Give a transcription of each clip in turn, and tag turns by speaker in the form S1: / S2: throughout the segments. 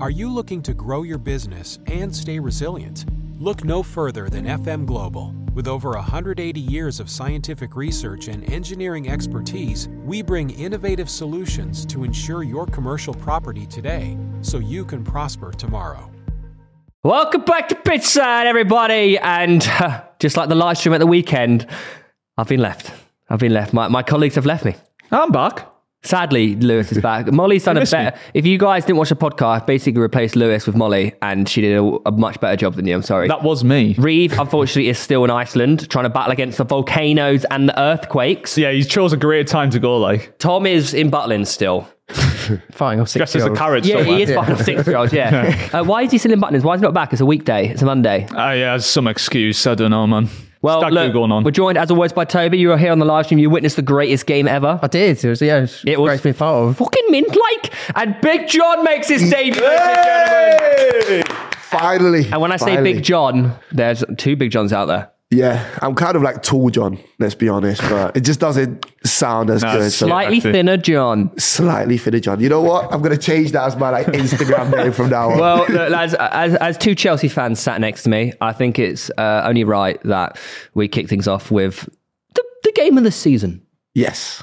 S1: Are you looking to grow your business and stay resilient? Look no further than FM Global. With over 180 years of scientific research and engineering expertise, we bring innovative solutions to ensure your commercial property today so you can prosper tomorrow.
S2: Welcome back to Pitside, everybody. And uh, just like the live stream at the weekend, I've been left. I've been left. My, my colleagues have left me.
S3: I'm back.
S2: Sadly, Lewis is back. Molly's done a
S3: missed
S2: better. If you guys didn't watch the podcast, I basically replaced Lewis with Molly, and she did a, a much better job than you. I'm sorry.
S3: That was me.
S2: Reeve, unfortunately, is still in Iceland, trying to battle against the volcanoes and the earthquakes.
S3: Yeah, you chose a great time to go. Like,
S2: Tom is in Butlin still.
S4: Fine, I'm six
S3: dressed as a carriage.
S2: Yeah,
S3: somewhere.
S2: he is behind six year old. Yeah. uh, why is he still in Butlins? Why is he not back? It's a weekday. It's a Monday.
S3: Ah, yeah, there's some excuse. I don't know, man.
S2: Well,
S3: Stag do
S2: look,
S3: going on.
S2: we're joined as always by Toby. You are here on the live stream. You witnessed the greatest game ever.
S4: I did. It was yeah, it was,
S2: It was-
S4: great to be part of.
S2: Fucking mint like, and Big John makes his debut. ladies and gentlemen.
S5: Hey! Finally.
S2: And when I say
S5: finally.
S2: Big John, there's two Big Johns out there.
S5: yeah, I'm kind of like tall John. Let's be honest, but it just doesn't sound as
S3: No,
S5: good.
S3: it's
S5: So
S3: like-
S2: Slightly
S3: actually.
S2: thinner John.
S5: slightly fitted John. You know what? I'm gonna change that as my like Instagram name from now on.
S2: Well, look, lads, as, as two Chelsea fans sat next to me, I think it's uh, only right that we kick things off with the, the game of the season.
S5: yes.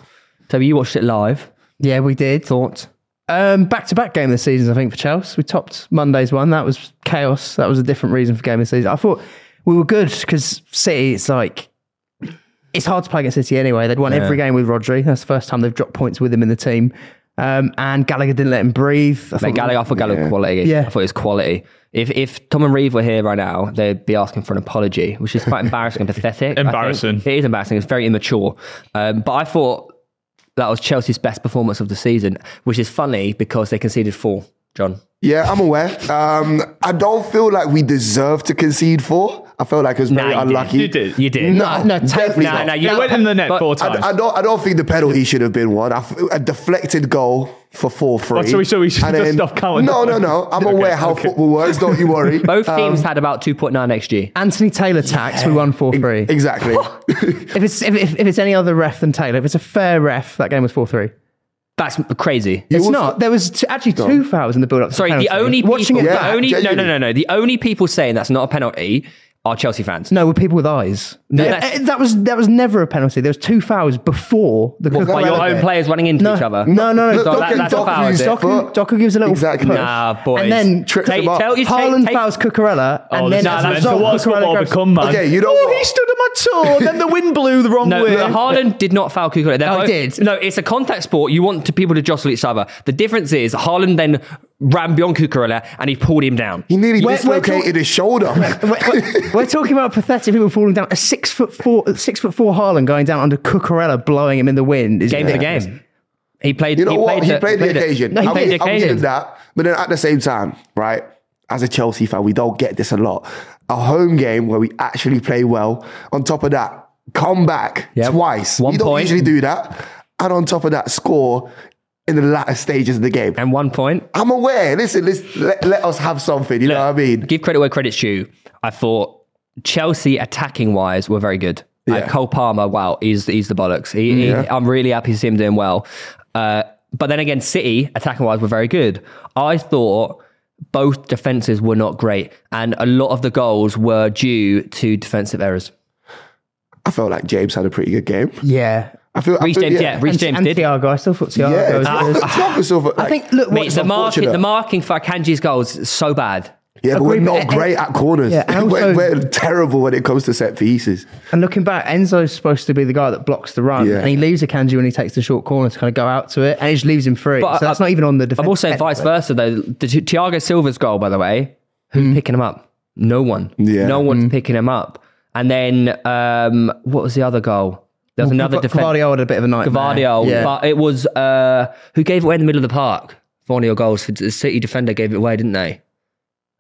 S2: Toby, you watched it live.
S4: Yeah, we did.
S2: Thoughts?
S4: Um, back-to-back game of the seasons, I think, for Chelsea. We topped Monday's one. That was chaos. That was a different reason for game of the season. I thought we were good because City, it's like it's hard to play against City anyway. They'd won every game with Rodri. That's the first time they've dropped points with him in the team. Um, and Gallagher didn't let him breathe. I
S2: Mate,
S4: thought-
S2: Gallagher, I thought Gallagher quality.
S4: Yeah.
S2: I thought it was quality. If if Tom and Reeve were here right now, they'd be asking for an apology, which is quite embarrassing and pathetic. I think.
S3: Embarrassing.
S2: It is embarrassing. It's very immature. Um, but I thought that was Chelsea's best performance of the season, which is funny because they conceded four. John,
S5: Yeah, I'm aware. Um, I don't feel like we deserve to concede four. I felt like it was
S2: Nah,
S5: very
S2: you did.
S5: unlucky.
S3: you did.
S2: you did.
S5: No,
S4: no, take-
S5: definitely
S2: no,
S5: not.
S2: no, you
S3: It went in the net
S2: But-
S3: four
S5: I,
S3: times.
S5: I don't. I don't think the penalty should have been one. I f- a deflected goal for four
S2: Oh,
S5: three.
S3: so we- so we should
S5: And
S3: just stop counting
S5: No, no,
S3: down?
S5: no. I'm
S3: Okay,
S5: aware how
S3: okay.
S5: football works. Don't you worry.
S2: Both teams
S4: Um,
S2: had about 2.9 XG.
S4: Anthony Taylor tax. We won four three.
S5: exactly.
S4: If it's if, if, if it's any other ref than Taylor, if it's a fair ref, that game was four three.
S2: That's crazy.
S4: It's
S5: also-
S4: not. There was t- actually two fouls in the build up.
S2: Sorry, the only
S4: watching
S2: people,
S4: it.
S5: Yeah.
S2: the only, no, no,
S5: genuinely.
S2: no, no. The only people saying that's not a penalty are Chelsea fans.
S4: No, with people with eyes.
S2: No,
S4: Eh,
S2: that's-
S4: eh, that was that was never a penalty. There was two fouls before the.
S2: By your own players running into
S4: no,
S2: each other.
S4: No, no, no.
S5: Look,
S4: Doc-
S2: that-
S5: Doku-
S2: that's a
S5: Doku
S2: foul,
S5: used
S2: is it?
S5: their
S4: Doku-
S5: foot.
S4: Doku gives a little
S5: exactly.
S4: push.
S2: Nah, boys.
S4: and then
S5: Trips
S2: Take-
S5: him up.
S2: tell- take-
S4: Haaland
S2: take-
S4: fouls Cucurella, and
S3: Oh,
S4: then
S3: this
S4: as
S3: is
S4: a
S3: meant
S4: result,
S3: to what's
S4: Cucurella
S3: football
S4: grabs-
S3: become, man.
S5: Okay, you know
S3: Oh,
S5: what?
S3: he stood on my toe. then the wind blew the wrong
S2: No,
S3: way.
S2: no, Haaland did not foul Kukurella. They're
S4: No,
S2: both-
S4: Oh, he did.
S2: No, it's a contact sport. You want to people to jostle each other. The difference is Haaland then ran beyond Kukurella and he pulled him down.
S5: He nearly
S4: Where- where
S5: dislocated
S4: do-
S5: his shoulder.
S4: We're- We're talking about pathetic people falling down. A six foot four, six foot four Haaland going down under Cucurella, blowing him in the wind. Is
S2: Game for
S4: ridiculous.
S2: game. He played.
S5: You know what? he
S2: the-
S5: played the occasion.
S2: No, he
S5: I'll
S2: played the
S5: give- I'll give him
S2: occasion.
S5: that. But then at the same time, right? As a Chelsea fan, we don't get this a lot. A home game where we actually play well. On top of that, come back
S2: Yep.
S5: twice.
S2: One
S5: you don't
S2: point.
S5: usually do that. And on top of that, score in the latter stages of the game.
S2: And one point.
S5: I'm aware. Listen, let's, let, let us have something. You know what I mean?
S2: Give credit where credit's due. I thought Chelsea attacking wise were very good. Uh,
S5: Yeah.
S2: Cole Palmer, wow, he's he's the bollocks. He, he- I'm really happy to see him doing well. Uh, but then again, City attacking wise were very good. I thought both defenses were not great, and a lot of the goals were due to defensive errors.
S5: I felt like James had a pretty good game.
S4: Yeah.
S5: I feel. I
S2: Reece
S5: feel
S2: James, yeah, Reece
S4: and,
S2: James
S4: and
S2: did. Ah.
S4: Thiago. I still thought Thiago
S5: yeah,
S4: was
S5: it's- it's not so bad.
S4: I
S5: Like,
S4: think look,
S2: Mate,
S4: what's
S2: the marking,
S5: unfortunate.
S2: the marking for Akanji's goals is so bad.
S5: yeah, but we're
S4: agree, but-
S5: not great at corners.
S4: Yeah, and
S5: we're,
S4: also-
S5: we're terrible when it comes to set pieces.
S4: and looking back, Enzo's supposed to be the guy that blocks the run,
S5: Yeah.
S4: and he leaves Akanji when he takes the short corner to kind of go out to it, and he just leaves him free.
S2: But
S4: so
S2: I-
S4: that's not even on the defense.
S2: I'm also saying vice versa though. The Thi- Thiago Silva's goal, by the way, who's picking him up? No one.
S5: Yeah.
S2: No one's picking him up. And then um, what was the other goal? There was another defense.
S4: Gavardio had a bit of a nightmare.
S2: Gavardio,
S4: Yeah.
S2: but it was uh, who gave it away in the middle of the park. One of your goals, the City defender gave it away, didn't they?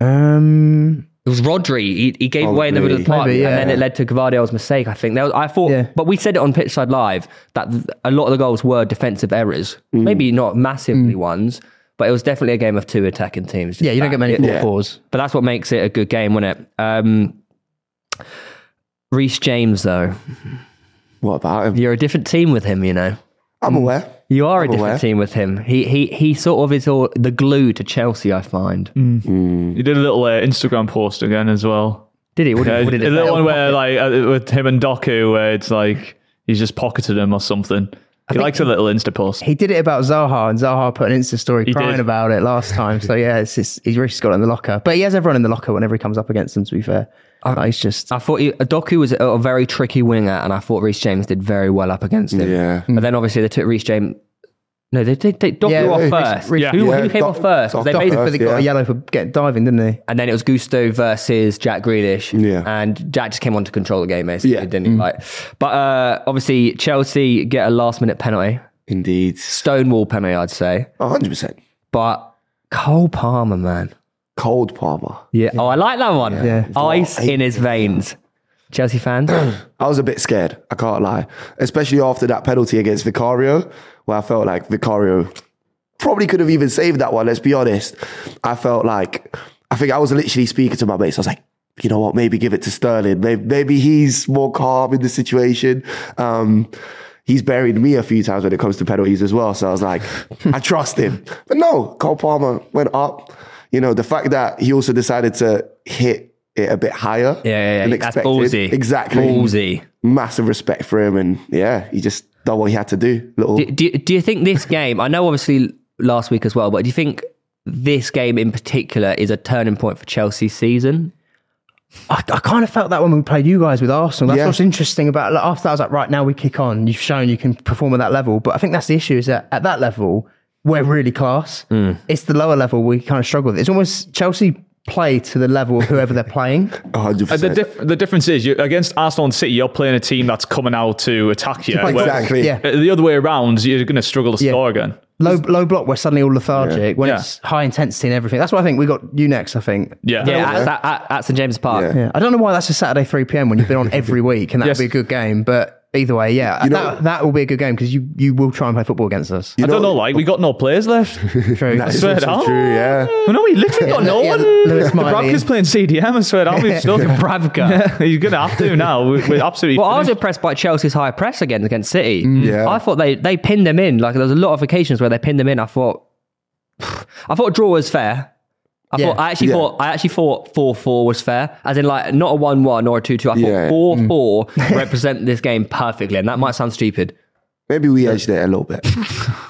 S4: um,
S2: It was Rodri. He, he gave it away in the middle of the
S5: Probably.
S2: park,
S4: Maybe, yeah.
S2: and then it led to Gavardio's mistake. I think. There was, I thought,
S4: Yeah.
S2: but we said it on Pitchside Live that th- a lot of the goals were defensive errors. Maybe not massively ones, but it was definitely a game of two attacking teams.
S4: Mm. yeah, you don't get many
S2: That-
S4: four fours.
S2: But that's what makes it a good game, wasn't it? Um, Reece James, though,
S5: What about him?
S2: you're a different team with him, you know.
S4: Mm.
S5: I'm aware.
S2: You are a
S5: I'm
S2: different
S5: aware.
S2: team with him. He he he sort of is all the glue to Chelsea. I find.
S4: Mm.
S3: He did a little uh, Instagram post again as well.
S2: Did he? What
S3: Uh,
S2: did, what did
S3: a
S2: it say?
S3: little one where like uh, with him and Doku, where it's like he's just pocketed him or something. He likes a little Insta post.
S4: He did it about Zaha, and Zaha put an Insta story crying
S3: did.
S4: about it last time. So yeah, it's just, he's really just got it in the locker. But he has everyone in the locker whenever he comes up against them. To be fair, Like, he's just
S2: I thought he, Doku was a, a very tricky winger, and I thought Reece James did very well up against him.
S5: Yeah.
S2: But then obviously they took Reece James. No, they did take Doku
S4: Yeah,
S2: off
S4: Reece-
S2: first.
S4: Reece-
S2: who,
S5: Yeah,
S2: who came
S5: Doc-
S2: off first? 'Cause they
S5: Doc-
S2: basically-
S4: Doc- he got
S5: yeah.
S4: a yellow for getting diving, didn't he?
S2: and then it was Gusto versus Jack Grealish.
S5: Yeah.
S2: And Jack just came on to control the game, basically,
S5: Yeah.
S2: didn't he? Like, but uh, obviously, Chelsea get a last minute penalty,
S5: Indeed.
S2: stonewall penalty, I'd say.
S5: 100%.
S2: But Cole Palmer, man.
S5: Cold Palmer.
S2: Yeah. Oh, I like that one.
S4: Yeah.
S2: Ice in his veins. Chelsea fans.
S5: I was a bit scared. I can't lie. Especially after that penalty against Vicario, where I felt like Vicario probably could have even saved that one. Let's be honest. I felt like, I think I was literally speaking to my mates. I was like, you know what? Maybe give it to Sterling. Maybe, maybe he's more calm in the situation. Um, he's buried me a few times when it comes to penalties as well. So I was like, I trust him. But no, Cole Palmer went up. You know, the fact that he also decided to hit it a bit higher.
S2: Yeah, yeah, yeah.
S5: than
S2: That's
S5: expected.
S2: ballsy.
S5: Exactly
S2: Ballsy.
S5: massive respect for him, and yeah, he just done what he had to do. Little,
S2: Do, do, do you think this game, I know obviously last week as well, but do you think this game in particular is a turning point for Chelsea's season?
S4: I, I kind of felt that when we played you guys with Arsenal. That's
S5: Yeah.
S4: what's interesting about. Like, after that, I was like, right now we kick on. You've shown you can perform at that level, but I think that's the issue is that at that level we're really class.
S3: Mm.
S4: It's the lower level we kind of struggle with. It's almost Chelsea play to the level of whoever they're playing.
S5: hundred
S3: Uh, the,
S5: percent.
S3: diff- the difference is you against Arsenal and City, you're playing a team that's coming out to attack you.
S4: Like,
S3: Where-
S5: Exactly.
S4: Yeah.
S3: uh, The other way around, you're going to struggle to
S4: Yeah.
S3: score again.
S4: Low low block, we're suddenly all lethargic when
S3: Yeah.
S4: it's high intensity and everything. That's why I think we got you next. I think.
S3: Yeah.
S2: Yeah, at, at, at, at St James's Park.
S5: Yeah.
S4: Yeah, I don't know why that's a Saturday 3 p.m. when you've been on every week, and that
S3: Yes.
S4: would be a good game. But either way, yeah,
S5: know-
S4: that, that will be a good game because you, you will try and play football against us.
S3: I don't know, like, we got no players left.
S4: True.
S5: That is
S3: swear
S5: also
S3: down.
S5: true. Yeah,
S3: Well, no, we literally got no
S4: yeah,
S3: one.
S4: Lewis Miley.
S3: Bravka's playing CDM, I swear down. We've still got Bravka. He's going to have to now. We- We're absolutely.
S2: Well, I was
S3: finished.
S2: impressed by Chelsea's high press again against City.
S5: Yeah.
S2: I thought they, they pinned them in. Like there was a lot of occasions where they pinned them in. I thought, I thought draw was fair. I
S4: Yeah.
S2: thought I actually
S5: Yeah.
S2: thought I actually thought four four was fair, as in like not a one one or a two two. I thought
S5: Yeah. Mm.
S2: four four represent this game perfectly, and that might sound stupid.
S5: maybe we edged it a little bit.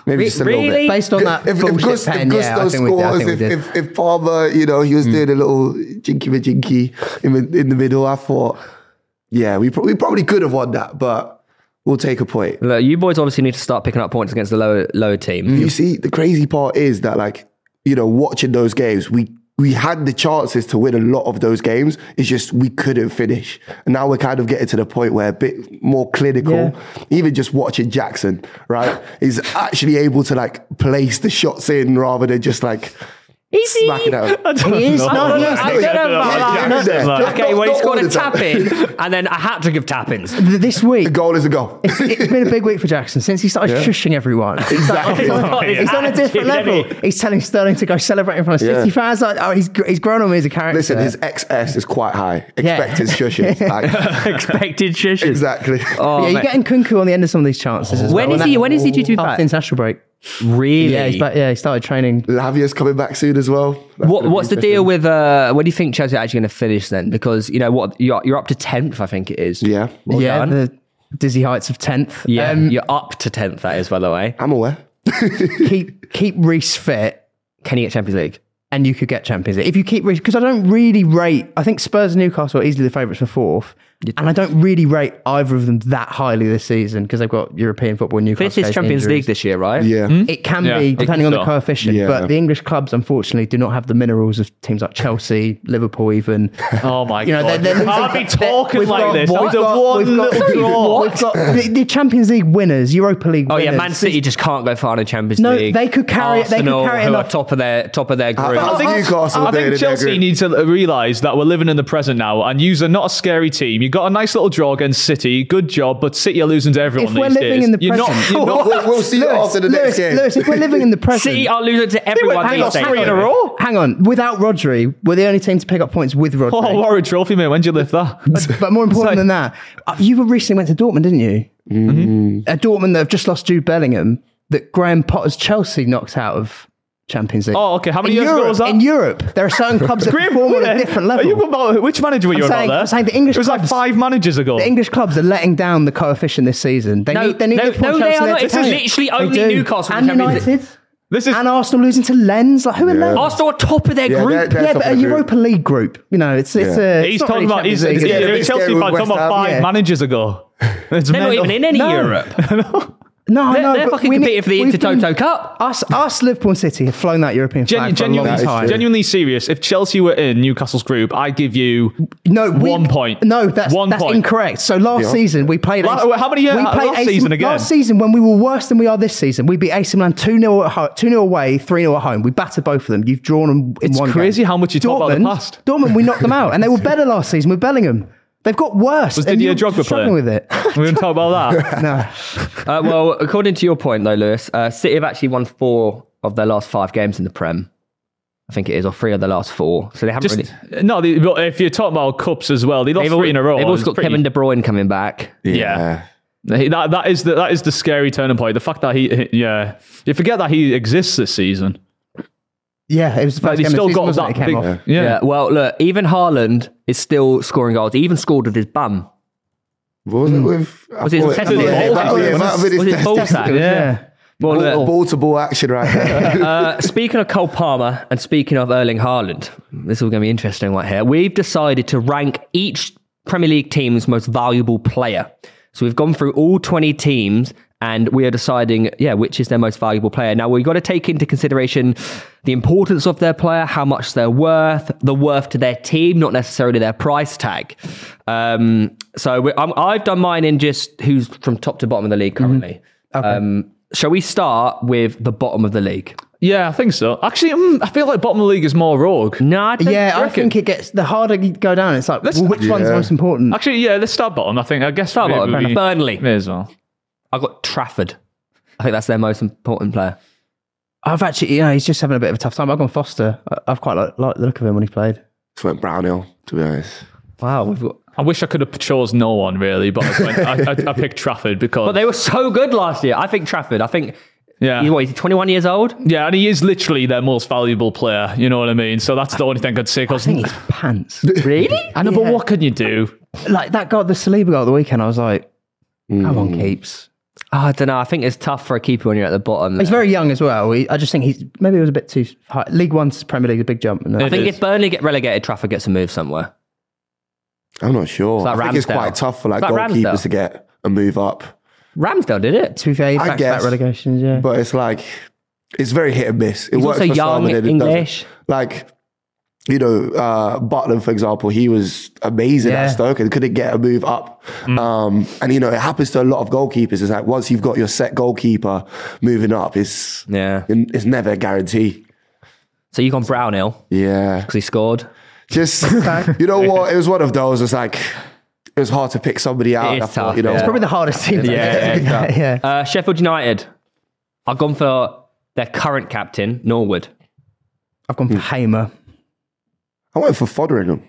S5: Maybe just a little
S2: really?
S5: bit.
S4: Based on that,
S5: If, if,
S4: bullshit
S5: Gus, if
S4: pen,
S5: Gusto
S4: yeah, I think we did. I
S5: scores,
S4: think we
S5: if,
S4: did.
S5: if, if Palmer, you know, he was doing a little jinky majinky in, the- in the middle, I thought, yeah, we, pro- we probably could have won that, but we'll take a point.
S2: Look, you boys obviously need to start picking up points against the lower lower team.
S5: You see, the crazy part is that, like, you know, watching those games, we we had the chances to win a lot of those games. It's just we couldn't finish. And now we're kind of getting to the point where a bit more clinical. Even just watching Jackson, right, is actually able to like place the shots in rather than just like
S2: Easy.
S5: smacking out.
S4: He is not. He is
S2: I don't know about
S5: Yeah,
S2: that.
S5: yeah, yeah.
S2: Okay, well, he
S5: Not-
S2: scored a
S5: not all
S2: tap
S5: the
S2: in and then a hat trick of tap ins.
S4: Th- This week,
S5: The goal is a goal.
S4: it's been a big week for Jackson since he started shushing everyone. He's, like,
S5: Exactly.
S4: he's on- he's on a different level. He's telling Sterling to go celebrate in front of
S5: Yeah.
S4: City fans. Like, oh, he's, gr- he's grown on me as a character.
S5: Listen, his XS is quite high. Expected shushes. Like,
S2: Expected shushes.
S5: exactly.
S2: Oh,
S4: yeah, you're
S2: mate.
S4: getting Kunku on the end of some of these chances. As
S2: When
S4: well.
S2: is
S4: And
S2: he-
S4: that-
S2: when is he due to be
S4: After
S2: back?
S4: the international break.
S2: really?
S4: Yeah, he's back, yeah, he started training.
S5: Lavia's coming back soon as well. That's
S2: What,
S5: gonna be
S2: what's the
S5: interesting.
S2: deal with uh, where do you think Chelsea are actually going to finish then? Because you know what, you're, you're up to tenth, I think it is.
S5: Yeah,
S2: Well
S4: yeah,
S2: done.
S4: the dizzy heights of 10th.
S2: yeah,
S4: Um,
S2: you're up to tenth. That is, by the way.
S5: I'm aware.
S4: keep, keep Reese fit.
S2: Can you get Champions League?
S4: and you could get Champions League if you keep because I don't really rate. I think Spurs and Newcastle are easily the favourites for fourth, and I don't really rate either of them that highly this season because they've got European football. and Newcastle
S2: Fifth is
S4: facing
S2: Champions League
S4: injuries.
S2: this year, right?
S5: Yeah.
S4: It can
S3: Yeah,
S4: be
S3: I
S4: depending on
S3: think
S4: the
S3: so.
S4: coefficient,
S5: Yeah.
S4: but the English clubs unfortunately do not have the minerals of teams like Chelsea, Liverpool, even.
S3: Oh, my
S4: You know,
S3: God.
S4: they're- they're-
S3: You can't be talking
S4: We've
S3: like
S4: got-
S3: this.
S4: we've
S3: After
S4: got-
S3: one
S4: we've got-
S3: little
S4: Sorry,
S3: draw.
S4: We've got the, the Champions League winners, Europa League.
S2: Oh yeah,
S4: winners.
S2: Man City just can't go far in the Champions
S4: No,
S2: League.
S4: they could carry- they could
S2: Arsenal,
S4: carry
S2: who
S4: enough-
S2: are top of their top of their group.
S5: I think Newcastle.
S3: I
S5: they-
S3: think
S5: they-
S3: Chelsea
S5: they're-
S3: needs to realise that we're living in the present now, and yous are not a scary team. You got a nice little draw against City. Good job, but City are losing to everyone
S4: If
S3: these
S4: we're living
S3: days.
S4: in the
S3: you're
S4: present,
S3: Not, you're not,
S5: we'll, we'll see you after the
S4: Lewis,
S5: next game.
S4: Lewis, if we're living in the present,
S2: City are losing to everyone.
S3: hang
S2: these
S3: on,
S2: days.
S3: three in a row.
S4: Hang on, without Rodri, we're the only team to pick up points with Rodri.
S3: oh, Warwick Trophy, mate. When did you lift that?
S4: but more important than
S5: Mm-hmm.
S4: that, uh, you were recently went to Dortmund, didn't you? A Dortmund that have just lost Jude Bellingham, that Graham Potter's Chelsea knocked out of Champions League.
S3: Oh, okay. How many
S4: in
S3: years
S4: Europe,
S3: ago was that?
S4: in Europe, there are certain clubs that
S3: Graham,
S4: perform
S3: what
S4: on a
S3: the-
S4: different
S3: Are
S4: level.
S3: you about, which manager were you
S4: I'm
S3: on about
S4: saying-
S3: there?
S4: I'm saying the English
S3: It was like
S4: clubs-
S3: five managers ago.
S4: The English clubs are letting down the coefficient this season. They
S2: No,
S4: need, they need
S2: no,
S4: to
S2: no, they
S4: pull Chelsea
S2: are not.
S4: there
S2: This is
S4: to take it.
S2: literally
S4: They
S2: only
S4: do.
S2: Newcastle
S4: and
S2: in the Champions
S4: United
S3: this is
S4: and Arsenal losing to Lens. Like who are Lens?
S2: Arsenal are top of their
S5: Yeah,
S2: group.
S5: they're- they're
S4: yeah,
S5: top
S4: but
S5: of
S4: a
S5: the group.
S4: Europa League group. You know, it's it's
S5: Yeah.
S4: a.
S3: he's talking about he's,
S4: League,
S3: he's,
S4: is it?
S5: yeah,
S3: he's-
S5: it's
S3: Chelsea
S5: scary
S3: fans
S5: with
S3: talking
S5: West
S3: about
S5: Ham,
S3: five
S4: yeah.
S3: managers ago. It's
S2: They're not even in any
S4: No.
S2: Europe.
S4: no,
S2: They're,
S4: no,
S2: they're
S4: but
S2: fucking
S4: we need-
S2: competing for the
S4: we've
S2: Intertoto
S4: been-
S2: Cup.
S4: Us, us, Liverpool and City have flown that European flag
S3: Genu-
S4: for a long
S5: That is
S4: time.
S5: true.
S3: genuinely serious. If Chelsea were in Newcastle's group, I give you
S4: No, we-
S3: one point.
S4: No, that's
S3: one
S4: that's
S3: point.
S4: incorrect. So last
S5: Yeah.
S4: season we played.
S3: La-
S4: AC
S3: how many, uh,
S4: we played
S3: last
S4: AC
S3: season again?
S4: Last season when we were worse than we are this season, we beat AC Milan two 0 two 0 away, three 0 at home. We battered both of them. You've drawn them in
S3: It's
S4: one.
S3: crazy
S4: game.
S3: how much you talk about the
S4: Dortmund-
S3: past.
S4: Dortmund, we knocked them out, and they were better last season with Bellingham. They've got worse.
S3: Was
S4: and
S3: Didier
S4: you're
S3: Drogba
S4: struggling
S3: playing?
S4: with it?
S3: We're going to talk about that.
S4: no,
S2: Uh, well, according to your point, though, Lewis, uh, City have actually won four of their last five games in the Prem. I think it is, or three of the last four. So they haven't
S3: Just uh,
S2: really.
S3: no. They, but if you're talking about cups as well, they lost three in a row.
S2: They've
S3: It's
S2: also got
S3: pretty-
S2: Kevin De Bruyne coming back.
S3: Yeah. He- That that is the that is the scary turning point. The fact that he, he- yeah, you forget that he exists this season.
S4: yeah, it was the first
S3: Like, he's
S4: game
S3: still
S4: of the season,
S3: got
S4: wasn't it?
S3: that
S4: It
S3: big,
S4: came off.
S3: yeah.
S2: Yeah. Well, look, even Haaland is still scoring goals. He even scored with his bum.
S5: What was it with? I
S2: Hmm. Was it
S5: thought
S2: his testicle?
S5: yeah,
S3: Was it
S5: that-
S3: ball
S5: yeah,
S3: tap?
S5: that
S2: Was
S5: bit is
S2: it
S5: test-
S2: ball tap?
S3: Yeah.
S2: Well, look,
S5: Ball ball to ball action right there.
S2: Uh, speaking of Cole Palmer and speaking of Erling Haaland, this is going to be interesting right here. We've decided to rank each Premier League team's most valuable player. So we've gone through all 20 teams and we are deciding, yeah, which is their most valuable player. Now we've got to take into consideration the importance of their player, how much they're worth, the worth to their team, not necessarily their price tag. Um, so we, I'm, I've done mine in just who's from top to bottom of the league currently. Um, shall we start with the bottom of the league?
S3: Yeah, I think so. Actually, mm, I feel like bottom of the league is more rogue.
S2: No, I don't
S4: Yeah, I
S2: reckon.
S4: think it gets the harder you go down. It's like
S3: Let's-
S4: well, which one's
S5: Yeah.
S4: most important?
S3: Actually, yeah, let's start bottom. I think. I guess
S2: Start
S3: it
S2: bottom,
S3: would
S2: fair
S3: be-
S2: enough. Burnley.
S3: May as well.
S2: I got Trafford. I think that's their most important player.
S4: I've actually, yeah, he's just having a bit of a tough time. I've gone Foster. I- I've quite like, like the look of him when he played.
S5: Just went Brownhill, to be honest.
S2: Wow, we've got.
S3: I wish I could have chose no one really, but I, went, I, I, I picked Trafford because
S2: But they were so good last year. I think Trafford. I think.
S3: Yeah.
S2: He's, what, he's 21 years old.
S3: yeah, and he is literally their most valuable player. You know what I mean? So that's the only thing I'd say. Cause
S4: I think it's pants.
S2: Really?
S3: I know, but what can you do?
S4: like that goal, the Saliba goal at the weekend, I was like, come on, keeps.
S2: Oh, I don't know. I think it's tough for a keeper when you're at the bottom.
S4: He's
S2: there.
S4: very young as well. He, I just think he's maybe it was a bit too high. League One to Premier League, a big jump. And
S2: I think if Burnley get relegated, Trafford gets a move somewhere.
S5: I'm not sure.
S2: like
S5: I think it's
S2: Ramsdale.
S5: quite tough for like
S2: It's like
S5: goalkeepers
S2: Ramsdale.
S5: to get a move up,
S2: Ramsdale did it.
S4: to be fair,
S5: I
S4: back to back
S5: guess.
S4: relegations, yeah.
S5: but it's like it's very hit and miss. It
S2: He's
S5: works
S2: also
S5: for some
S2: young,
S5: and then it doesn't.
S2: English.
S5: Like you know, uh, Butland, for example, he was amazing at
S4: Yeah.
S5: Stoke and couldn't get a move up.
S2: Hmm.
S5: Um, and you know, it happens to a lot of goalkeepers. It's like once you've got your set goalkeeper moving up, it's
S2: Yeah.
S5: it's never a guarantee.
S2: So you gone Brownhill because
S5: Yeah.
S2: he scored.
S5: Just you know what? It was one of those. It's like it was hard to pick somebody out.
S2: is
S5: I thought,
S2: tough,
S5: you know,
S2: yeah.
S4: It's probably the hardest team. to
S2: Yeah,
S4: get.
S5: yeah, yeah.
S4: yeah.
S2: Uh, Sheffield United. I've gone for their current captain, Norwood.
S4: I've gone for Hamer.
S5: I went for Fotheringham.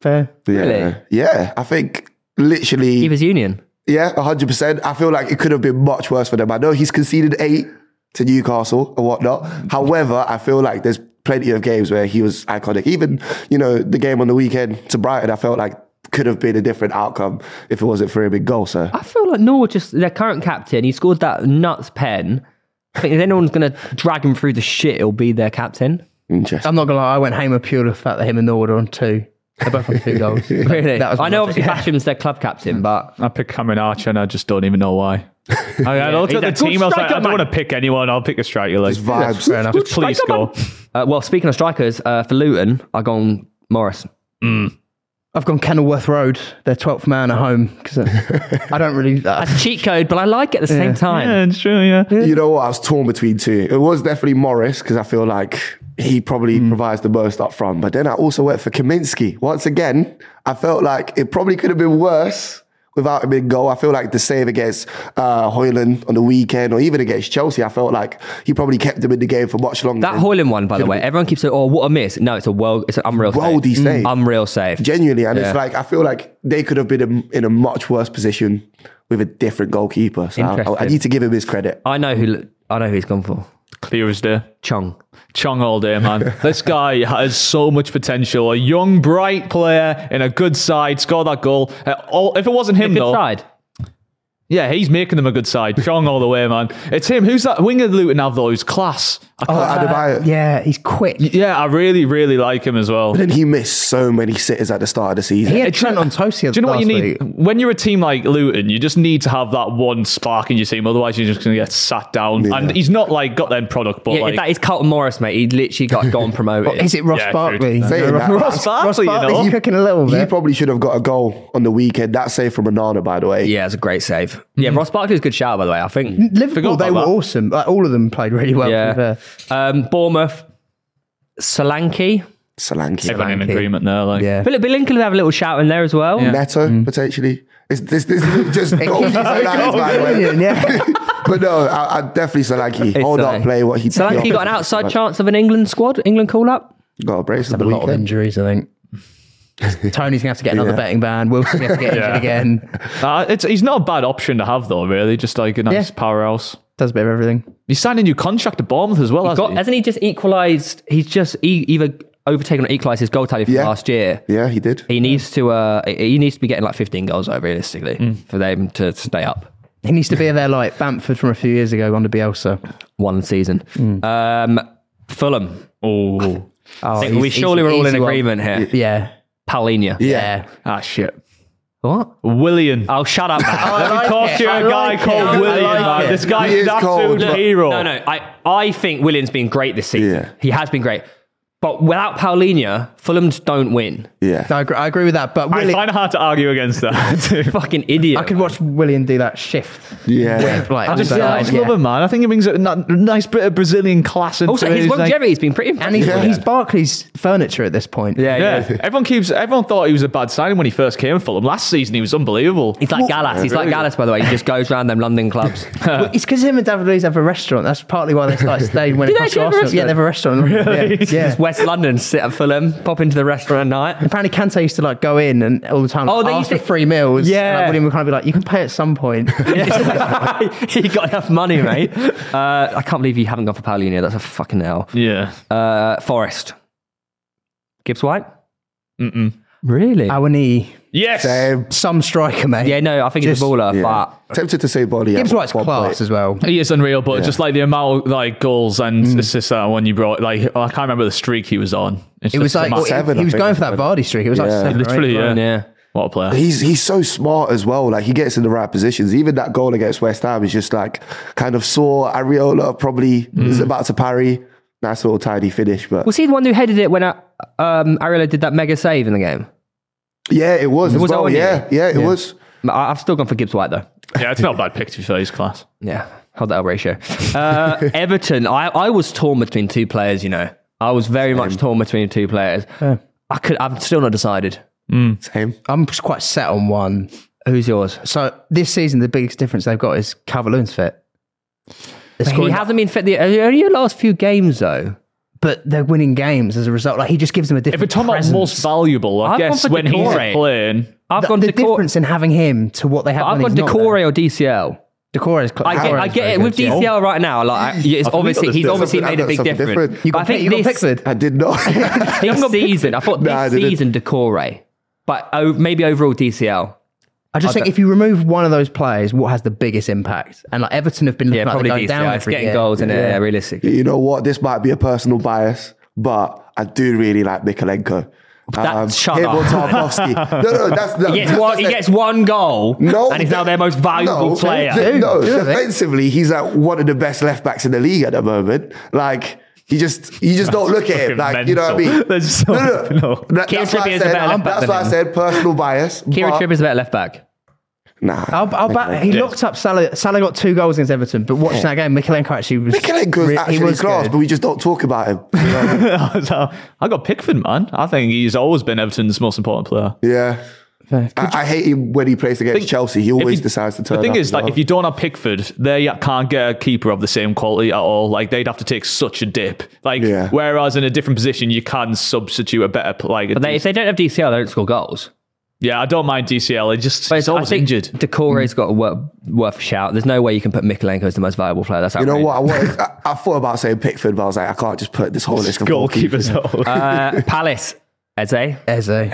S4: Fair.
S5: Yeah.
S2: Really?
S5: Yeah. I think literally
S2: Keepers Union.
S5: Yeah, 100%. I feel like it could have been much worse for them. I know he's conceded eight to Newcastle and whatnot. However, I feel like there's plenty of games where he was iconic. Even, you know, the game on the weekend to Brighton, I felt like could have been a different outcome if it wasn't for a big goal. So
S2: I feel like Norwood just their current captain. He scored that nuts pen. I think if anyone's going to drag him through the shit, it'll be their captain.
S5: interesting.
S4: I'm not gonna lie, I went Hamer purely for the fact that him and Norwood are on two. They're both on two goals.
S2: Really,
S4: That was
S2: I know
S4: my-
S2: obviously Basham's their club captain, but
S3: I picked Cameron Archer, and I just don't even know why. I, I looked
S2: he's
S3: at the
S2: a good
S3: team. I was like,
S2: striker,
S3: I don't
S2: man.
S3: want to pick anyone. I'll pick a striker. Like,
S5: Vibes.
S4: Fair enough.
S3: just please
S2: striker,
S3: go.
S2: uh, well, speaking of strikers, uh, for Luton, I've gone Morris.
S4: I've gone Kenilworth Road. They're 12th man at home because I don't really. uh,
S2: That's a cheat code, but I like it at the same time.
S3: Yeah, it's true. Yeah.
S5: You know what? I was torn between two. It was definitely Morris because I feel like he probably
S2: Hmm.
S5: provides the most up front. But then I also went for Kaminsky. Once again, I felt like it probably could have been worse without him in goal. I feel like the save against uh, Hoyland on the weekend or even against Chelsea, I felt like he probably kept him in the game for much longer.
S2: That
S5: than-
S2: Hoyland one, by the way, everyone keeps saying, "Oh, what a miss!" No, it's a world, it's an unreal,
S5: Worldy
S2: save. Mm.
S5: save.
S2: unreal save.
S5: Genuinely, and
S2: Yeah.
S5: it's like I feel like they could have been in, in a much worse position with a different goalkeeper. So I, I
S2: Interesting.
S5: need to give him his credit.
S2: I know who I know who he's gone for.
S3: Clear as day.
S2: Chong.
S3: Chong all day, man. this guy has so much potential. A young, bright player in a good side, scored that goal. Uh, all, if it wasn't him,
S2: Good
S3: though,
S2: side.
S3: yeah, he's making them a good side. Chong all the way, man. It's him. Who's that winger Luton have though? Who's class?
S2: Oh,
S3: I can't-
S2: uh,
S5: Adebayo.
S4: Yeah, he's quick. He
S3: yeah, I really, really like him as well.
S5: Then he missed so many sitters at the start of the season.
S4: had Trent on toast the
S3: Do you know what you
S4: last
S3: need?
S4: week.
S3: When you're a team like Luton, you just need to have that one spark in your team. Otherwise, you're just going to get sat down.
S5: Yeah.
S3: And he's not like got them product, but
S2: Yeah,
S3: like
S2: that is Carlton Morris, mate. He literally got gone promoted.
S4: Is it Ross
S3: Yeah, true.
S4: Barkley?
S5: Saying
S4: No,
S5: that,
S3: Ross Barkley, you
S4: Barkley's
S3: know.
S4: cooking a little
S5: You
S4: bit.
S5: probably should have got a goal on the weekend. That save from Anana, by the way.
S2: yeah, it's a great save. Yeah, Ross Barkley's a good shout, by the way. I think.
S4: Liverpool,
S3: Forgot
S4: they
S3: about
S4: were
S3: that.
S4: awesome. Like, all of them played really well. to be
S2: Yeah.
S4: fair.
S2: Um, Bournemouth, Solanke.
S5: Solanke.
S3: everyone in
S4: Solanke.
S3: agreement there. Like,
S4: Yeah.
S2: Philip Billink will have a little shout in there as well.
S5: Neto,
S4: Mm.
S5: potentially. It's, this, this is just goals and lines, by the way.
S4: yeah.
S5: But no, I, I definitely Solanke. Hold
S2: Solanke.
S5: up, play what he
S2: Solanke got an outside chance of an England squad, England call up.
S5: Got a brace at
S4: a
S5: the
S4: lot of
S5: weekend.
S4: injuries, I think. Tony's gonna have to get another
S5: Yeah.
S4: betting ban. Wilson's gonna have to get injured
S3: Yeah.
S4: again.
S3: Uh, it's, he's not a bad option to have though. Really, just like a nice
S4: Yeah.
S3: powerhouse.
S4: Does a bit of everything.
S3: He signed a new contract to Bournemouth as well, hasn't
S2: Got,
S3: he?
S2: hasn't he just equalised? He's just e- either overtaken or equalised his goal tally from
S5: Yeah.
S2: last year.
S5: Yeah, he did.
S2: He needs to. Uh, he needs to be getting like 15 goals over realistically
S4: Mm.
S2: for them to stay up
S4: He needs to be there like Bamford from a few years ago under Bielsa.
S2: one season.
S4: Mm.
S2: Um, Fulham.
S3: Oh,
S4: Oh,
S2: I think we surely were all in agreement here.
S4: Yeah.
S2: Paulinho.
S4: Yeah.
S3: ah, shit.
S2: What?
S3: Willian.
S2: Oh, shut up, man.
S4: like
S3: Talk
S4: it.
S3: to you,
S4: I
S3: a guy
S4: like it.
S3: called
S4: I
S3: Willian.
S4: like
S3: man.
S4: it.
S3: This guy
S5: He
S3: is
S5: is
S3: an
S5: cold,
S3: absolute
S5: but-
S3: hero.
S2: No, no. I, I think William's been great this season.
S5: Yeah.
S2: He has been great. But without Paulinho, Fulham just don't win.
S5: Yeah.
S4: I agree, I agree with that. But
S3: I
S4: Willie, I,
S3: find it hard to argue against that.
S2: Fucking idiot.
S4: could watch Willian do that shift.
S5: Yeah.
S4: Like,
S3: I just,
S4: all the
S3: yeah, I
S4: time,
S3: just love him, man. I think he brings a n- nice bit of Brazilian class into
S2: also, his
S3: his, like-
S2: longevity has been pretty impressive.
S4: And he's,
S5: Yeah.
S4: he's Barclays furniture at this point.
S2: yeah, yeah.
S3: Yeah, uh, everyone keeps. Everyone thought he was a bad signing when he first came to Fulham. Last season, he was unbelievable.
S2: He's like Gallas. He's like Gallas, by the way. He just goes around them London clubs.
S4: Well, it's because him and David Luiz have a restaurant. That's partly why they started staying when
S2: Do
S4: it
S2: they
S4: comes to
S2: actually have a
S4: Arsenal. Yeah, they have a restaurant. Yeah. yeah.
S2: Just West London, sit at Fulham, pop into the restaurant at night.
S4: Apparently, Kante used to like go in and all the time.
S2: Oh,
S4: Like,
S2: they used
S4: ask
S2: to-
S4: for free meals.
S2: Yeah.
S4: and, like, William would kind of be like, "You can pay at some point."
S2: he got enough money, mate. Uh, I can't believe you haven't gone for Paulinho. That's a fucking hell.
S3: yeah,
S2: Uh, Forest. Gibbs White? Mm-mm. Really?
S4: Our knee,
S3: yes.
S5: Same.
S4: some striker, mate.
S2: yeah, no, I think he's a
S4: Just-
S2: baller,
S5: Yeah.
S2: but
S5: Tempted to say body.
S4: Gibbs White's class as well.
S3: He is unreal, but just like the amount of like goals and assists that one you brought, like I can't remember the streak he was on. It's
S4: It was
S3: just
S4: like
S3: mad.
S4: well, he-
S5: Seven,
S4: he
S5: I
S4: was
S5: think.
S4: going for that Vardy streak. It was like
S5: Yeah.
S4: seven, or
S3: literally,
S4: eight.
S3: yeah.
S2: yeah.
S3: What a player!
S5: He's he's so smart as well. Like he gets in the right positions. Even that goal against West Ham is just like kind of saw Ariola probably
S4: Mm.
S5: is about to parry. Nice little tidy finish, but
S2: Was he the one who headed it when uh, um, Ariola did that mega save in the game?
S5: yeah, it was. as
S2: Was that
S5: well.
S2: one you-
S5: Yeah, yeah, it was.
S2: I- I've still gone for Gibbs White though.
S3: yeah, it's not a bad pick to be fair. He's class.
S2: Yeah, hold that up ratio. Uh, Everton, I, I was torn between two players. You know, I was very much torn between two players. I could. I'm still not decided.
S5: Same.
S4: I'm just quite set on one.
S2: Who's yours?
S4: So this season, the biggest difference they've got is Calvert-Lewin's fit. They're
S2: He
S4: scoring-
S2: hasn't been fit the uh, only the last few games though.
S4: but they're winning games as a result. Like he just gives them a
S3: If we're
S4: different.
S3: talking
S4: presence.
S3: about most valuable, I
S2: I've gone
S3: guess
S2: for
S3: when he's
S2: Decore.
S3: playing,
S2: I've
S4: the,
S2: gone
S4: the
S2: to
S4: difference in having him to what they have.
S2: I've
S4: when
S2: gone
S4: he's not there.
S2: Decore or DCL.
S4: Decore is. cl-
S2: I get,
S4: Decore
S2: I
S4: is
S2: get
S4: very
S2: it with
S4: good, yeah.
S2: DCL right now. Like, I- it's obviously
S5: got
S2: he's
S5: this
S2: obviously
S5: different-
S2: made a big
S5: something
S2: difference.
S5: different.
S4: You got,
S2: I think
S4: you got
S2: this,
S4: Pickford.
S5: I did not.
S2: this season, I thought this
S5: Nah, I didn't.
S2: season Decore, but oh, maybe overall DCL.
S4: I just think if you remove one of those players, what has the biggest impact? And like Everton have been looking
S2: Yeah,
S4: like
S2: probably
S4: they're going
S2: DCL.
S4: down
S2: it's
S4: every
S2: getting
S4: year.
S2: goals in it, yeah, realistically.
S5: you know what? This might be a personal bias, but I do really like Mikolenko.
S2: That- shut
S5: him
S2: up.
S5: or Tarkovsky. No, no, that's that,
S2: He gets,
S5: that's
S2: one,
S5: the
S2: he
S5: thing.
S2: gets one goal, and he's now
S5: that-
S2: their most valuable
S5: no,
S2: player.
S5: th- no,
S4: Do it.
S5: defensively, he's like one of the best left backs in the league at the moment. Like you just you just don't look at
S3: fucking
S5: him. Like you know what I
S3: mental.
S5: mean?
S3: That's so- no.
S5: That-
S2: Kieran
S5: that's why
S2: Trippier
S5: I
S2: is a
S5: said,
S2: better left back
S5: that's
S2: than
S5: why I
S2: him.
S5: said personal bias.
S2: Kieran
S5: but-
S2: Trippier is a better left back.
S5: Nah,
S4: I'll, I'll bet he
S3: Yeah.
S4: looked up Salah. Salah got two goals against Everton, but
S5: Oh.
S4: watching that game, Mikalenko actually was.
S5: Mikolenko's
S4: re-
S5: actually class, but we just don't talk about him. You know what I mean?
S3: So, I got Pickford, man. I think he's always been Everton's most important player.
S5: yeah. I, I hate him when he plays against Chelsea. He
S3: If
S5: always
S3: you-
S5: decides to turn.
S3: The thing
S5: up
S3: is,
S5: as
S3: like,
S5: well.
S3: if you don't have Pickford, they can't get a keeper of the same quality at all. Like, they'd have to take such a dip. Like,
S5: Yeah.
S3: whereas in a different position, you can substitute a better, pl- like,
S2: But they, if they don't have DCL, they don't score goals.
S3: Yeah, I don't mind DCL. It just
S2: But
S3: it's always injured.
S2: Decore's got a worth, worth a shout. There's no way you can put Mikolenko as the most valuable player. That's
S5: You know what? I, wanted, I, I thought about saying Pickford, but I was like, I can't just put this whole list of
S3: Goalkeepers. all.
S2: Uh, Palace, Eze.
S4: Eze.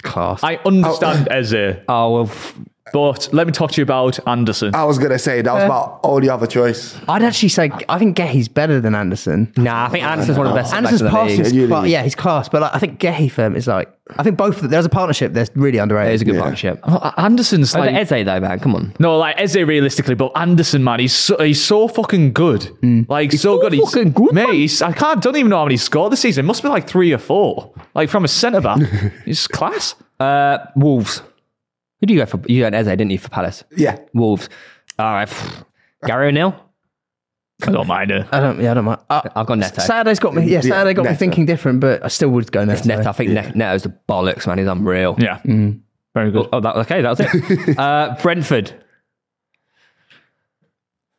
S4: Class.
S3: I understand Eze,
S2: Oh, well, f-
S3: but let me talk to you about Anderson.
S5: I was gonna say that was about all the other choice.
S4: I'd actually say I think Gehi's better than Anderson.
S2: nah. I think Anderson's one of the best.
S4: Anderson's
S2: centre-backs in the
S4: passing,
S2: league.
S4: is
S5: Yeah, you-
S4: cla- yeah, he's class. But like, I think Gehi for him is like, I think both. There's a partnership that's really underrated.
S2: It is a good partnership.
S3: Uh, Anderson's
S2: But
S3: like
S2: Eze though, man, come on.
S3: no, like Eze realistically, but Anderson, man, he's so, he's so fucking good. Like so,
S4: so
S3: good. Hmm.
S4: fucking
S3: he's,
S4: good,
S3: mate.
S4: man.
S3: He's, I can't. Don't even know how many he scored this season. It must be like three or four. Like from a centre back, he's class.
S2: Uh, Wolves. Who do you go for? You had Eze, didn't you, for Palace?
S5: Yeah,
S2: Wolves. All right. pff. Gary O'Neill.
S3: I don't mind it.
S4: I don't. Yeah, I don't mind. Uh,
S2: I've got Neto.
S4: Saturday's got me. Yeah, Saturday got me
S5: Neto.
S4: thinking different, but I still would go Neto.
S2: Neto. I think Ne- Neto's the bollocks, man. He's unreal.
S3: Yeah, very good.
S2: Oh, that, okay, that was it. uh, Brentford.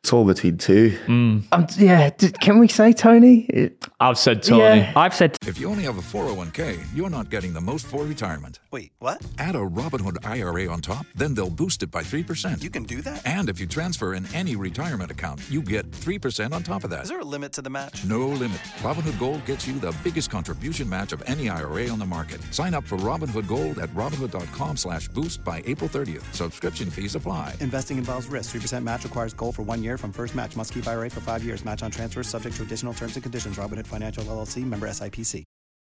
S5: it's all between two.
S4: Um, yeah, d- can we say Tony? It-
S3: I've said Tony.
S4: Yeah.
S2: I've said
S6: If you only have a 401k, you're not getting the most for retirement.
S7: Wait, what?
S6: Add a Robinhood IRA on top, then they'll boost it by 3%.
S7: You can do that? Is
S6: And if you transfer in any retirement account, you get 3% on top of that.
S7: there a limit to the match?
S6: No limit. Robinhood Gold gets you the biggest contribution match of any IRA on the market. Sign up for Robinhood Gold at Robinhood.com slash boost by April 30th. Subscription fees apply.
S7: Investing involves risk. 3% match requires goal for one year from first match. Must keep IRA for five years. Match on transfers subject to additional terms and conditions. Robinhood Financial LLC member SIPC.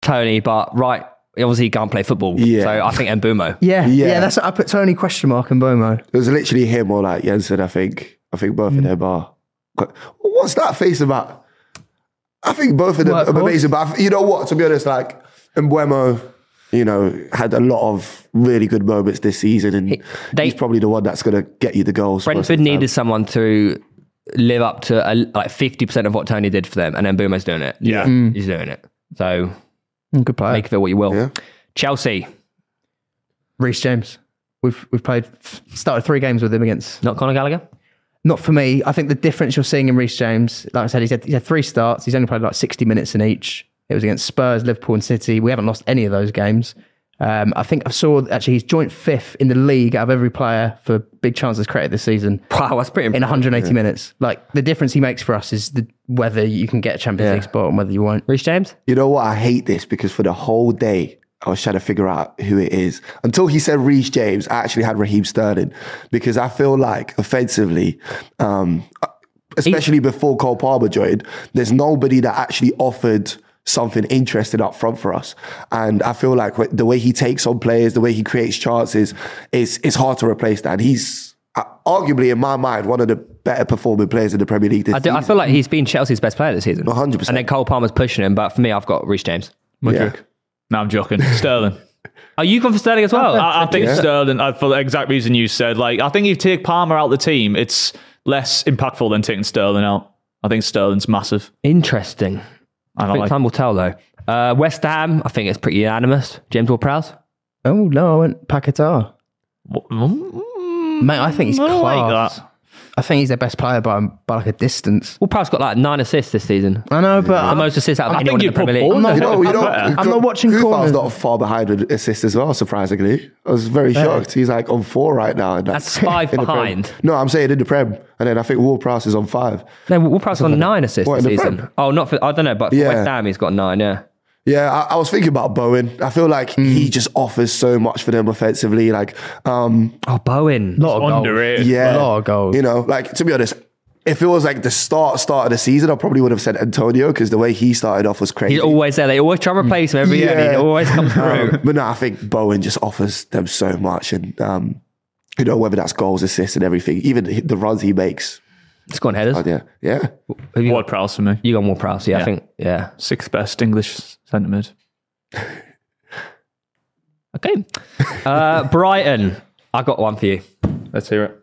S2: Tony, but right, obviously he can't play football.
S5: Yeah.
S2: So I think Mbumo.
S4: yeah, yeah,
S5: Yeah.
S4: That's I put Tony question mark and Bomo.
S5: It was literally him or like Jensen. I think. I think both of them are. Qu- What's that face about? I think both of them
S4: Workhorse.
S5: are amazing. But I th- you know what? To be honest, like Mbuemo, you know, had a lot of really good moments this season, and
S2: they-
S5: he's probably the one that's gonna get you the goals. most of
S2: Brentford
S5: the time.
S2: needed someone to live up to a, like 50% of what Tony did for them, and Mbumo's doing it.
S3: Yeah.
S2: He's doing it. So
S4: Good player.
S2: make of it what you will.
S5: Yeah.
S2: Chelsea,
S4: Reece James. We've we've played started three games with him against.
S2: not Conor Gallagher?
S4: Not for me. I think the difference you're seeing in Reece James, like I said, he's had, he's had three starts. He's only played like 60 minutes in each. It was against Spurs, Liverpool, and City. We haven't lost any of those games. Um, I think I saw actually he's joint fifth in the league out of every player for big chances created this season.
S2: Wow, that's pretty
S4: in
S2: impressive.
S4: 180 minutes. Like the difference he makes for us is the, whether you can get a Champions League spot and whether you won't.
S2: Reece James?
S5: You know what? I hate this because for the whole day, I was trying to figure out who it is. Until he said Reece James, I actually had Raheem Sterling because I feel like offensively, um, especially before Cole Palmer joined, there's nobody that actually offered something interesting up front for us. And I feel like wh- the way he takes on players, the way he creates chances, it's, it's hard to replace that. And he's uh, arguably, in my mind, one of the better performing players in the Premier League this
S2: I, do, I
S5: season.
S2: feel like he's been Chelsea's best player this season.
S5: 100%.
S2: And then Cole Palmer's pushing him, but for me, I've got Reece James.
S5: Yeah.
S3: No, I'm joking. Sterling.
S2: Are you going for Sterling as well?
S3: Oh, I, I think Sterling, uh, for the exact reason you said, like I think if you take Palmer out of the team, it's less impactful than taking Sterling out. I think Sterling's massive.
S2: Interesting.
S3: I
S2: I
S3: don't
S2: think
S3: like.
S2: time will tell, though. Uh, West Ham, I think it's pretty unanimous. James Ward-Prowse?
S4: Oh no, I went Paquetá.
S3: Mm,
S4: Mate, I think he's
S3: I don't like
S4: class.
S3: that.
S4: I think he's their best player by, by like a distance.
S2: Ward-Prowse got like nine assists this season.
S4: I know, but
S2: The
S4: I'm,
S2: most assists out of
S3: I
S2: anyone
S3: think
S2: in
S3: you
S2: the Premier
S3: put
S2: League.
S3: Bournemouth
S4: not-
S5: You know, you know,
S3: I'm
S4: not watching corners.
S5: Kufal's not far behind with assists as well. Surprisingly, I was very shocked. He's like on four right now. And
S2: That's five
S5: in the Prem.
S2: behind.
S5: No, I'm saying in the prem, and then I think Ward Prowse is on five.
S2: No, Ward-Prowse got nine assists
S5: What,
S2: this
S5: in the
S2: season.
S5: Prem?
S2: Oh, not for, I don't know, but for
S5: Yeah.
S2: West Ham, he's got nine, yeah.
S5: Yeah, I, I was thinking about Bowen. I feel like
S4: Hmm.
S5: he just offers so much for them offensively. Like, um,
S2: Oh, Bowen.
S4: a lot of goals.
S3: Underrated.
S4: A
S5: yeah,
S4: lot of goals.
S5: You know, like to be honest. If it was like the start start of the season, I probably would have said Antonio because the way he started off was crazy.
S2: He's always there. They always try and replace him every year. and He
S5: Mm. Yeah.
S2: always comes through.
S5: Um, but no, I think Bowen just offers them so much, and um, you know whether that's goals, assists, and everything, even the the runs he makes.
S2: It's gone headers.
S5: Oh, yeah, yeah.
S2: Have you,
S3: Ward Prowse for me,
S2: you gone more Prowse? Yeah, I
S3: Yeah.
S2: think. Yeah.
S3: sixth best English centre mid.
S2: Okay. Uh, Brighton. I got one for you.
S3: Let's hear it.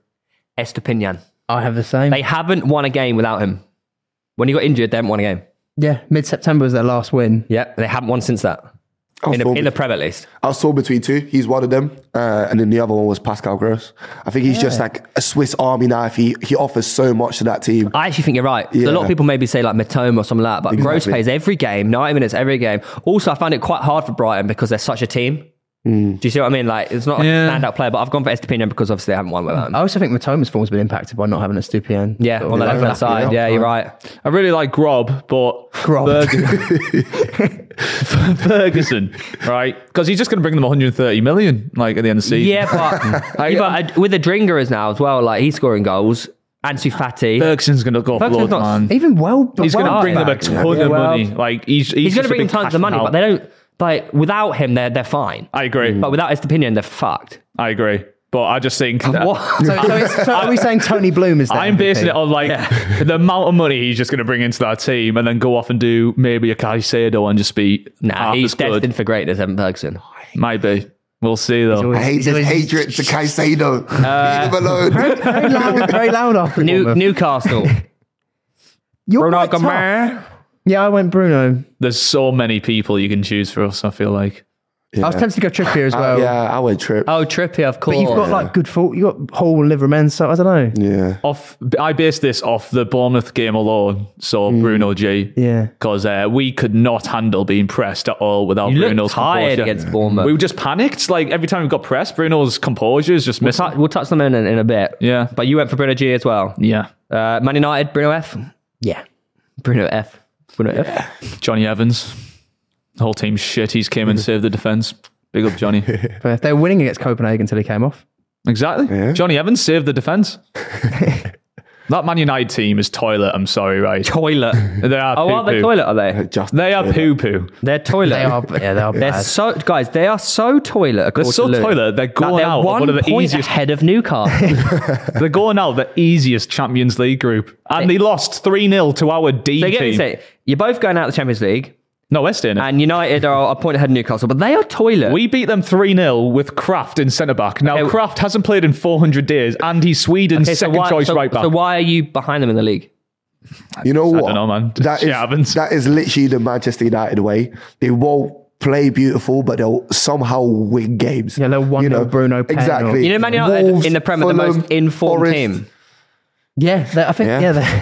S2: Estepinian.
S4: I have the same.
S2: They haven't won a game without him. When he got injured, they haven't won a game.
S4: yeah, mid September was their last win.
S2: Yeah, they haven't won since that.
S5: I was,
S2: In the,
S5: torn,
S2: in the Prem, at least.
S5: I was torn between two. He's one of them, uh, and then the other one was Pascal Gross. I think he's just like a Swiss Army knife. He he offers so much to that team.
S2: I actually think you're right. A lot of
S5: Yeah.
S2: people maybe say like Matoma or something like that, but Gross
S5: Exactly.
S2: plays every game, 90 minutes every game. Also, I found it quite hard for Brighton because they're such a team. Do you see what I mean? Like, it's not
S3: Yeah.
S2: a standout player, but I've gone for Estepinian because obviously they haven't won without him.
S4: I also think Matoma's form's been impacted by not having a Stupian.
S2: yeah,
S4: Sort of
S2: on the
S4: like
S2: left hand
S4: that.
S2: side. Yeah, you're right.
S3: I really like Grob, but
S4: Grob.
S3: Ferg- Ferguson, right? Because he's just going to bring them 130 million, like at the end of the season.
S2: Yeah, but, yeah, but uh, with the Dringers now as well, like he's scoring goals. Ansu Fati.
S3: Ferguson's going to go for
S2: Ferguson's
S3: blood,
S2: not-
S3: man.
S4: Even well, but
S3: He's going to
S4: well
S3: bring them a
S4: back.
S3: ton
S2: Yeah,
S3: of
S2: well,
S3: money. Like he's
S2: he's
S3: he's,
S2: going
S3: just
S2: to
S3: a
S2: bring
S3: big
S2: tons
S3: cash
S2: of money,
S3: cow.
S2: but they don't. Mm. Like without him, they're they're fine.
S3: I agree.
S2: But without Estepinian, they're fucked.
S3: I agree. But I just think that-
S2: What?
S4: So, so, it's, so are we saying Tony Bloom is? the
S3: I'm basing
S4: MVP?
S3: it on like the amount of money he's just going to bring into that team, and then go off and do maybe a Caicedo and just be
S2: Nah,
S3: half
S2: he's
S3: as good.
S2: destined for greatness, Evan Ferguson.
S3: Might be. We'll see though.
S5: I hate
S4: He's
S5: this
S4: always-
S5: hatred to Caicedo. Leave him alone.
S4: Very loud, very loud after
S2: New,
S4: Bournemouth.
S2: Newcastle.
S4: You're
S2: Ronald
S4: quite tough.
S2: Gomez.
S4: Yeah, I went Bruno.
S3: There's so many people you can choose for us. I feel like
S4: I was tempted to go Trippier as
S5: Uh,
S4: well.
S5: yeah, I went trip.
S2: Oh, Trippier, of course.
S4: But you've got like good fault. You've got Hall and Liverman, so I don't know.
S5: Yeah.
S3: off. I based this off the Bournemouth game alone. So Bruno G.
S4: Yeah.
S3: Because uh, we could not handle being pressed at all without
S2: You look
S3: Bruno's
S2: tired
S3: composure.
S2: against Bournemouth.
S3: We were just panicked. Like every time we got pressed, Bruno's composure is just
S2: we'll,
S3: missing.
S2: tou- we'll touch them in, in in a bit.
S3: Yeah.
S2: But you went for Bruno G as well.
S3: yeah,
S2: Uh, Man United, Bruno F. Yeah. Bruno F. Bruno F.
S3: Johnny Evans, the whole team's shit. He's came and saved the defense. Big up Johnny.
S4: But if they were winning against Copenhagen until he came off.
S3: Exactly. Johnny Evans saved the defense. that Man United team is toilet. I'm sorry, right?
S2: Toilet.
S3: They are.
S2: oh, are they
S3: poo-poo.
S2: toilet? Are
S3: Uh,
S2: they?
S5: Just
S3: They are poo poo.
S2: They're toilet.
S4: They are, yeah, they are
S2: They're
S4: bad.
S2: so guys. They are so toilet.
S3: They're
S2: according
S3: so
S2: to Lewis,
S3: toilet. They're
S2: that
S3: going
S2: they're
S3: out of
S2: one
S3: one of the
S2: point
S3: easiest.
S2: ahead of Newcastle.
S3: They're going out of the easiest Champions League group, and they lost three 0 to our D
S2: they get me
S3: team.
S2: say you're both going out of the Champions League,
S3: no, West in it.
S2: and United are a point ahead of Newcastle, but they are toilet.
S3: We beat them 3 0 with Kraft in centre back. Now,
S2: Okay.
S3: Kraft hasn't played in 400 days, and he's Sweden's
S2: Okay, so
S3: second
S2: why-
S3: choice
S2: so-
S3: right back.
S2: So why are you behind them in the league?
S5: You know what?
S3: don't know, man.
S5: That
S3: Shit
S5: is-
S3: happens.
S5: that is literally the Manchester United way. They won't play beautiful, but they'll somehow win games.
S4: Yeah, they'll 1-0 Bruno Pen or-
S5: Exactly.
S2: You know, Man United
S5: Wolves,
S2: in the Premier are the
S5: Fulham,
S2: most informed
S5: Forest.
S2: team.
S4: Yeah, they- I think,
S5: Yeah,
S4: yeah.
S5: yeah,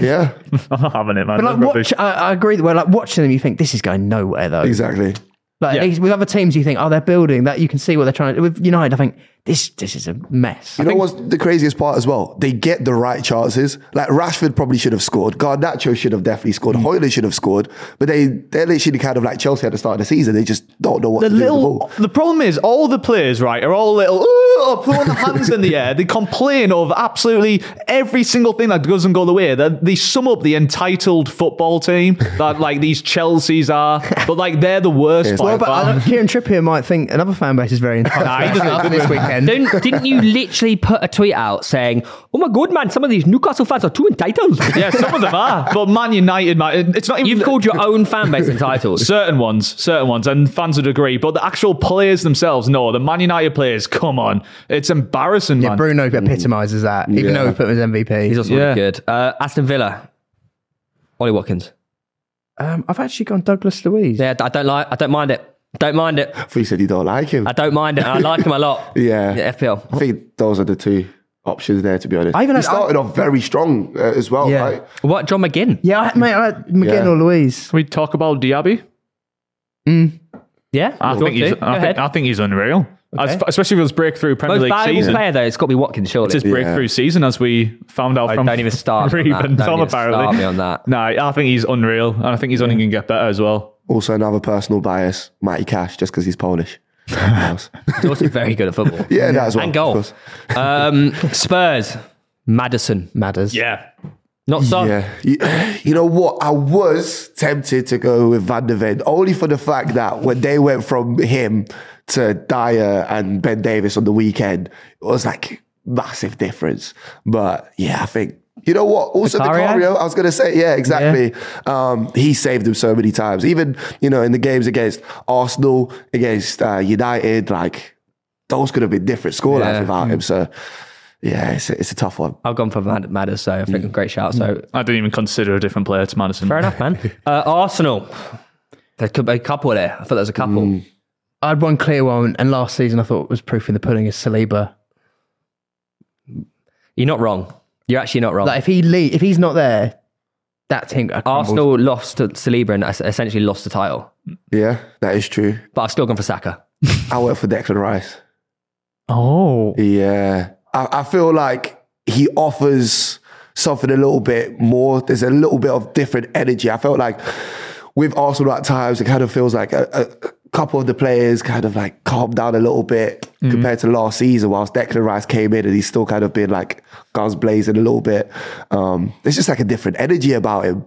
S4: they're-
S3: I'm not having it, man.
S4: but like,
S3: They're rubbish.
S4: watch, I, I agree that we're like watching them, you think this is going nowhere, though.
S5: exactly.
S4: Like
S3: Yeah.
S4: with other teams, you think, oh, they're building that. You can see what they're trying to. With United, I think this this is a mess.
S5: You know what's the craziest part as well? They get the right chances. Like Rashford probably should have scored. Garnacho should have definitely scored.
S4: Mm.
S5: Hoyland should have scored. But they they're literally kind of like Chelsea at the start of the season. They just don't know what
S3: the
S5: to do with the
S3: little
S5: ball.
S3: the problem is all the players right are all little "Ooh," throwing their hands in the air they complain over absolutely every single thing that doesn't go the way they, they sum up the entitled football team that like these chelseas are but like they're the worst by
S4: Well, but
S3: far.
S4: I don't- uh, Kieran Trippier might think another fan base is very entitled
S3: Nah, he
S4: to
S3: doesn't-
S4: after this weekend.
S2: Don't, didn't you literally put a tweet out saying, "Oh my god, man, some of these Newcastle fans are too entitled."
S3: yeah some of them are but man united man, it's not even
S2: You've
S3: the-
S2: called your own fan base entitled.
S3: Certain ones, certain ones, and fans would agree. But the actual players themselves, no. The Man United players, come on, it's embarrassing,
S4: yeah,
S3: man.
S4: Bruno epitomises that, even though we put him as MVP.
S2: He's also
S3: Yeah.
S2: really good. Uh, Aston Villa, Ollie Watkins.
S4: um, I've actually gone Douglas Louise.
S2: Yeah, I don't like. I don't mind it. Don't mind it.
S5: I thought you said you don't like him.
S2: I
S5: I,
S2: don't mind it. and I like him a lot.
S5: Yeah.
S2: FPL.
S5: think those are the two options there. To be honest,
S4: I even
S5: he
S4: had- I-
S5: started off very strong uh, as well.
S4: Yeah.
S5: Right?
S2: What John McGinn?
S4: Yeah, I, mate, I like McGinn
S5: Yeah.
S4: or Louise.
S3: Can we talk about Diaby?
S2: Yeah,
S3: I
S2: Do
S3: think
S2: you
S3: he's.
S2: want to? Go
S3: I think,
S2: ahead.
S3: I think he's unreal. As- especially with his breakthrough Premier
S2: Most
S3: League
S2: valuable
S3: season.
S2: player though, it's got to be Watkins. Surely.
S3: It's his breakthrough season, as we found out
S2: Oh,
S3: from.
S2: don't even start me on
S3: Ruben
S2: that. Don't
S3: Tom,
S2: even start
S3: apparently.
S2: me on that.
S3: No, I think he's unreal, and I think he's only going to get better as well.
S5: Also, another personal bias, Matty Cash, just because he's Polish. yeah,
S2: He's also very good at football.
S5: that as well.
S2: and
S5: of
S2: goal.
S5: course.
S2: Um, Spurs, Madison,
S4: Matters.
S3: Yeah,
S2: not Son.
S5: Yeah. You, you know what? I was tempted to go with Van der Ven only for the fact that when they went from him to Dyer and Ben Davis on the weekend, it was like massive difference. But yeah, I think. You know what? Also,
S2: Vicario?
S5: Vicario, I was going to say, yeah, exactly. Um, he saved him so many times. Even, you know, in the games against Arsenal, against uh, United, like, those could have been different scorelines
S2: Yeah.
S5: without him. So, yeah, it's a, it's a tough one.
S2: I've gone for Mad- Madders, so I
S4: Mm.
S2: think a great shout. So
S3: I didn't even consider a different player to Madison.
S2: fair enough, man. Uh, Arsenal, there could be a couple there. I thought there was a couple.
S4: Mm. I had one clear one, and last season I thought was proof in the pudding is Saliba.
S2: You're not wrong. You're actually not wrong.
S4: Like if he le- if he's not there, that team Arsenal.
S2: Arsenal lost to Saliba and es- essentially lost the title,
S5: Yeah, that is true.
S2: but I've still gone for Saka.
S5: I work for Declan Rice.
S3: Oh.
S5: Yeah. I, I feel like he offers something a little bit more. There's a little bit of different energy. I felt like with Arsenal at times, it kind of feels like a, a couple of the players kind of like calmed down a little bit compared to last season, whilst Declan Rice came in and he's still kind of been like guns blazing a little bit. Um, there's just like a different energy about him.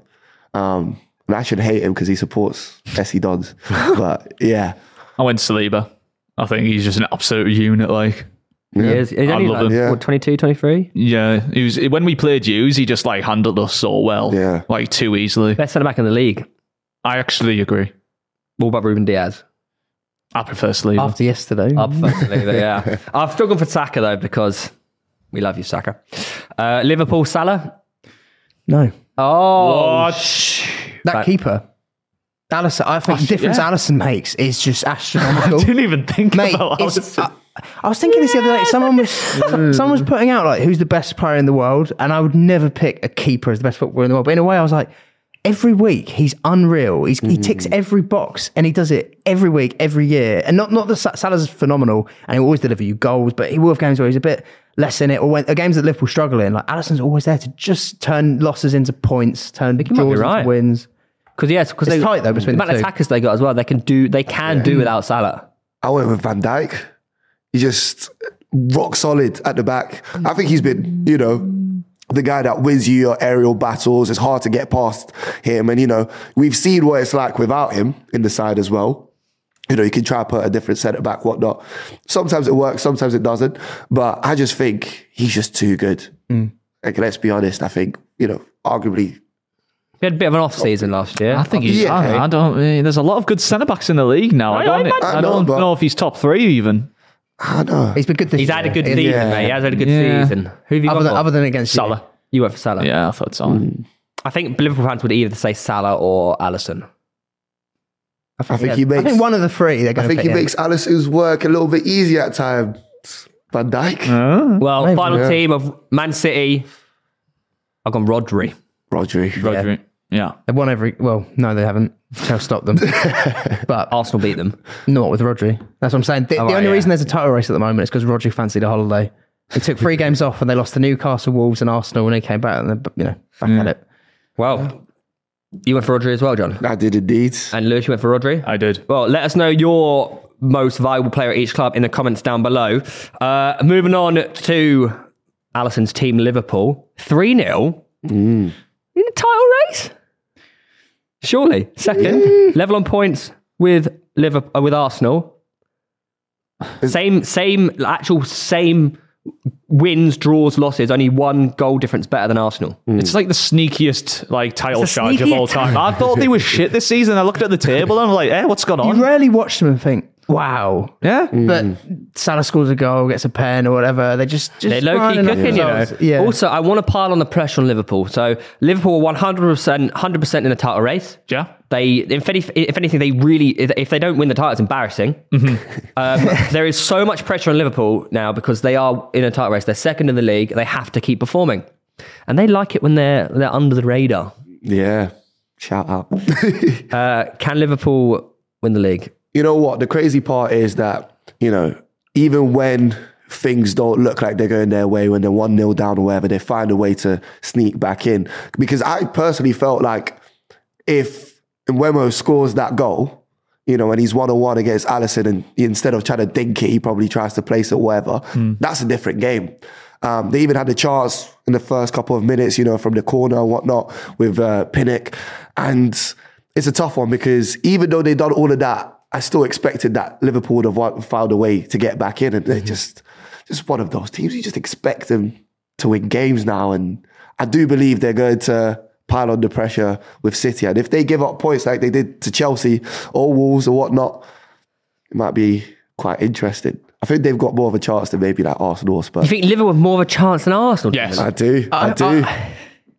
S5: Um, and I should hate him because he supports SC Dons. but yeah.
S3: I went Saliba. I think he's just an absolute unit. Like,
S2: He is. He's
S3: I
S2: only
S3: love
S2: like,
S5: him. Yeah.
S2: what, 22, 23?
S3: yeah, he was when we played Hughes, he just like handled us so well.
S5: Yeah.
S3: like too easily.
S2: Best centre back in the league.
S3: I actually agree.
S2: What about Ruben Diaz?
S3: I prefer Saliba.
S4: After yesterday.
S2: Up first in the league, yeah. I've struggled for Saka, though, because we love you, Saka. Uh, Liverpool, Salah.
S4: No.
S2: Oh,
S4: That keeper. Allison, I think the difference
S3: yeah.
S4: Allison makes is just astronomical.
S3: Didn't even think
S4: Mate,
S3: about
S4: it's,
S3: Alisson.
S4: I, I was thinking this the other day. Someone was
S5: Mm.
S4: someone was putting out like who's the best player in the world, and I would never pick a keeper as the best footballer in the world. But in a way, I was like, every week he's unreal. He's, He ticks
S5: Mm.
S4: every box, and he does it every week, every year. And not not that Sa- Salah's phenomenal, and he will always deliver you goals, but he will have games where he's a bit less in it, or when or games that Liverpool struggle in. Like Allison's always there to just turn losses into points, turn
S2: might be
S4: draws
S2: right.
S4: into wins.
S2: because yes, because
S4: It's
S2: they
S4: tight, though, between
S2: the
S4: the
S2: amount of
S4: two.
S2: attackers they got as well. They can do. They can do without Salah.
S5: I went with Van Dyke. He just rock solid at the back. I think he's been, you know, the guy that wins you your aerial battles. It's hard to get past him. And, you know, we've seen what it's like without him in the side as well. You know, you can try and put a different centre back, whatnot. Sometimes it works, sometimes it doesn't. But I just think he's just too good. Like, let's be honest. I think, you know, arguably,
S2: He had a bit of an off season last year.
S3: I think he's.
S5: Yeah.
S3: I, I don't. eh, There's a lot of good centre backs in the league now. I, don't. I,
S5: I
S3: don't
S5: know, but-
S3: know if he's top three even.
S5: I don't know.
S4: He's been good. This
S2: He's had a
S4: year.
S2: good
S4: He-
S2: season, mate. He has had a good
S3: Yeah.
S2: season. Who have you
S4: Other
S2: got?
S4: than,
S2: for?
S4: other than against you.
S3: Salah.
S2: you went for Salah.
S3: Yeah, I thought so.
S5: Mm,
S2: I think Liverpool fans would either say Salah or Allison.
S5: I think he makes.
S4: I think one of the three. They're
S5: I
S4: going
S5: think he makes Alisson's work a little bit easier at times. Van Dyke,
S2: Well,
S4: Maybe,
S2: final
S5: yeah.
S2: team of Man City. I've gone Rodri.
S5: Rodri.
S3: Rodri. Yeah.
S4: They've won every. Well, no, they haven't. Chelsea stopped them, but
S2: Arsenal beat them.
S4: not with Rodri. Oh, That's what I'm saying. The, the
S2: right,
S4: only
S2: yeah.
S4: reason there's a title race at the moment is because Rodri fancied a holiday. He took three games off, and they lost to Newcastle, Wolves, and Arsenal when they came back. And they, you know, back at it.
S2: Well, you went for Rodri as well, John.
S5: I did indeed.
S2: And Lewis, you went for Rodri.
S3: I did.
S2: Well, let us know your most valuable player at each club in the comments down below. Uh, moving on to Allison's team, Liverpool. 3 0 in the title race? Surely. Second, level on points with Liverpool, uh, with Arsenal. Same, same, actual same wins, draws, losses, only one goal difference better than Arsenal.
S5: Mm.
S3: It's like the sneakiest like title
S2: It's a
S3: charge of
S2: sneaky
S3: all time. I thought they were shit this season. I looked at the table and I'm like, eh, what's gone
S4: You
S3: on?
S4: rarely watch them and think, "Wow."
S3: yeah.
S4: Mm. But Salah scores a goal, gets a pen, or whatever. They just, just
S2: They're low key
S4: grinding up
S2: cooking, you know.
S4: results. Yeah.
S2: Also, I want to pile on the pressure on Liverpool. So Liverpool are 100%, 100% in the title race.
S3: Yeah.
S2: They, if, any, if anything, they really, if if they don't win the title, it's embarrassing.
S3: Mm-hmm.
S2: um, there is so much pressure on Liverpool now because they are in a title race. They're second in the league. They have to keep performing. And they like it when they're, they're under the radar.
S5: Yeah. Shout out.
S2: Can Liverpool win the league?
S5: you know what? The crazy part is that, you know, even when things don't look like they're going their way, when they're 1 0 down or whatever, they find a way to sneak back in. Because I personally felt like if Nwemo scores that goal, you know, and he's one on one against Allison, and instead of trying to dink it, he probably tries to place it, or whatever. That's a different game. Um, they even had a chance in the first couple of minutes, you know, from the corner and whatnot with uh, Pinnock. And it's a tough one because even though they'd done all of that, I still expected that Liverpool would have wa- found a way to get back in. And they're just, just one of those teams. You just expect them to win games now. And I do believe they're going to pile on the pressure with City. And if they give up points like they did to Chelsea or Wolves or whatnot, it might be quite interesting. I think they've got more of a chance than maybe like Arsenal or
S2: You
S5: Spurs.
S2: think Liverpool have more of a chance than Arsenal? do you
S3: Yes.
S2: think? Uh,
S5: I do. I, do.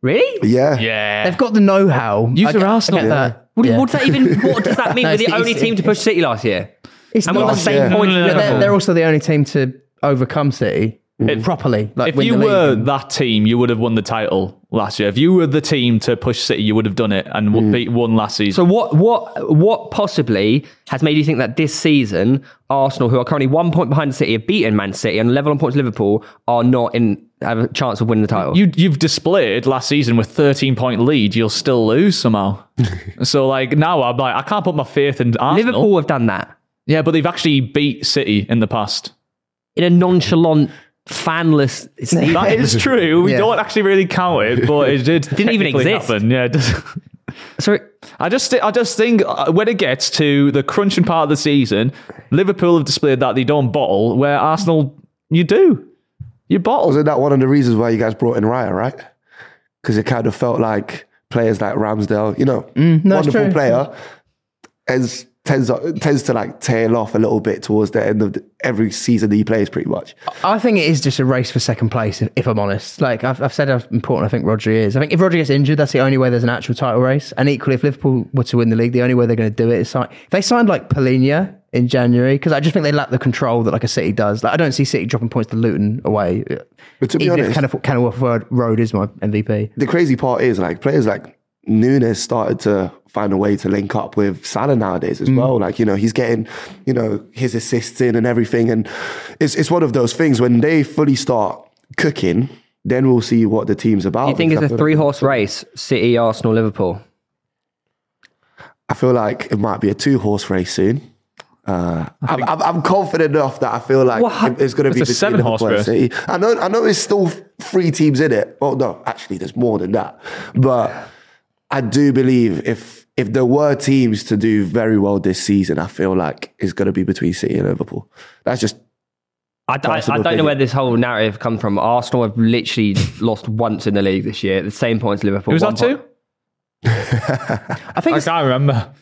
S2: Really?
S5: yeah.
S3: Yeah.
S4: they've got the know-how.
S3: Use
S4: I
S3: your
S4: get- I
S3: Arsenal.
S4: get that.
S2: What,
S4: Yeah.
S2: what does that even? What does that mean?
S4: No,
S2: We're the
S4: it's-
S2: only
S4: it's-
S2: team to push City last year.
S4: It's
S2: And we're on the
S4: not-
S2: same
S5: yeah.
S2: point.
S3: No,
S2: as
S3: no, no,
S4: But they're,
S2: Liverpool.
S4: they're also the only team to overcome City.
S2: Mm.
S4: properly. Like
S3: if
S4: win
S3: you
S4: the league
S3: were
S4: and-
S3: that team, you would have won the title last year. If you were the team to push City, you would have done it and
S5: Mm.
S3: w beat one last
S2: So
S3: season.
S2: what what what possibly has made you think that this season Arsenal, who are currently one point behind the City, have beaten Man City and level on points with Liverpool, are not in have a chance of winning the title?
S3: you you've displayed last season with 13 point lead, you'll still lose somehow. so like now I'm like I can't put my faith in Arsenal.
S2: Liverpool have done that
S3: Yeah, but they've actually beat City in the past.
S2: in a nonchalant, fanless.
S3: That is true. We
S4: Yeah.
S3: don't actually really count it, but it did didn't
S2: even exist.
S3: Happen. Yeah. it does-
S2: Sorry,
S3: I just, thi- I just think uh, when it gets to the crunching part of the season, Liverpool have displayed that they don't bottle, where Arsenal, you do. You bottle.
S5: Wasn't that one of the reasons why you guys brought in Raya, right? Because it kind of felt like players like Ramsdale, you know,
S2: Mm,
S4: no, it's
S5: wonderful
S4: true.
S5: player, as tends tends to like tail off a little bit towards the end of the, every season that he plays, pretty much.
S4: I think it is just a race for second place, if, if I'm honest. Like, I've, I've said how important I think Rodri is. I think if Rodri gets injured, that's the only way there's an actual title race. And equally, if Liverpool were to win the league, the only way they're going to do it is sign. If they signed like Polina in January, because I just think they lack the control that like a City does. Like, I don't see City dropping points to Luton away.
S5: But to be
S4: Even if
S5: honest-
S4: Kenneth- Kenilworth Road- Road is my MVP.
S5: the crazy part is like players like Nunes started to find a way to link up with Salah nowadays
S2: Mm.
S5: as well. Like, you know, he's getting, you know, his assists in and everything. And it's it's one of those things when they fully start cooking, then we'll see what the team's about.
S2: you think it's
S5: Because I
S2: a
S5: feel-
S2: three horse race: City, Arsenal, Liverpool.
S5: I feel like it might be a two horse race soon. Uh, I'm, I'm, I'm confident enough that I feel like
S2: What?
S5: it- it's going to be
S3: It's a
S5: between
S3: seven-horse
S5: Liverpool and
S3: race.
S5: City. I know, I know, there's still three teams in it. Well, no, actually, there's more than that. But I do believe if if there were teams to do very well this season, I feel like it's going to be between City and Liverpool. That's just
S2: I, I, I
S5: Possible
S2: don't know
S5: opinion.
S2: where this whole narrative come from. Arsenal have literally lost once in the league this year, the same points Liverpool.
S3: Who's
S2: One
S3: that to?
S2: point-
S4: I think
S3: I
S4: it's
S3: can't remember.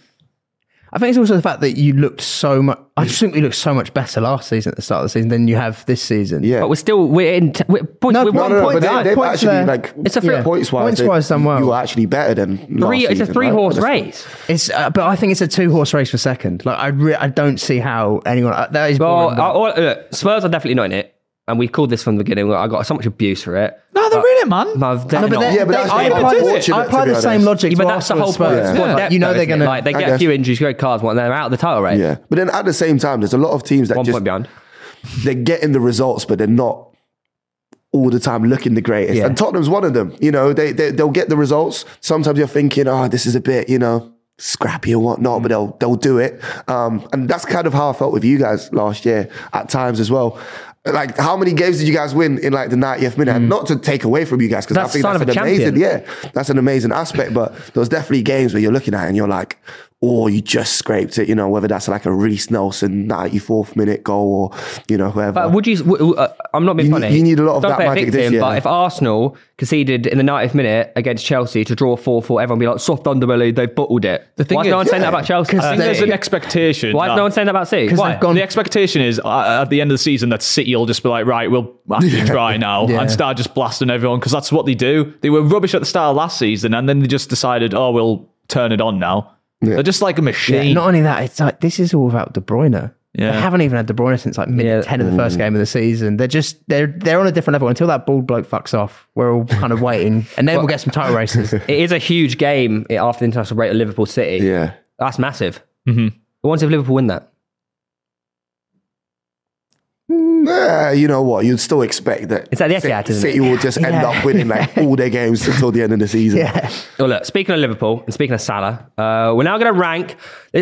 S4: I think it's also the fact that you looked so much. I just think we looked so much better last season at the start of the season than you have this season.
S5: yeah.
S2: But we're still we're in t- we're, points-
S4: No,
S2: we're
S4: no,
S2: one
S4: no, no,
S2: point
S5: but
S4: down.
S5: they, they've
S4: Points
S5: actually
S4: there.
S5: like
S2: It's a three-
S5: points wise.
S4: points-wise done well.
S5: You were actually better than
S2: three.
S5: last
S2: It's a
S5: season,
S2: three
S5: right?
S2: horse
S5: That's-
S2: race.
S4: It's, uh, but I think it's a two-horse race for second. Like I, re- I don't see how anyone uh, that is.
S2: Well,
S4: boring,
S2: I,
S4: but-
S2: I- look, Spurs are definitely not in it, and we called this from the beginning. I got so much abuse for it.
S3: No, they're in it, man.
S2: No, they're
S4: No, but
S2: not.
S4: they-
S5: Yeah,
S4: they-
S5: but that's
S4: I
S5: not
S4: applied,
S5: unfortunate,
S4: I applied
S5: to be
S4: the same
S5: honest.
S4: logic.
S2: Yeah,
S4: to
S2: but that's the
S4: Arsenal
S2: whole
S4: and
S2: point.
S4: Spurs.
S2: Squad
S4: Like,
S2: depth,
S4: you know
S2: though,
S4: they're
S2: isn't it?
S4: going
S2: like they
S5: I
S2: get a
S5: guess-
S2: few injuries, go cards, one, they're out of the title race.
S5: Yeah, but then at the same time, there's a lot of teams that
S2: One
S5: just
S2: point behind.
S5: they're getting the results, but they're not all the time looking the greatest.
S4: Yeah.
S5: And Tottenham's one of them. You know, they, they they'll get the results. Sometimes you're thinking, oh, this is a bit, you know, scrappy or whatnot, but they'll they'll do it. Um, and that's kind of how I felt with you guys last year at times as well. Like, how many games did you guys win in like the 90th minute? And not to take away from you guys, because I
S2: Hmm. That's
S5: think
S2: the sign
S5: that's an
S2: of a
S5: amazing,
S2: champion.
S5: yeah, that's an amazing aspect. But there's definitely games where you're looking at it and you're like, oh, you just scraped it, you know, whether that's like a Reese Nelson 94th minute goal or, you know, whoever.
S2: But would you? w- w- uh, I'm not being
S5: You need-
S2: funny.
S5: you need a lot of
S2: Don't
S5: that
S2: play a
S5: magic
S2: victim,
S5: this year.
S2: But if Arsenal conceded in the 90th minute against Chelsea to draw 4 4, everyone be like, soft underbelly, they've bottled it. The
S3: thing
S2: Why is no
S3: is-
S2: one saying that about Chelsea? Uh,
S3: I think there's an expectation.
S2: Why is
S3: that-
S2: no one saying that about City? Why?
S4: they've gone-
S3: The expectation is uh, at the end of the season that City will just be like, right, we'll actually try now
S4: Yeah.
S3: and start just blasting everyone because that's what they do. They were rubbish at the start of last season and then they just decided, oh, we'll turn it on now. They're just like a machine.
S4: Not only that, it's like this is all about De Bruyne.
S3: Yeah.
S4: They haven't even had De Bruyne since like minute
S2: Yeah.
S4: ten of the first game of the season. They're just they're they're on a different level. Until that bald bloke fucks off, we're all kind of waiting, and then we'll get some title races.
S2: It is a huge game after the international break at Liverpool City.
S5: Yeah.
S2: That's massive. Mm-hmm. Once if Liverpool win that.
S5: Eh, you know what? You'd still expect that.
S2: It's at the
S5: Ci-
S2: Etihad, isn't it?
S5: City will just end
S4: Yeah.
S5: up winning like all their games until the end of the season.
S4: yeah.
S2: Well, look, speaking of Liverpool and speaking of Salah, uh, we're now going to rank.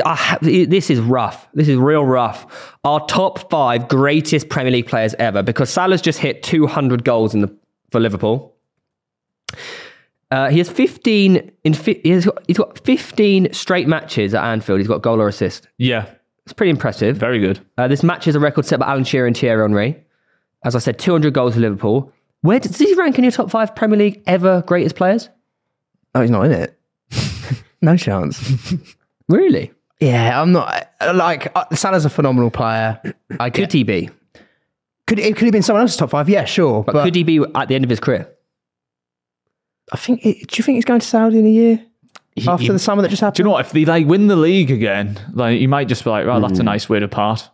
S2: I ha- this is rough. This is real rough. Our top five greatest Premier League players ever because Salah's just hit 200 goals in the, for Liverpool. Uh, he has 15 in fi- he has got, he's got 15 straight matches at Anfield. He's got goal or assist.
S3: yeah,
S2: It's pretty impressive.
S3: very good.
S2: Uh, this match is a record set by Alan Shearer and Thierry Henry. As I said, 200 goals for Liverpool. Where did, did he rank in your top five Premier League ever greatest players?
S4: Oh, he's not in it. no chance.
S2: Really?
S4: Yeah, I'm not I- like uh, Salah's a phenomenal player. I
S2: Could
S4: get,
S2: he be?
S4: could it could have been someone else's top five. Yeah, sure, but,
S2: But, could he be at the end of his career?
S4: I think it, do you think he's going to Saudi in a year after the summer that just happened?
S3: Do you know what? If they like win the league again, like you might just be like, right, that's a nice way to part.
S4: Mm.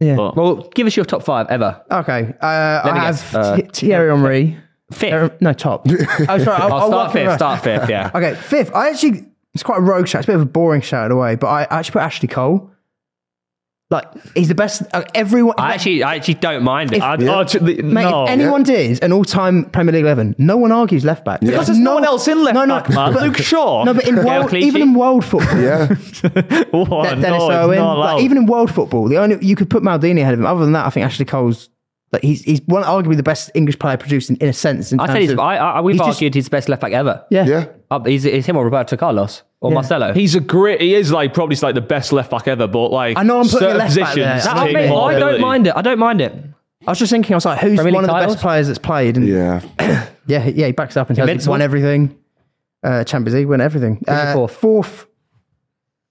S4: Yeah.
S3: But-
S2: Well, give us your top five ever.
S4: Okay. Uh, I
S2: me
S4: have
S2: guess. Uh,
S4: Thi- Thierry Henry.
S2: Fifth.
S4: Thierry- No, top. oh, sorry. I'll,
S2: I'll start
S4: work in
S2: fifth.
S4: reverse.
S2: Start fifth. Yeah.
S4: Okay, fifth. I actually, it's quite a rogue shout. It's a bit of a boring shout in a way, but I actually put Ashley Cole. Like, he's the best. uh, everyone.
S2: I actually, I actually don't mind it.
S4: If-
S2: I,
S3: I'd- I'd- the-
S4: Mate,
S3: no.
S4: if anyone did an all-time Premier League eleven, no one argues left back
S3: Because there's no one else in left back, man.
S4: but-
S3: Luke Shaw.
S4: No, but in
S2: Gael
S4: world,
S2: Clichy.
S4: even in world football,
S5: Yeah.
S3: What?
S2: Oh,
S4: De-
S3: No,
S4: Dennis
S3: it's
S4: Owen,
S3: not
S4: like,
S3: allowed.
S4: even in world football, the only you could put Maldini ahead of him. Other than that, I think Ashley Cole's like he's he's one arguably the best English player produced in, in a sense. In
S2: I
S4: terms
S2: said he's,
S4: of,
S2: I, I, we've
S4: he's just-
S2: argued he's best left back ever.
S4: yeah,
S5: Yeah.
S2: Uh, he's, it's him or Roberto Carlos or Marcelo.
S3: He's a great. He is like probably like the best left back ever. But like
S4: I know I'm putting
S3: certain
S4: a left back
S3: positions.
S4: there. That-
S2: I,
S3: take
S2: mean,
S3: more
S2: I don't
S3: ability.
S2: mind it. I don't mind it.
S4: I was just thinking, I was like, who's
S2: Premier
S4: one
S2: League
S4: of the
S2: titles?
S4: best players that's played? And
S5: Yeah.
S4: Yeah, he- yeah, he backs up and tells us
S2: Invincible.
S4: won everything. Uh, Champions League, won everything.
S2: your
S4: Uh,
S2: fourth?
S4: fourth.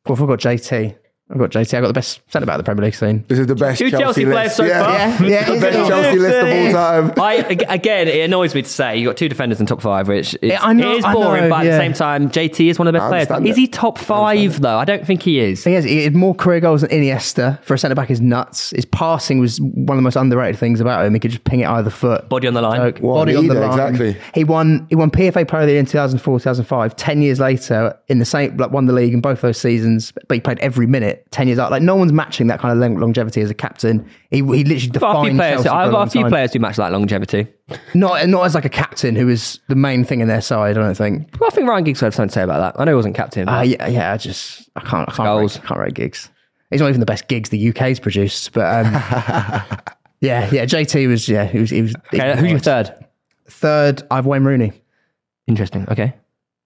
S4: Fourth, I've got JT. I've got JT. I've got the best centre back of the Premier League scene.
S5: This is the best
S2: Two
S5: Chelsea,
S2: Chelsea
S5: list.
S2: players so
S5: yeah.
S2: far.
S4: Yeah, yeah,
S5: The
S4: he's
S5: best
S4: got-
S5: Chelsea list of all time.
S2: I ag- again, it annoys me to say you have got two defenders in top five, which is,
S4: Yeah, I know-
S2: it is
S4: I know,
S2: boring, but at
S4: yeah.
S2: the same time, JT is one of the best
S5: I
S2: players.
S5: understand
S2: Is
S5: it.
S2: he top five though? I don't think he is.
S4: Thing is, he had more career goals than Iniesta. For a centre back, is nuts. His passing was one of the most underrated things about him. He could just ping it either foot.
S2: Body on the line.
S4: Like,
S5: What a
S4: body on the
S5: leader,
S4: line.
S5: exactly.
S4: He won. He won PFA Player of the Year in 2004, 2005. Ten years later, in the same, like, won the league in both those seasons. But he played every minute. Ten years out, like no one's matching that kind of long- longevity as a captain. He, he literally
S2: I've got a few
S4: defined
S2: players.
S4: Chelsea. for
S2: I've
S4: a
S2: got
S4: long
S2: a few
S4: time.
S2: players who match that longevity.
S4: Not not as like a captain who was the main thing in their side. I don't think.
S2: Well, I think Ryan Giggs had something to say about that. I know he wasn't captain.
S4: Uh,
S2: but-
S4: yeah, yeah. I just I can't I can't
S2: Goals.
S4: rate, can't rate gigs. He's not even the best gigs the UK's produced, but um, yeah, yeah. JT was yeah. He was he was. he
S2: okay,
S4: was
S2: who's your
S4: nice.
S2: third?
S4: Third, I've Wayne Rooney.
S2: Interesting. Okay.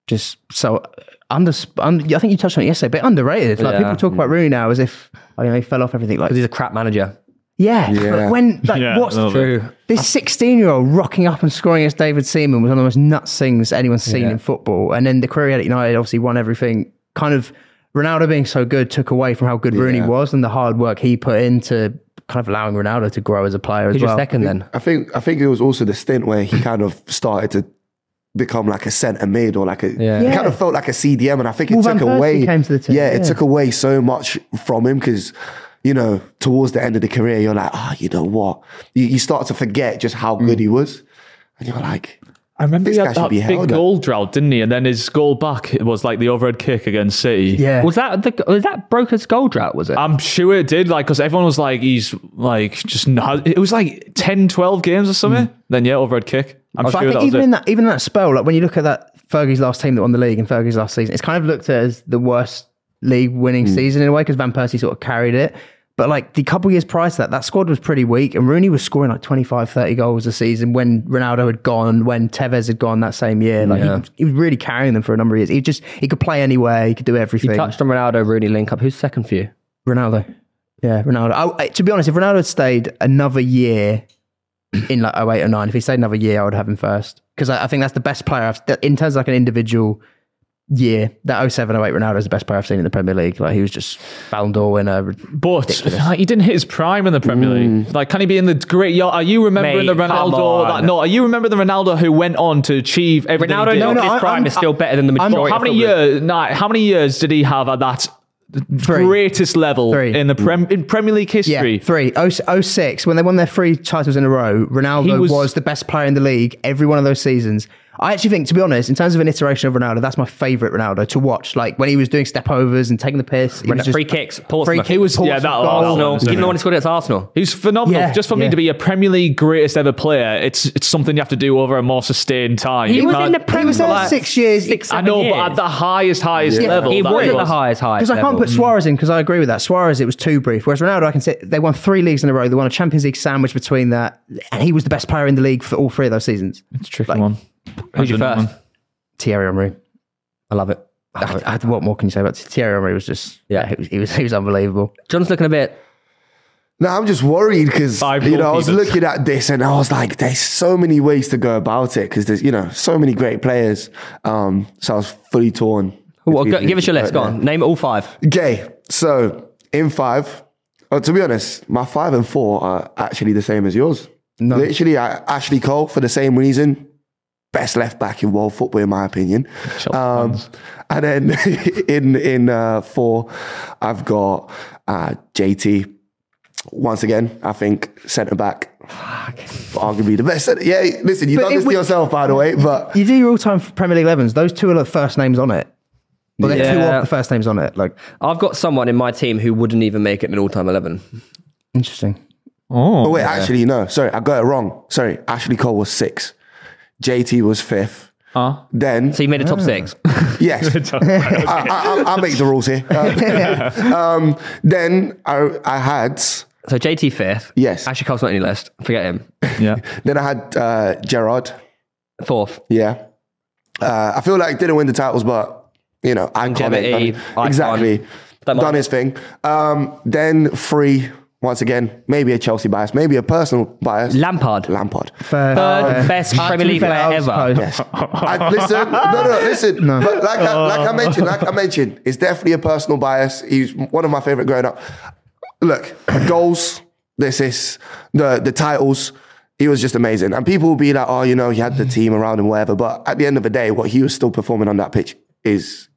S4: Just so uh, under, un- I think you touched on it yesterday, but underrated. Like
S2: Yeah.
S4: people talk about Rooney now as if I mean he fell off everything. Like
S2: Because he's a crap manager.
S4: yeah, but when like
S3: Yeah,
S4: what's
S3: a little bit.
S4: This 16 year old rocking up and scoring against David Seaman was one of the most nuts things anyone's seen in football. And then the career he had at United obviously won everything. Kind of Ronaldo being so good took away from how good Rooney was and the hard work he put into kind of allowing Ronaldo to grow as a player
S2: Who's
S4: as well.
S2: your second then?
S5: I think I think it was also the stint where he kind of started to become like a centre mid or like a
S2: Yeah.
S5: he
S4: Yeah.
S5: kind of felt like a CDM and I think it
S4: Well, Van
S5: took
S4: Persie
S5: away
S4: came to the team,
S5: yeah, it
S4: yeah.
S5: took away so much from him because you know towards the end of the career you're like ah you know what you, you start to forget just how
S3: Mm.
S5: good he was and you're like
S3: I remember
S5: This
S3: he
S5: guy
S3: had
S5: should
S3: that
S5: be
S3: big
S5: held up.
S3: goal drought, didn't he? And then his goal back was like the overhead kick against City.
S4: Yeah.
S2: Was that the, was that Broker's goal drought? Was it?
S3: I'm sure it did, like, because everyone was like, he's like, just not. It was like 10, 12 games or something. Then, yeah, overhead kick. I'm
S4: But
S3: sure
S4: I
S3: that
S4: think
S3: was
S4: even
S3: it.
S4: Mm. in that even in that spell, like when you look at that Fergie's last team that won the league and Fergie's last season, it's kind of looked at as the worst league winning season in a way because Van Persie sort of carried it. But like the couple years prior to that, that squad was pretty weak and Rooney was scoring like 25, 30 goals a season when Ronaldo had gone, when Tevez had gone that same year. Like he
S2: Yeah.
S4: was- he, was really carrying them for a number of years. He just, he could play anywhere, he could do everything.
S2: Touched on Ronaldo, Rooney link up. Who's second for you?
S4: Ronaldo. Yeah, Ronaldo. I, I- to be honest, if Ronaldo had stayed another year in like 08 or 09, if he stayed another year, I would have him first. Because I, I think that's the best player I've, that- in terms of like an individual year, that 07 08 Ronaldo is the best player I've seen in the Premier League. Like he was just Ballon d'Or winner.
S3: But like, he didn't hit his prime in the Premier League. Like, can he be in the great? yo- Are you remembering
S2: Mate,
S3: the
S2: come
S3: Ronaldo?
S2: on.
S3: That, no, are you remembering the Ronaldo who went on to achieve everything? he
S2: Ronaldo,
S3: did?
S2: no,
S4: no,
S2: his
S4: I-
S2: prime
S4: I'm-
S2: is still better than the
S4: I'm-
S2: majority.
S3: How
S2: of
S3: many
S2: footballers.
S3: years? Nah, how many years did he have at that
S4: Three.
S3: greatest level
S4: Three.
S3: in the prem, in Premier League
S4: Yeah,
S3: history?
S4: three. Oh, s- oh 06, when they won their three titles in a row,
S3: He
S4: Ronaldo was,
S3: was-
S4: the best player in the league every one of those seasons. I actually think, to be honest, in terms of an iteration of Ronaldo, that's my favourite Ronaldo to watch. Like when he was doing step overs and taking the piss. he was just-
S2: free kicks, Portsmouth.
S3: He was- yeah, that-
S2: Arsenal.
S3: that-
S2: Even the one he scored against Arsenal.
S3: He's phenomenal.
S4: Yeah,
S3: Just for me
S4: yeah.
S3: to be a Premier League greatest ever player, it's it's something you have to do over a more sustained time.
S2: He
S3: You
S2: was
S3: can't-
S2: in the Premier
S4: He was there
S2: for like
S4: six years.
S2: Six,
S3: I
S2: seven
S3: know,
S2: years.
S3: but at the highest, highest level.
S2: he
S3: that
S2: was at the highest, highest.
S4: Because I can't
S2: level. Mm.
S4: put Suarez in because I agree with that. Suarez, it was too brief. Whereas Ronaldo, I can say they won three leagues in a row. They won a Champions League sandwich between that, and he was the best player in the league for all three of those seasons.
S3: It's a tricky one.
S2: Who's your
S3: I don't
S2: first?
S3: know.
S4: Thierry Henry.
S2: I love it.
S4: I, I, what more can you say about Thierry Henry? Was just
S2: Yeah.
S4: yeah, he was he was, he was unbelievable.
S2: John's looking a bit.
S5: No, I'm just worried because
S3: Five
S5: you know I was
S3: goalkeepers.
S5: looking at this and I was like, there's so many ways to go about it because there's you know so many great players. Um, so I was fully torn.
S2: Well,
S5: between
S2: go, give us your
S5: right
S2: list. Go
S5: there.
S2: on. Name all five.
S5: Okay, so in five, oh, to be honest, my five and four are actually the same as yours. Literally, I, Ashley Cole for the same reason. Best left back in world football, in my opinion. Um, and then in in uh, four, I've got uh, JT once again, I think centre back, arguably the best. Centre- yeah, listen, you've
S4: But
S5: done
S4: it
S5: this to
S4: would-
S5: yourself, by the way. But
S4: You do your all-time Premier League 11s. Those two are the first names on it. Well, they're two
S2: Yeah.
S4: of the first names on it. Like,
S2: I've got someone in my team who wouldn't even make it in an all-time eleven.
S4: interesting.
S5: oh wait, actually no, sorry, I got it wrong. Sorry, Ashley Cole was six, JT was fifth.
S3: Ah.
S5: Then
S2: So you made a top six.
S5: yes, I, I, I, I make the rules here. Uh, um, then I, I had
S2: So JT fifth.
S5: Yes.
S2: Ashley Cole's not on your list. Forget him.
S3: Yeah.
S5: then I had uh, Gerard.
S2: Fourth.
S5: Yeah, uh, I feel like didn't win the titles, but you know,
S2: Longevity,
S5: iconic.
S2: icon.
S5: exactly.
S2: That might-
S5: Done his thing. Um, then three. Once again, maybe a Chelsea bias, maybe a personal bias.
S2: Lampard.
S5: Lampard.
S4: Fair-
S2: Third
S4: fair.
S2: best
S4: To Uh, be
S2: Premier League
S4: fair, I
S2: player
S4: was
S2: ever.
S4: close.
S5: I, listen, no, no, listen. But like, I, like I mentioned, like I mentioned, it's definitely a personal bias. He's one of my favorite growing up. Look, the goals, this is the the titles. He was just amazing, and people will be like, "Oh, you know, he had the team around him, whatever." But at the end of the day, what he was still performing on that pitch is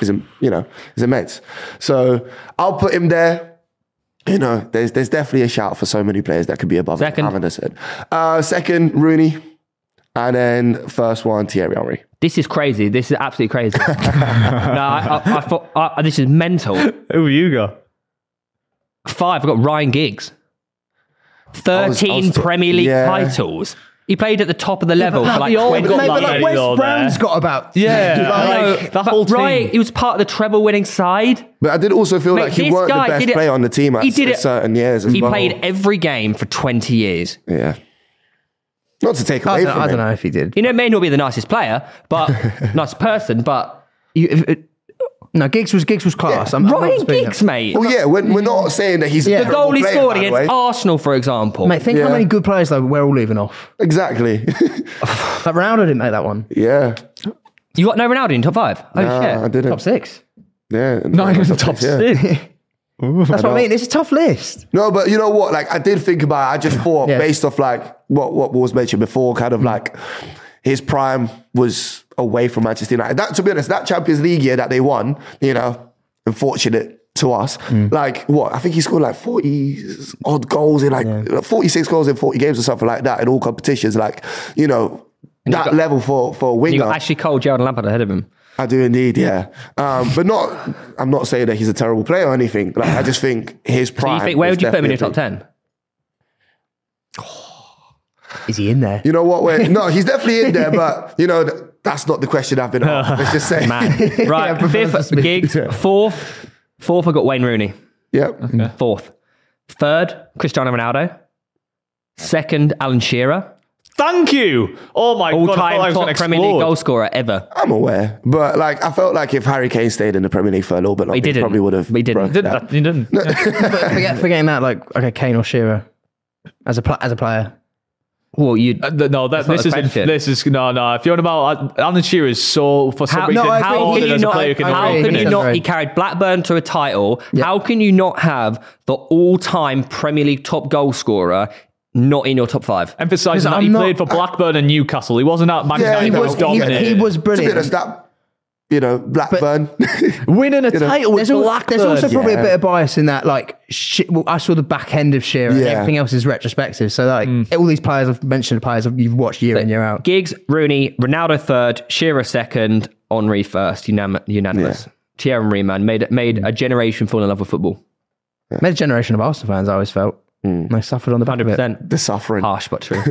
S5: is im- you know is immense. So I'll put him there. You know, there's there's definitely a shout for so many players that could be above
S2: Second.
S5: him. haven't I said? Uh, second, Rooney. And then first one, Thierry Henry.
S2: This is crazy. This is absolutely crazy. no, I, I, I thought I, this is mental.
S3: Who have you got?
S2: Five. I've got Ryan Giggs.
S5: I
S2: Thirteen
S5: was- I was-
S2: Premier League
S5: yeah.
S2: titles. He played at the top of the level for like
S3: we all
S2: 20
S3: got
S4: No, but
S3: Oh, Like,
S4: like West
S3: though,
S4: Brown's
S3: there.
S4: got about
S3: Yeah.
S2: No,
S3: Like, the
S2: but
S3: whole team.
S2: Right, he was part of the treble winning side.
S5: But I did also feel
S2: Mate,
S5: like he
S2: this
S5: weren't the
S2: guy
S5: best
S2: did it-
S5: player on the team at
S2: he did it-
S5: certain years as
S2: He
S5: well.
S2: played every game for 20 years.
S5: Yeah. Not to take
S4: I
S5: away
S4: don't,
S5: from
S4: I
S5: him.
S4: don't know if he did.
S2: You know, it may not be the nicest player, but nice person, but
S4: You- if- it- no, Giggs was Giggs was class. I'm, I'm not
S2: Ryan
S4: disputing
S2: Giggs,
S4: that.
S2: mate.
S5: Well, yeah, we're, we're not saying that he's a
S4: Yeah. The
S2: the
S5: terrible
S2: goal he
S5: player,
S2: scored
S5: by the
S2: against
S5: way.
S2: Arsenal, for example.
S4: Mate, think
S5: Yeah.
S4: how many good players though we're all leaving off.
S5: Exactly.
S4: Like Ronaldo didn't make that one.
S5: yeah.
S2: you got no Ronaldo in top five. Oh,
S5: Nah,
S2: shit.
S5: I didn't.
S4: Top six.
S5: Yeah.
S3: Not even top
S5: yeah.
S3: six.
S4: That's what I mean. It's a tough list.
S5: No, but you know what? Like, I did think about. it. I just thought,
S4: Yeah.
S5: based off like what what was mentioned before, kind
S2: Mm.
S5: of like his prime was away from Manchester United. That, to be honest, that Champions League year that they won, you know, unfortunate to us.
S2: Mm.
S5: Like, what? I think he scored like forty odd goals in like forty six goals in forty games or something like that in all competitions. Like, you know. that
S2: got-
S5: level for for a
S2: You
S5: winger,
S2: got Ashley Cole, Gerald Lampard ahead of him.
S5: I do indeed, yeah. Um, but not, I'm not saying that he's a terrible player or anything. Like, I just think his
S2: So
S5: prime.
S2: you think, where
S5: was
S2: would you put him in your
S5: definitely-
S2: top 10?
S4: Is he in there?
S5: You know what? We're, no, he's definitely in there, but you know th- that's not the question I've been asked. Let's just say,
S2: Right,
S4: Yeah,
S2: fifth,
S4: preferably.
S2: Giggs. Fourth, fourth, I got Wayne Rooney.
S5: yep,
S2: Fourth. Third, Cristiano Ronaldo. Second, Alan Shearer.
S3: Thank you. Oh my
S2: All
S3: god! I thought I
S2: time
S3: was
S2: top
S3: gonna
S2: Premier League
S3: explode.
S2: goal scorer ever.
S5: I'm aware, but like I felt like if Harry Kane stayed in the Premier League for a little bit longer, he,
S2: didn't.
S5: probably would have.
S2: He didn't.
S5: broken
S3: Didn't
S5: that.
S3: that- You didn't. Uh,
S4: but forget, forgetting that, like okay, Kane or Shearer as a pl- as a player.
S2: Well, you
S3: Uh, th- no, that,
S2: not
S3: this
S2: the
S3: is
S2: question.
S3: this is no, no. If you're on about uh, Alan Shearer is so for some
S2: How,
S3: reason
S4: no, I agree.
S3: how
S4: He-
S3: good
S4: he
S3: as a
S4: not-
S3: player can
S4: I
S2: how
S4: agree.
S2: can
S4: He
S2: you
S4: does
S2: not?
S4: very-
S2: He carried Blackburn to a title. How can you not have the all-time Premier League top goal scorer not in your top five?
S3: Emphasising that
S4: I'm
S3: he
S4: not-
S3: played for Blackburn and Newcastle. He wasn't at Man
S5: Yeah,
S3: United.
S5: he
S3: that
S5: was-
S3: was
S5: he- he
S3: dominated.
S4: He was
S5: To be
S4: brilliant.
S5: honest, that you know Blackburn.
S3: winning a
S5: know,
S3: title with
S4: There's, al-
S3: Blackburn.
S4: there's also probably
S5: Yeah.
S4: a bit of bias in that, like, sh- well, I saw the back end of Shearer. and
S5: Yeah.
S4: Everything else is retrospective. So, like, all these players I've mentioned, players you've watched year in, year out.
S2: Giggs, Rooney, Ronaldo third, Shearer second, Henri first, unanim- unanimous. Thierry Henry, man, made made a generation fall in love with football.
S4: Made a generation of Arsenal fans, I always felt. And they suffered on the back
S2: Hundred
S4: of it.
S2: percent
S5: the suffering.
S2: harsh, but true.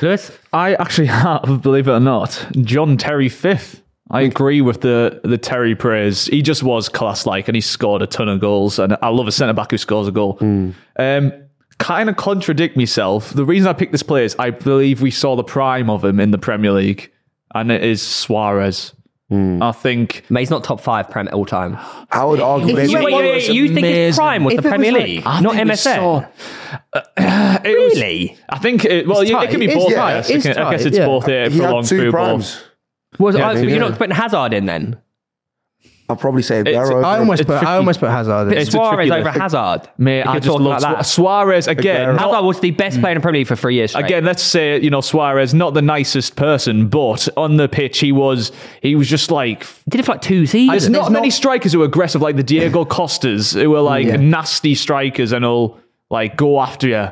S2: Lewis,
S3: I actually have, believe it or not, John Terry fifth.
S5: Hmm.
S3: I agree with the the Terry praise. He just was class like, and he scored a ton of goals. And I love a centre back who scores a goal.
S5: Hmm.
S3: Um, kind of contradict myself. The reason I picked this player is I believe we saw the prime of him in the Premier League, and it is Suarez.
S5: Hmm.
S3: I think
S2: mate, he's not top five prem all time.
S5: I would argue.
S2: Wait,
S5: Maybe,
S2: wait, wait, wait, you think his prime was
S4: If
S2: the
S4: it was
S2: Premier
S4: like-
S2: League,
S3: I
S2: not
S3: think we
S2: MSN?
S3: saw- it was-
S2: Really?
S3: I think. It, well,
S4: It's
S3: yeah, it
S4: tight.
S3: can be
S4: It's
S3: both.
S4: tight.
S3: yes.
S4: It's
S3: I guess
S4: tight,
S3: it's
S4: yeah.
S3: both here
S5: he
S3: for
S5: had
S3: long
S5: two
S3: through
S5: primes.
S3: balls.
S2: Was
S5: Yeah,
S2: I,
S5: maybe.
S2: you're not putting Hazard in then?
S5: I'll probably say
S3: It's-
S5: Aguero.
S4: I almost,
S3: It's
S4: put,
S3: tricky.
S4: I almost put Hazard in.
S2: But
S3: It's a
S2: Suarez
S3: tricky
S2: over
S3: list.
S2: Hazard.
S3: Mate,
S2: If
S3: I
S2: you're
S3: just
S2: talking
S3: love
S2: like
S3: Su-
S2: that.
S3: Suarez again. not-
S2: Hazard was the best player in the Premier League for three years. Straight.
S3: Again, let's say you know Suarez not the nicest person, but on the pitch he was he was just like
S2: did it for like two
S3: there's
S2: seasons.
S3: not many strikers who are aggressive like the Diego Costas who were like nasty strikers and all. like go after you.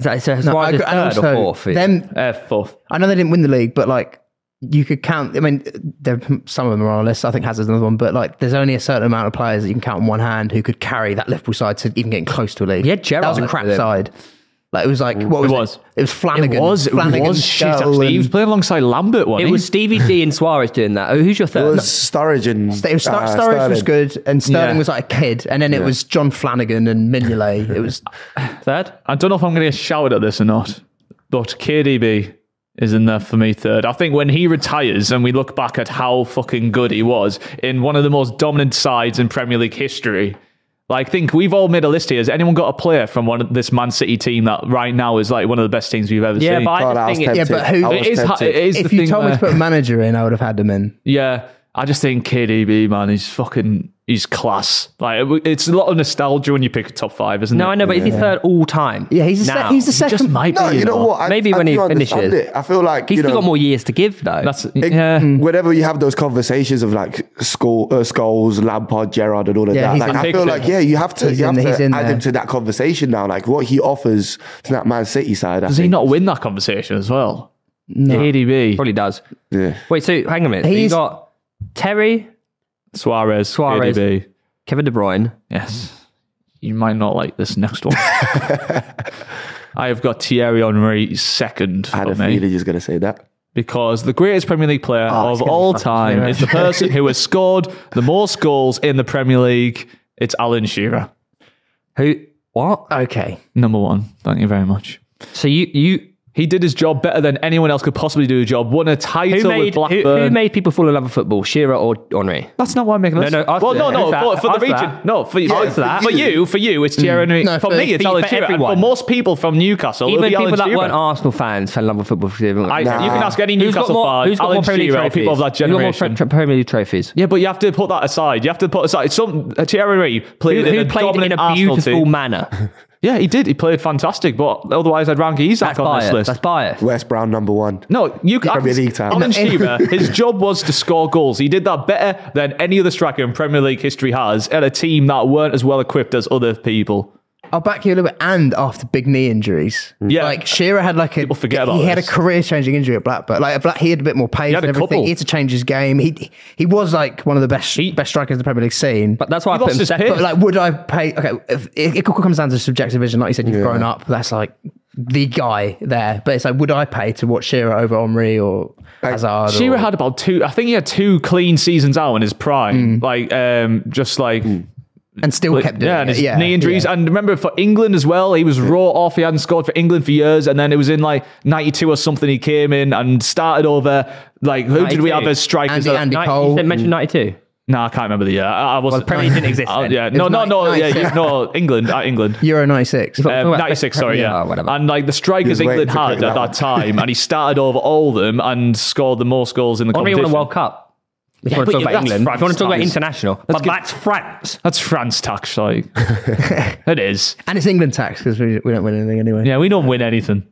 S2: So, so it's
S4: No, I
S2: either
S4: agree- and
S2: third or
S4: also,
S2: fourth. yeah.
S4: them-
S3: Uh, fourth.
S4: I know they didn't win the league, but like you could count. I mean, there some of them are on a list. I think Hazard's another one, but like there's only a certain amount of players that you can count on one hand who could carry that Liverpool side to even getting close to a league.
S2: Yeah,
S4: that was a
S2: Gerrard
S4: crap
S2: was there.
S4: side. Like it was like what was
S3: It
S4: it?
S3: was.
S4: It was Flanagan.
S3: It was. It
S4: Flanagan,
S3: was shit.
S4: Skell,
S3: Actually, he
S4: and-
S3: was playing alongside Lambert. One.
S2: it was Stevie D and Suarez doing that. Oh, who's your
S5: It
S2: third?
S5: was Sturridge and
S4: It was Stur-
S3: Ah,
S5: uh,
S4: Sturridge was
S5: Sterling.
S4: good, and Sterling
S2: Yeah.
S4: was like a kid, and then it was John Flanagan and Mignolet. It was
S2: Third?
S3: I don't know if I'm going to get shouted at this or not, but KDB is in there for me third. I think when he retires and we look back at how fucking good he was in one of the most dominant sides in Premier League history. Like, think we've all made a list here. Has anyone got a player from one of this Man City team that right now is like one of the best teams we've ever
S2: Yeah,
S3: seen?
S2: but I
S5: God, I
S2: just
S5: was
S2: think it,
S5: tempted.
S4: yeah, but who-
S5: I
S3: it
S5: was
S3: is, ha-
S5: tempted.
S3: it is the
S4: if
S3: thing
S4: you told me
S3: where-
S4: to put a manager in, I would have had him in.
S3: yeah, I just think KDB man, he's fucking he's class. Like, it- it's a lot of nostalgia when you pick a top five, isn't
S2: No,
S3: it?
S2: I know, but is he third all time?
S4: Yeah, he's the se-
S2: Now.
S4: he's the
S3: He just
S4: second.
S3: might be.
S5: No, you know what? I,
S2: Maybe
S5: I
S2: when he
S5: do understand
S2: finishes.
S5: it. I feel like
S2: He's
S5: you
S2: still
S5: know,
S2: got more years to give, though.
S3: That's
S5: It-
S3: yeah.
S5: Whenever you have those conversations of like Skull, uh, Skulls, Lampard, Gerard, and all of
S4: Yeah,
S5: that,
S4: he's
S5: like,
S4: in
S5: I
S4: big
S5: feel
S3: too.
S5: like yeah, you have to,
S4: He's
S5: you
S4: in-
S5: have
S4: he's
S5: to
S4: in
S5: add him
S4: there.
S5: to that conversation now. Like what he offers to that Man City side. I
S3: Does he
S5: think.
S3: not win that conversation as well? No. KDB,
S2: probably does.
S5: Yeah.
S2: Wait, so hang on a minute. So you
S4: He's-
S2: got Terry,
S3: Suarez,
S2: Suarez.
S3: KDB.
S2: Kevin De Bruyne.
S3: Yes, you might not like this next one. I have got Thierry Henry second
S5: I had
S3: for
S5: a
S3: me
S5: feeling he was going to say that.
S3: because the greatest Premier League player
S2: Oh,
S3: of all time is the person who has scored the most goals in the Premier League. It's Alan Shearer,
S2: Who? What?
S4: Okay,
S3: number one. Thank you very much.
S2: So you you
S3: He did his job better than anyone else could possibly do a job. Won a title
S2: who made
S3: with
S2: who,
S3: Blackburn.
S2: who made people fall in love with football? Shearer or Henry?
S3: That's not why I'm making
S2: No,
S3: this.
S2: no, after
S3: well, no,
S2: that.
S3: no,
S2: After
S3: for,
S2: that.
S3: for the
S2: After
S3: region.
S2: that. Mm.
S3: No, for you,
S5: After that.
S3: for you, for you, it's Thierry Henry.
S4: No,
S3: for,
S4: for-
S3: me, it's
S2: for
S3: Alan Shearer. And for
S2: everyone.
S3: most people from Newcastle, it'll
S2: Even
S3: be
S2: people
S3: Alan
S2: that
S3: Shearer.
S2: weren't Arsenal fans fell in love with football. For
S3: I,
S2: like,
S3: You can ask any
S2: who's got
S3: Newcastle
S2: more?
S3: fan,
S2: Who's got more
S3: Alan
S2: Premier League
S3: Shearer, or
S2: trophies?
S3: people of that
S2: Who's got more
S3: generation.
S2: Fre- Premier League trophies?
S3: yeah, but you have to put that aside. You have to put aside some uh, Thierry Henry
S2: Who,
S3: played
S2: who
S3: in a
S2: played in
S3: dominant
S2: a
S3: Arsenal
S2: beautiful
S3: team.
S2: manner?
S3: Yeah, he did. He played fantastic, but otherwise, I'd rank Isak
S2: That's
S3: on this
S2: bias.
S3: list.
S2: That's bias.
S5: West Brown number one.
S3: No, you can
S5: Premier League time.
S3: Alan Shearer, his job was to score goals. He did that better than any other striker in Premier League history has at a team that weren't as well equipped as other people.
S4: I'll back you a little bit. And after big knee injuries,
S3: Mm. Yeah.
S4: like Shearer had like a
S3: People forget about
S4: he had a
S3: this.
S4: career changing injury at Blackburn. Like Black, he had a bit more pace
S3: had
S4: and
S3: a
S4: everything.
S3: couple.
S4: He had to change his game. He he was like one of the best best strikers the Premier League seen.
S2: But that's why I
S3: He
S2: put
S3: lost
S2: him
S3: his
S2: second.
S3: piss.
S4: But like, would I pay? Okay, if, it, it comes down to subjective vision. Like you said, you've grown up. That's like the guy there. But it's like, would I pay to watch Shearer over Omri or Hazard?
S3: Shearer
S4: or,
S3: had about two. I think he had two clean seasons out in his prime. Like, um, just like
S4: and still kept doing
S3: yeah, and
S4: it.
S3: his
S4: yeah,
S3: knee injuries.
S4: yeah.
S3: And remember for England as well, he was raw off. He hadn't scored for England for years, and then it was in like '92 or something. He came in and started over. Like, who did we
S2: 92?
S3: have as strikers?
S4: Andy,
S3: at-
S4: Andy
S2: Ni-
S4: Cole.
S2: you said mentioned ninety-two.
S3: No, I can't remember the year. I, I wasn't.
S2: Well, Premier League didn't exist
S3: Oh,
S2: then.
S3: yeah,
S2: It
S3: no,
S4: was
S3: no,
S4: ni-
S3: no, yeah,
S4: 96.
S3: you- no, England, uh, England.
S4: Euro '96.
S3: Um,
S2: Oh, right.
S3: 96, sorry, yeah.
S2: Oh, whatever.
S3: And like the strikers
S5: He was
S3: England
S5: waiting to
S3: had
S5: pick
S3: at
S5: that
S3: that,
S5: one.
S3: time, and he started over all of them and scored the most goals in the
S2: Henri won a
S3: competition.
S2: World Cup. If
S3: Yeah,
S2: you want
S3: but
S2: to talk
S3: yeah,
S2: about
S3: that's
S2: England, if you want
S3: France
S2: to talk about
S3: ties.
S2: international, but
S3: good.
S2: that's France.
S3: That's France tax, like it is.
S4: and it's England tax because we, we don't win anything anyway.
S3: Yeah, we don't win anything.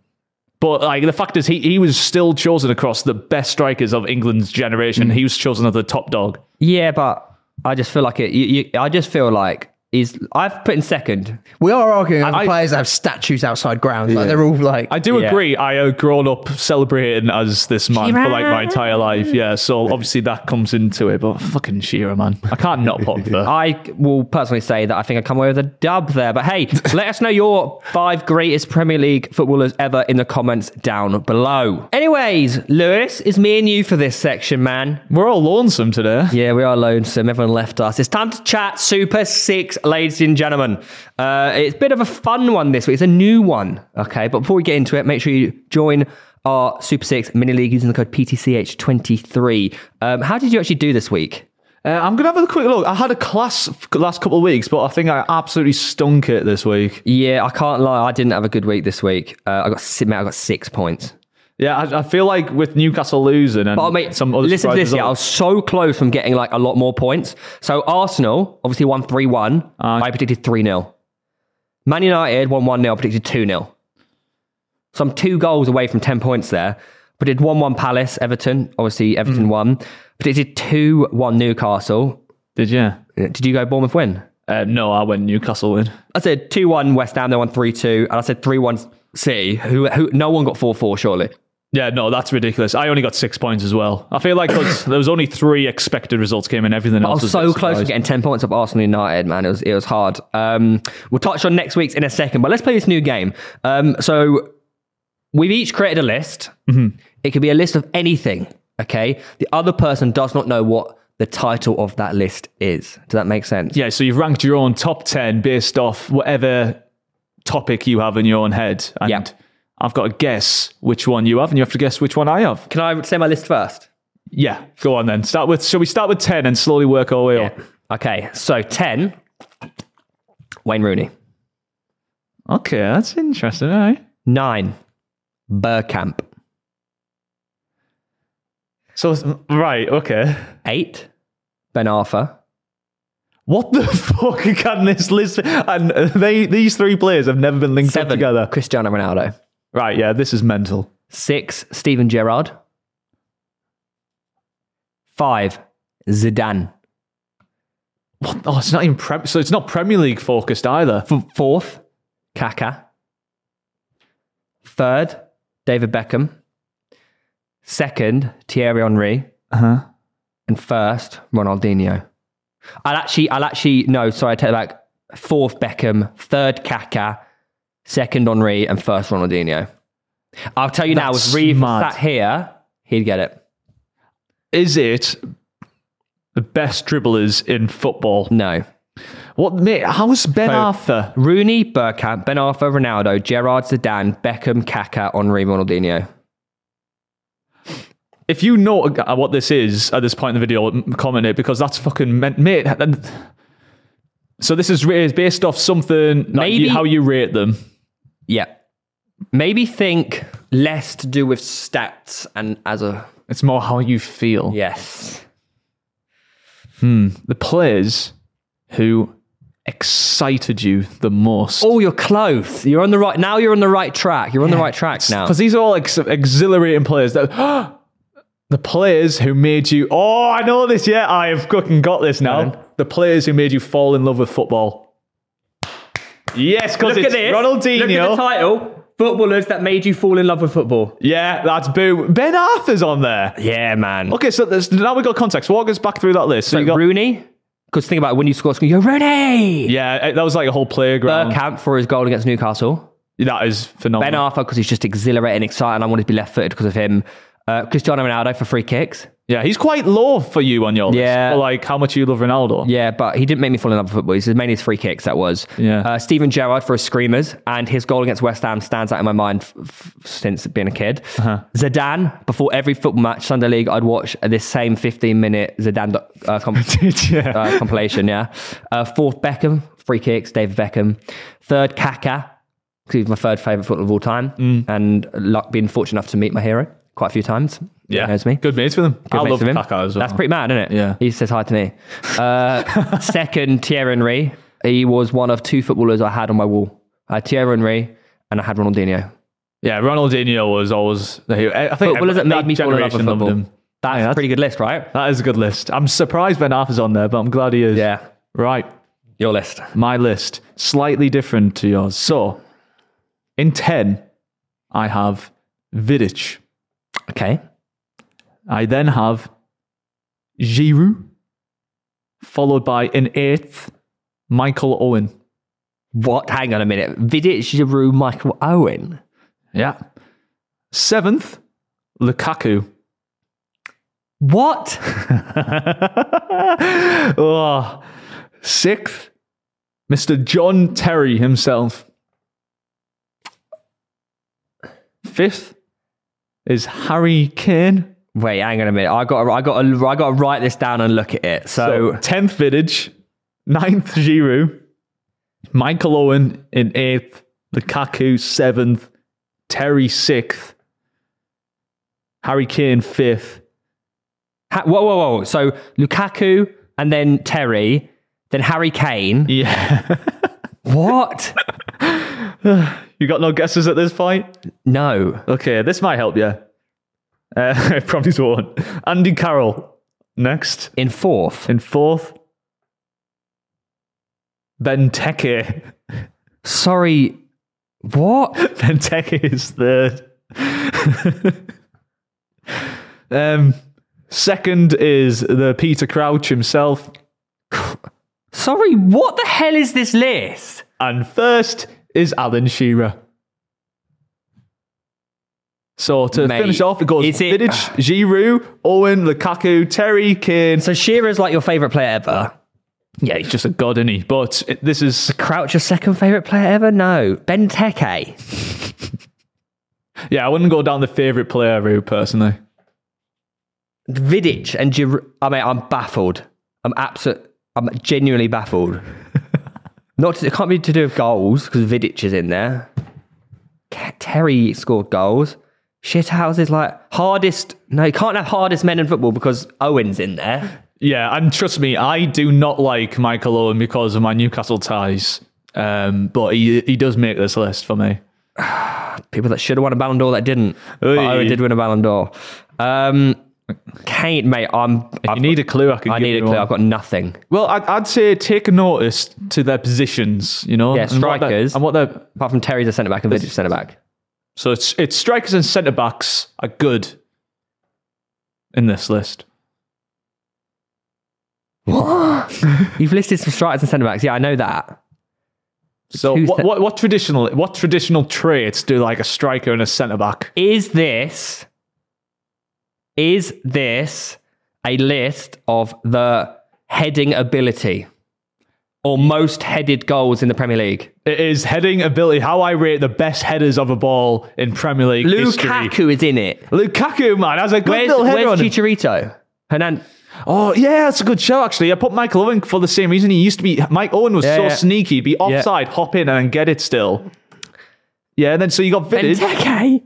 S3: But like the fact is, he, he was still chosen across the best strikers of England's generation. He was chosen as the top dog.
S2: Yeah, but I just feel like it. You, you, I just feel like is I've put in second.
S4: We are arguing over
S3: I-
S4: players that have statues outside grounds. Like they're all like
S3: I do
S2: Yeah.
S3: agree. I have grown up celebrating as this man for like my entire life. Yeah, so obviously that comes into it. But fucking Shearer, man, I can't not pop the.
S2: I will personally say that I think I come away with a dub there. But hey, let us know your five greatest Premier League footballers ever in the comments down below. Anyways, Lewis, it's me and you for this section, man.
S3: We're all lonesome today.
S2: Yeah, we are lonesome. Everyone left us. It's time to chat Super Six, ladies and gentlemen. Uh, it's a bit of a fun one this week. It's a new one, okay? But before we get into it, make sure you join our Super Six mini league using the code PTCH23. Um, how did you actually do this week?
S3: Uh, I'm gonna have a quick look. I had a class f- last couple of weeks, but I think I absolutely stunk it this week.
S2: Yeah, I can't lie. I didn't have a good week this week. Uh, I got si- mate, I got six points.
S3: Yeah, I, I feel like with Newcastle losing and
S2: But oh, mate,
S3: Mm. some other
S2: listen to
S3: surprise
S2: this. Yeah, I was
S3: results-
S2: so close from getting like a lot more points. So Arsenal obviously won three one.
S3: Ah,
S2: I predicted three 0 Man United won one 0 I predicted two 0 So I'm two goals away from ten points there. Predicted one one Palace Everton. Obviously
S3: Mm.
S2: Everton won. Predicted two one Newcastle. Uh,
S3: did you?
S2: Did you go Bournemouth win?
S3: Uh, no, I went Newcastle win.
S2: I said two one West Ham. They won three two, and I said three one City. Who, who? No one got four four. Surely.
S3: Yeah, no, that's ridiculous. I only got six points as well. I feel like 'cause there was only three expected results came in. Everything
S2: I
S3: else
S2: was
S3: a
S2: so
S3: bit
S2: close to
S3: surprise.
S2: getting 10 points of Arsenal United, man. It was, it was hard. Um, we'll touch on next week's in a second, but let's play this new game. Um, so we've each created a list. It could be a list of anything, okay? The other person does not know what the title of that list is. Does that make sense?
S3: Yeah, so you've ranked your own top 10 based off whatever topic you have in your own head. And
S2: Yeah.
S3: I've got to guess which one you have, and you have to guess which one I have.
S2: Can I say my list first?
S3: Yeah, go on then. Start with. Shall we start with 10 and slowly work our way up?
S2: Okay, so 10, Wayne Rooney.
S3: Okay, that's interesting. eh? All right.
S2: 9, Burkamp.
S3: So, right, okay.
S2: 8, Ben Arfa.
S3: What the fuck can this list? And uh, they these three players have never been linked up
S2: 7,
S3: together.
S2: Cristiano Ronaldo.
S3: Right, yeah, this is mental.
S2: 6, Steven Gerrard. 5, Zidane.
S3: What? Oh, it's not even prem. So it's not Premier League focused either.
S2: F- Fourth, Kaka. Third, David Beckham. Second, Thierry Henry.
S3: Uh-huh.
S2: And first, Ronaldinho. I'll actually, I'll actually, no, sorry, I take it back. Fourth, Beckham. Third, Kaka. Second, Henri. And first, Ronaldinho. I'll tell you now,
S3: That's
S2: if Reeve
S3: mad.
S2: sat here, he'd get it.
S3: Is it the best dribblers in football?
S2: No.
S3: What, mate? How's Ben Arthur?
S2: Rooney, Burkamp, Ben Arfa, Ronaldo, Gerard, Zidane, Beckham, Kaka, Henri, Ronaldinho.
S3: If you know uh, what this is at this point in the video, m- comment it because that's fucking men- mate. and- So this is ra- based off something like
S2: Maybe-
S3: you- how you rate them.
S2: Yeah. Maybe think less to do with stats and as a
S3: It's more how you feel.
S2: yes.
S3: The players who excited you the most.
S2: Oh, you're close. You're on the right now. You're on the right track. You're on the right track now.
S3: Because these are all ex- exhilarating players that the players who made you oh I know this yeah I have fucking got this now the players who made you fall in love with football yes because
S2: Look
S3: it's
S2: at this. Look at the
S3: Ronaldinho
S2: title. Footballers that made you fall in love with football.
S3: yeah that's boo Ben Arthur's on there
S2: Yeah, man.
S3: okay so there's, now we got context walk us back through that list so
S2: So
S3: you got
S2: Rooney, because think about it, when you score, it's going, you're Rooney.
S3: yeah eh, that was like a whole playground
S2: Burkamp for his goal against Newcastle.
S3: that is phenomenal
S2: Ben Arthur because he's just exhilarating, exciting. I wanted to be left footed because of him. Uh, Cristiano Ronaldo for free kicks.
S3: yeah he's quite low for you on your list
S2: Yeah.
S3: for like how much you love Ronaldo
S2: Yeah, but he didn't make me fall in love with football. He's mainly his free kicks. That was
S3: Yeah.
S2: Uh, Steven Gerrard for his screamers, and his goal against West Ham stands out in my mind f- f- since being a kid.
S3: Uh-huh.
S2: Zidane before every football match, Sunday League, I'd watch this same fifteen-minute Zidane doc- uh, com-
S3: yeah.
S2: uh, compilation. Yeah, uh, fourth Beckham free kicks, David Beckham. Third Kaka, 'cause he's my third favorite footballer of all time,
S3: Mm.
S2: and luck being fortunate enough to meet my hero quite a few times.
S3: yeah
S2: knows me.
S3: good mates with him I
S2: Good mates
S3: love
S2: of him.
S3: Kaká as well
S2: That's pretty mad, isn't it?
S3: Yeah.
S2: He says hi to me. Uh, second, Thierry Henry. He was one of two footballers I had on my wall. I had Thierry Henry and I had Ronaldinho.
S3: Yeah, Ronaldinho was always. I think everyone-
S2: Footballers that made me fall in love
S3: generation
S2: with
S3: loved
S2: football.
S3: him.
S2: That's,
S3: that's-
S2: a pretty good list, right?
S3: That is a good list. I'm surprised Ben Arthur's on there, but I'm glad he is.
S2: Yeah.
S3: Right,
S2: Your list.
S3: my list slightly different to yours. So, in ten, I have Vidic.
S2: Okay.
S3: I then have Giroud, followed by in eighth, Michael Owen.
S2: What? Hang on a minute. Vidic, Giroud, Michael Owen.
S3: Yeah. Seventh, Lukaku.
S2: What?
S3: oh. Sixth, Mr. John Terry himself. Fifth is Harry Kane.
S2: Wait, hang on a minute. I got, I got, I got to write this down and look at it.
S3: So,
S2: So,
S3: tenth Vidic, ninth Giroud, Michael Owen in eighth, Lukaku seventh, Terry sixth, Harry Kane fifth.
S2: ha- whoa, whoa, whoa. So Lukaku and then Terry, then Harry Kane.
S3: Yeah,
S2: What?
S3: you got no guesses at this point.
S2: No.
S3: Okay, this might help you. Uh, it probably won't. Andy Carroll next
S2: In fourth.
S3: in fourth. Benteke.
S2: Sorry, what?
S3: Benteke is third. um, second is the Peter Crouch himself.
S2: Sorry, what the hell is this list?
S3: And first is Alan Shearer. So to
S2: Mate,
S3: finish off, it goes
S2: is it- Ah.
S3: Vidic, Giroud, Owen, Lukaku, Terry, Kane.
S2: So Shearer's like your favorite player ever.
S3: Yeah, he's just a god, isn't he? But it- this is
S2: Crouch, your second favorite player ever? No, Benteke.
S3: yeah. I wouldn't go down the favorite player route personally.
S2: Vidic and Gir- I mean, I'm baffled. I'm absolute. I'm genuinely baffled. Not to, it can't be to do with goals because Vidic is in there. Ca- Terry scored goals. Shithouse is like hardest. No, you can't have hardest men in football because Owen's in there.
S3: Yeah, and trust me, I do not like Michael Owen because of my Newcastle ties. Um, but he he does make this list for me.
S2: People that should have won a Ballon d'Or that didn't. But
S3: Oy.
S2: Owen did win a Ballon d'Or. Um, Kane, mate, I'm.
S3: If
S2: I've
S3: you need a clue, I
S2: got-
S3: can.
S2: I
S3: give
S2: need a
S3: you
S2: clue.
S3: one.
S2: I've got nothing.
S3: Well, I'd, I'd say take a notice to their positions. You know,
S2: Yeah,
S3: and what they're-
S2: strikers.
S3: and what they're
S2: Apart from Terry's a centre back and Vidic centre back.
S3: So it's it's strikers and centre backs are good in this list.
S2: You've listed some strikers and centre backs. Yeah, I know that.
S3: So
S2: Who's
S3: what,
S2: that?
S3: what what traditional what traditional traits do like a striker and a centre back?
S2: is this is this a list of the heading ability or most headed goals in the Premier League?
S3: It is heading ability. How I rate the best headers of a ball in Premier League history.
S2: Lukaku is in it.
S3: Lukaku, man, that's a good
S2: Where's,
S3: little header
S2: where's
S3: on. him.
S2: Chicharito? Hernan-
S3: oh yeah, that's a good show actually. I put Michael Owen for the same reason. He used to be Mike Owen was
S2: Yeah,
S3: so
S2: yeah.
S3: sneaky, He'd be offside, hop in and then get it still. Yeah, and then so you got Vidic.
S2: Benteke.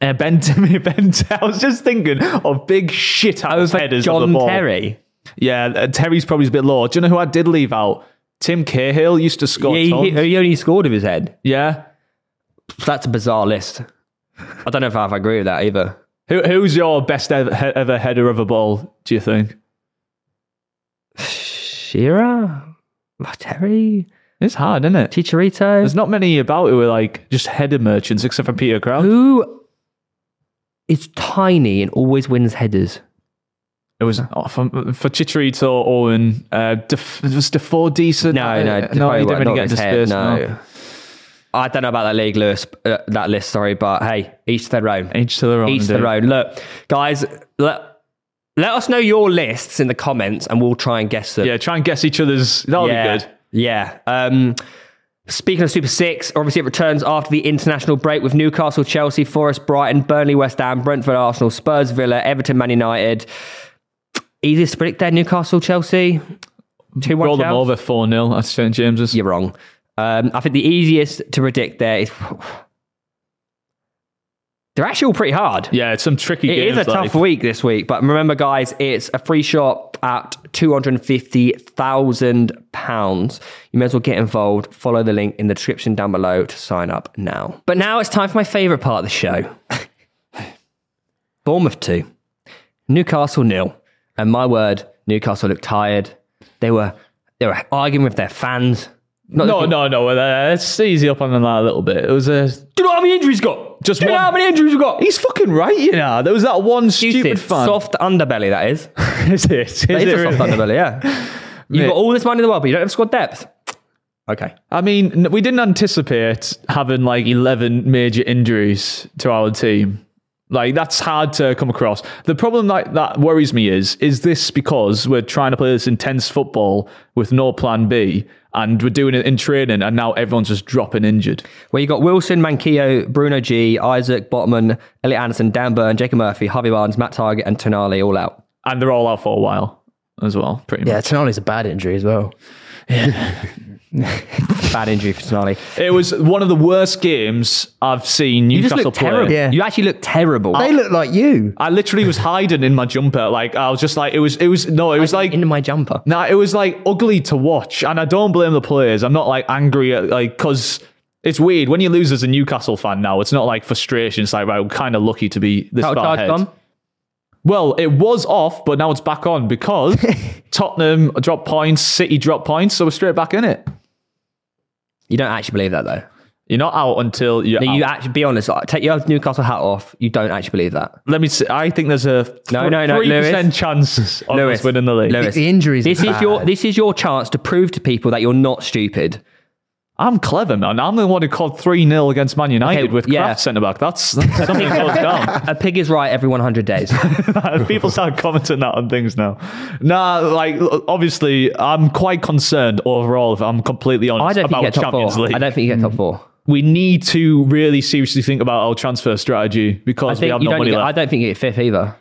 S3: Uh, ben, ben, I was just thinking of big shit house
S2: Over
S3: headers of
S2: John
S3: the ball.
S2: Terry.
S3: Yeah, uh, Terry's probably a bit low. Do you know who I did leave out? Tim Cahill used to
S2: Yeah,
S3: score.
S2: he,
S3: tons.
S2: he only scored with his head.
S3: yeah.
S2: That's a bizarre list. I don't know if I agree with that either.
S3: Who, who's your best ever, he- ever header of a ball? Do you think?
S2: Shearer? Terry?
S3: It's hard, isn't it?
S2: Chicharito?
S3: There's not many about who are like just header merchants, except for Peter Crouch.
S2: Who is tiny and always wins headers?
S3: It was oh, for, for Chicharito, Owen. Uh, Def, was Defoe decent?
S2: No, no,
S3: Uh, no, he didn't really get into space. no.
S2: I don't know about that league, Lewis. Uh, that list, sorry, but hey, each their own.
S3: Each to their own.
S2: Each
S3: dude.
S2: their own. Look, guys, let, let us know your lists in the comments, and we'll try and guess them.
S3: Yeah, try and guess each other's. That'll
S2: yeah,
S3: be good.
S2: Yeah. Um, speaking of Super Six, obviously it returns after the international break with Newcastle, Chelsea, Forest, Brighton, Burnley, West Ham, Brentford, Arsenal, Spurs, Villa, Everton, Man United. Easiest to predict there: Newcastle, Chelsea. Two one.
S3: Roll them over 4 0 at St. James's.
S2: You're wrong. Um, I think the easiest to predict there is. They're actually all pretty hard.
S3: Yeah, it's some tricky
S2: It
S3: games.
S2: is a
S3: like-
S2: tough week this week, but remember, guys, it's a free shot at two hundred and fifty thousand pounds. You may as well get involved. Follow the link in the description down below to sign up now. But now it's time for my favourite part of the show: Bournemouth two, Newcastle nil, and my word, Newcastle looked tired. They were they were arguing with their fans. Not
S3: No,
S2: looking-
S3: no, no. uh, Let's easy up on that a little bit. It was a.
S2: Do you know how many injuries we got?
S3: Just
S2: Do you know
S3: one-
S2: how many injuries we got?
S3: He's fucking right, you know. There was that one stupid fan.
S2: soft underbelly. That is.
S3: is it? Is
S2: That is
S3: it
S2: a soft
S3: really?
S2: underbelly, yeah. You've
S3: Mate.
S2: got all this money in the world, but you don't have squad depth. Okay.
S3: I mean, n- we didn't anticipate having like 11 major injuries to our team. Like that's hard to come across. The problem that, that worries me is is this because we're trying to play this intense football with no plan B and we're doing it in training and now everyone's just dropping injured.
S2: Well, you got Wilson, Manquillo, Bruno G, Isaac, Botman, Elliot Anderson, Dan Byrne, Jacob Murphy, Harvey Barnes, Matt Target, and Tonali all out.
S3: And they're all out for a while as well, pretty much.
S4: Yeah, Tonali's a bad injury as well.
S2: Bad injury for Tonali.
S3: It was one of the worst games I've seen
S2: You just
S3: Newcastle
S2: look
S3: play.
S2: terrible.
S4: Yeah.
S2: You actually look terrible.
S4: They look like you.
S3: I literally was hiding in my jumper. Like I was just like it was it was no, it was like
S2: in my jumper.
S3: nah, it was like ugly to watch. And I don't blame the players. I'm not like angry at like because it's weird when you lose as a Newcastle fan now. It's not like frustration. It's like right, we're kind of lucky to be this
S2: Total
S3: far
S2: charge
S3: ahead.
S2: gone.
S3: Well, it was off, but now it's back on because Tottenham dropped points, City dropped points, so we're straight back in it.
S2: You don't actually believe that though.
S3: You're not out until you're.
S2: No, you
S3: out.
S2: actually be honest. like, Take your Newcastle hat off. You don't actually believe that.
S3: Let me. See, I think there's a
S2: No, no, no,
S3: percent
S2: Lewis.
S3: chance of
S2: Lewis
S3: us winning the league.
S2: Lewis,
S4: The injuries
S2: This
S4: are
S2: is your
S4: bad.
S2: this is your chance to prove to people that you're not stupid.
S3: I'm clever, man. I'm the one who called three 0 against Man United
S2: Okay,
S3: with
S2: yeah.
S3: Kraft centre back. That's, that's something goes down.
S2: A pig is right every 100 days.
S3: People start commenting that on things now. Nah, like obviously, I'm quite concerned overall. If I'm completely honest
S2: I don't think
S3: about
S2: you get top
S3: Champions
S2: four.
S3: League,
S2: I don't think you get top
S4: Mm.
S2: four.
S3: we need to really seriously think about our transfer strategy
S2: I
S3: because we
S2: think
S3: have
S2: you
S3: no
S2: don't.
S3: money
S2: Get, I
S3: left.
S2: don't think you get fifth either.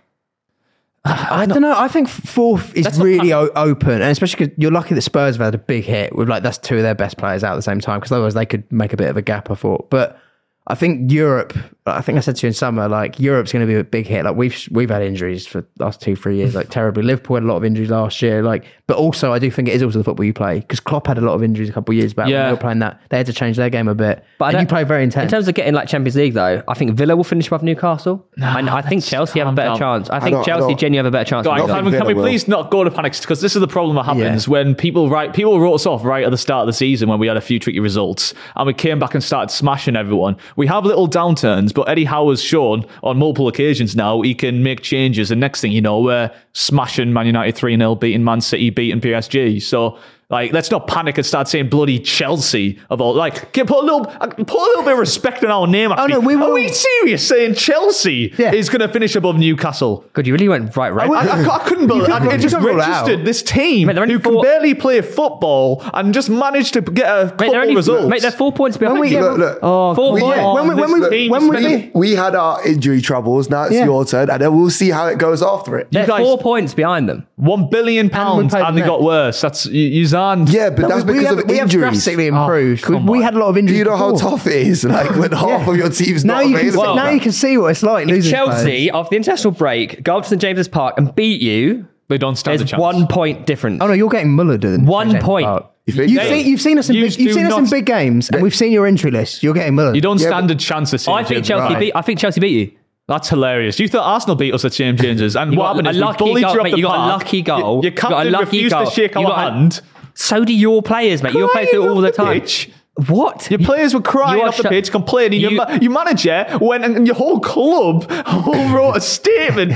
S4: I don't know. I think fourth is really o- open, and especially because you're lucky that Spurs have had a big hit with like that's two of their best players out at the same time. Because otherwise, they could make a bit of a gap. I thought, but I think Europe. I think I said to you in summer, like Europe's going to be a big hit. Like we've we've had injuries for the last two three years, like terribly. Liverpool had a lot of injuries last year, like. But also, I do think it is also the football you play because Klopp had a lot of injuries a couple of years back.
S3: Yeah.
S4: when they were playing that they had to change their game a bit.
S2: I
S4: But and you
S2: don't-
S4: play very intense.
S2: In terms of getting like Champions League though, I think Villa will finish above Newcastle, and I think Chelsea have a
S3: calm
S2: better
S3: down.
S2: chance. I think
S5: don't- I
S2: Chelsea
S5: don't-
S2: genuinely have a better chance.
S3: Go
S2: than
S3: on,
S2: Villa.
S3: can, we, can we
S5: Villa will.
S3: please not go to panic? Because this is the problem that happens
S4: Yeah.
S3: when people right people wrote us off right at the start of the season when we had a few tricky results and we came back and started smashing everyone. We have little downturns, but Eddie Howe has shown on multiple occasions now he can make changes. And next thing you know, we're smashing Man United three 0 beating Man City, beating PSG. So. Like, let's not panic and start saying bloody Chelsea of all. Like, get, put a little, uh, put a little bit of respect on our name.
S4: Oh, no, we
S3: Are
S4: will-
S3: we serious saying Chelsea
S4: Yeah.
S3: is going to finish above Newcastle?
S2: God, you really went right, right.
S3: I, I, I couldn't believe I, it. Just
S4: you can rule it out.
S3: registered this team
S2: Mate, they're only
S3: who
S2: four-
S3: can barely play football and just managed to get
S2: Mate,
S3: a
S2: they're
S3: football
S2: only
S3: result.
S2: mate, they're four points behind.
S4: we
S2: you.
S4: get-
S5: Look, look.
S2: four
S5: we-
S2: points.
S5: yeah,
S4: when we- when we-
S3: this team
S4: when we-
S3: spent-
S5: We had our injury troubles. Now it's
S4: Yeah.
S5: your turn, and then we'll see how it goes after it.
S2: They're
S3: guys-
S2: four points behind them.
S3: one billion pounds
S4: played
S3: and, they
S4: them
S3: got worse. That's you, you Zan.
S5: Yeah, but that's
S4: we, we
S5: because
S4: have,
S5: of
S4: we have
S5: injuries.
S4: drastically improved. We-
S3: come
S4: Oh, we,
S3: on.
S4: had a lot of
S5: Do
S4: injuries.
S5: you know how
S4: before.
S5: tough it is? Like when half of your team's
S4: Now
S5: not
S4: you can see,
S5: available.
S4: now you can see what it's like losing players.
S2: Chelsea after the international break go up to St James's Park and beat you.
S3: They don't stand a
S2: There's
S3: chance.
S2: one point difference.
S4: Oh no, you're getting mullered. in
S2: One
S4: James
S2: point.
S4: Park.
S5: Oh, You
S4: You've
S5: think so?
S4: seen, you've seen us in
S3: You
S4: big, you've
S3: do
S4: seen us
S3: not-
S4: in big games, and we've seen your entry list. You're getting mullered.
S3: You don't
S5: Yeah,
S3: stand
S5: but-
S3: a chance at St.
S2: I think
S3: James's.
S2: Chelsea
S3: Right.
S2: beat. I think Chelsea beat you.
S3: That's hilarious. You thought Arsenal beat us at St. James's, and
S2: You
S3: what
S2: got
S3: happened
S2: a
S3: is we
S2: lucky
S3: bullied
S2: goal,
S3: you up
S2: mate,
S3: the
S2: you got a
S3: park.
S2: lucky goal.
S3: Your, your
S2: You got a
S3: captain
S2: lucky
S3: refused
S2: goal.
S3: to shake
S2: You
S3: our
S2: got a-
S3: hand.
S2: So do your players, mate. Your players do
S3: Crying
S2: it all
S3: off
S2: the
S3: the
S2: time.
S3: pitch.
S2: What?
S3: Your
S2: You-
S3: players were crying
S2: you are
S3: off the
S2: shut-
S3: pitch, complaining.
S2: You-
S3: your, ma- your manager went and your whole club wrote a statement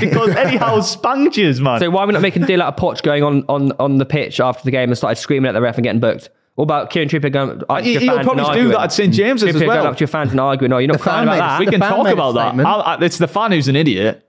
S3: because Eddie Howe spanked you, man.
S2: So why are we not making a deal out of Poch going on, on, on the pitch after the game and started screaming at the ref and getting booked? What about Kieran Trippier going up to
S3: He-
S2: your
S3: he'll
S2: fans
S3: probably
S2: and
S3: do
S2: arguing?
S3: that at St James's as
S2: Trippier
S3: well.
S2: going up to your fans and arguing, no, you're not
S4: The
S2: crying
S4: fan
S2: about
S4: made
S2: that.
S4: a
S3: we can
S4: The fan
S3: talk
S4: made a
S3: about that.
S4: statement.
S3: I'll- I- it's the fan who's an idiot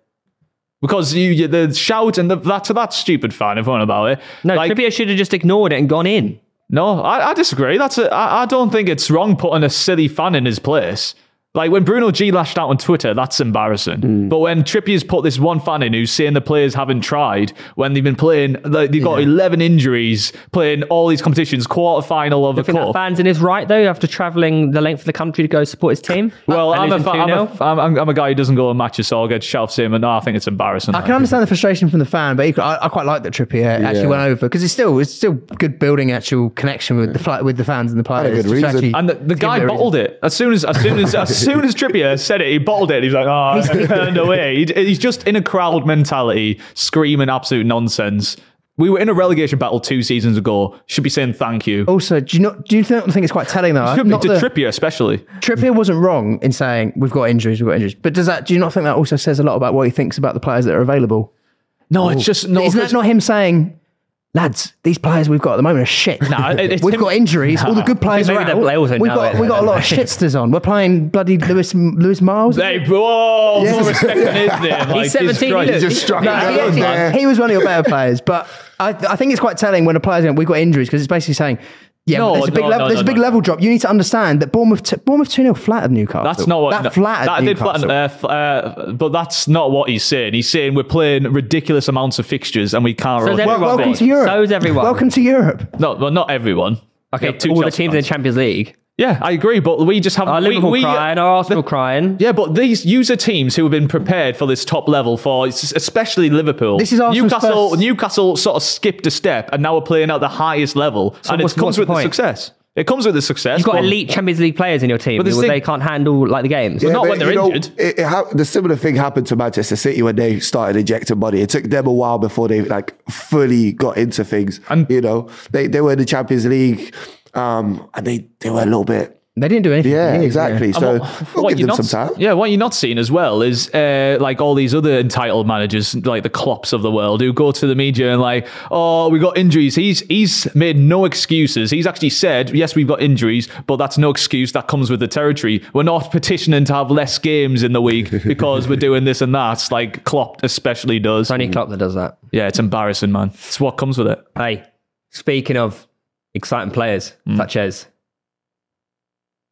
S3: because you, you the shout and the, that's that stupid fan. Everyone about it.
S2: No,
S3: Like,
S2: Trippier should have just ignored it and gone in.
S3: no, I, I disagree. That's a, I, I don't think it's wrong putting a silly fan in his place. Like when Bruno G lashed out on Twitter, that's embarrassing. But when Trippier's put this one fan in who's saying the players haven't tried when they've been playing, like, they've got eleven injuries playing all these competitions, quarter final of
S2: I
S3: a
S2: think that
S3: cup.
S2: fans in his right though after travelling the length of the country to go support his team.
S3: Well,
S2: And
S3: I'm a,
S2: losing
S3: fa- I'm, a,
S2: 2-0.
S3: I'm, I'm, I'm a guy who doesn't go on matches, so I'll get shelved saying, no, I think it's embarrassing.
S4: I can understand the frustration from the fan, but equally, I, I quite like that Trippier actually went over because it's still it's still good building actual connection with the fl- with the fans and the players.
S5: good
S4: to
S5: reason.
S4: actually
S3: And the,
S4: give
S3: the
S4: it a
S3: guy
S4: reason.
S3: bottled it as soon as as soon as as soon as Trippier said it, he bottled it. He was like, "Oh, I turned away." He- he's just in a crowd mentality, screaming absolute nonsense. We were in a relegation battle two seasons ago. Should be saying thank you.
S4: Also, do you not do you not think it's quite telling though?
S3: Should be
S4: Oh, Not
S3: to
S4: the-
S3: Trippier especially.
S4: Trippier wasn't wrong in saying we've got injuries, we've got injuries. But does that do you not think that also says a lot about what he thinks about the players that are available?
S3: No, it's just no.
S4: Isn't that
S3: it's-
S4: not him saying, lads, these players we've got at the moment are shit?
S3: No, it- it's
S4: we've
S3: him-
S4: got injuries. All the good players are
S2: maybe the
S4: out.
S2: players are
S4: We've
S2: now
S4: got,
S2: it,
S4: we got a lot of shitsters on. We're playing bloody Lewis Lewis Miles.
S3: Hey, whoa! No respect on his name. Like,
S2: He's
S3: Jesus
S2: 17, he
S3: Christ.
S2: looks-
S5: just struck
S4: No,
S5: it
S4: he,
S5: down
S4: actually-
S5: there.
S4: he was one of your better players, but I, I think it's quite telling when a player's going, we've got injuries because it's basically saying, yeah,
S3: No,
S4: there's a big,
S3: no,
S4: level,
S3: no,
S4: there's a
S3: no,
S4: big
S3: no.
S4: level drop. You need to understand that Bournemouth t- Bournemouth 2 0 flattered Newcastle.
S3: That's not what
S4: That
S3: no,
S4: flattered
S3: that did
S4: Newcastle.
S3: flatten. Uh, f- uh, but that's not what he's saying. He's saying we're playing ridiculous amounts of fixtures and we can't.
S2: So
S3: rotate.
S2: then-
S4: Well, welcome
S2: Rubbish.
S4: to Europe.
S2: So is everyone.
S4: Welcome to Europe.
S3: no, well, not everyone. We
S2: Okay,
S3: have two
S2: all the
S3: Chelsea
S2: teams in
S3: fans.
S2: the Champions League.
S3: Yeah, I agree, but we just haven't.
S2: Are
S3: we-
S2: Liverpool
S3: we-
S2: crying? Are Arsenal crying?
S3: Yeah, but these user teams who have been prepared for this top level for, especially Liverpool.
S4: This is Arsenal's
S3: Newcastle.
S4: first-
S3: Newcastle sort of skipped a step and now are playing at the highest level, and
S2: what's-
S3: it comes
S2: what's the
S3: with the,
S2: point?
S3: success. It comes with the success.
S2: You've got
S3: but-
S2: elite Champions League players in your team.
S3: But this
S2: who-
S3: thing-
S2: they can't handle like the games.
S3: not
S5: but
S3: when they're
S5: you know,
S3: injured.
S5: it- it hap- the similar thing happened to Manchester City when they started injecting money. It took them a while before they like fully got into things.
S3: And-
S5: you know, they, they were in the Champions League. Um, and they, they were a little bit.
S4: They didn't do anything.
S5: Yeah,
S4: did they?
S5: exactly. So we'll give
S3: you're
S5: them
S3: not,
S5: some time.
S3: Yeah, what you're not seeing as well is uh, like all these other entitled managers, like the Klops of the world, who go to the media and like, oh, we got injuries. He's he's made no excuses. He's actually said, yes, we've got injuries, but that's no excuse. That comes with the territory. We're not petitioning to have less games in the week because we're doing this and that. Like Klopp especially does.
S2: Tony Klopp that does that.
S3: Yeah, it's embarrassing, man. It's what comes with it.
S2: Hey, speaking of exciting players such as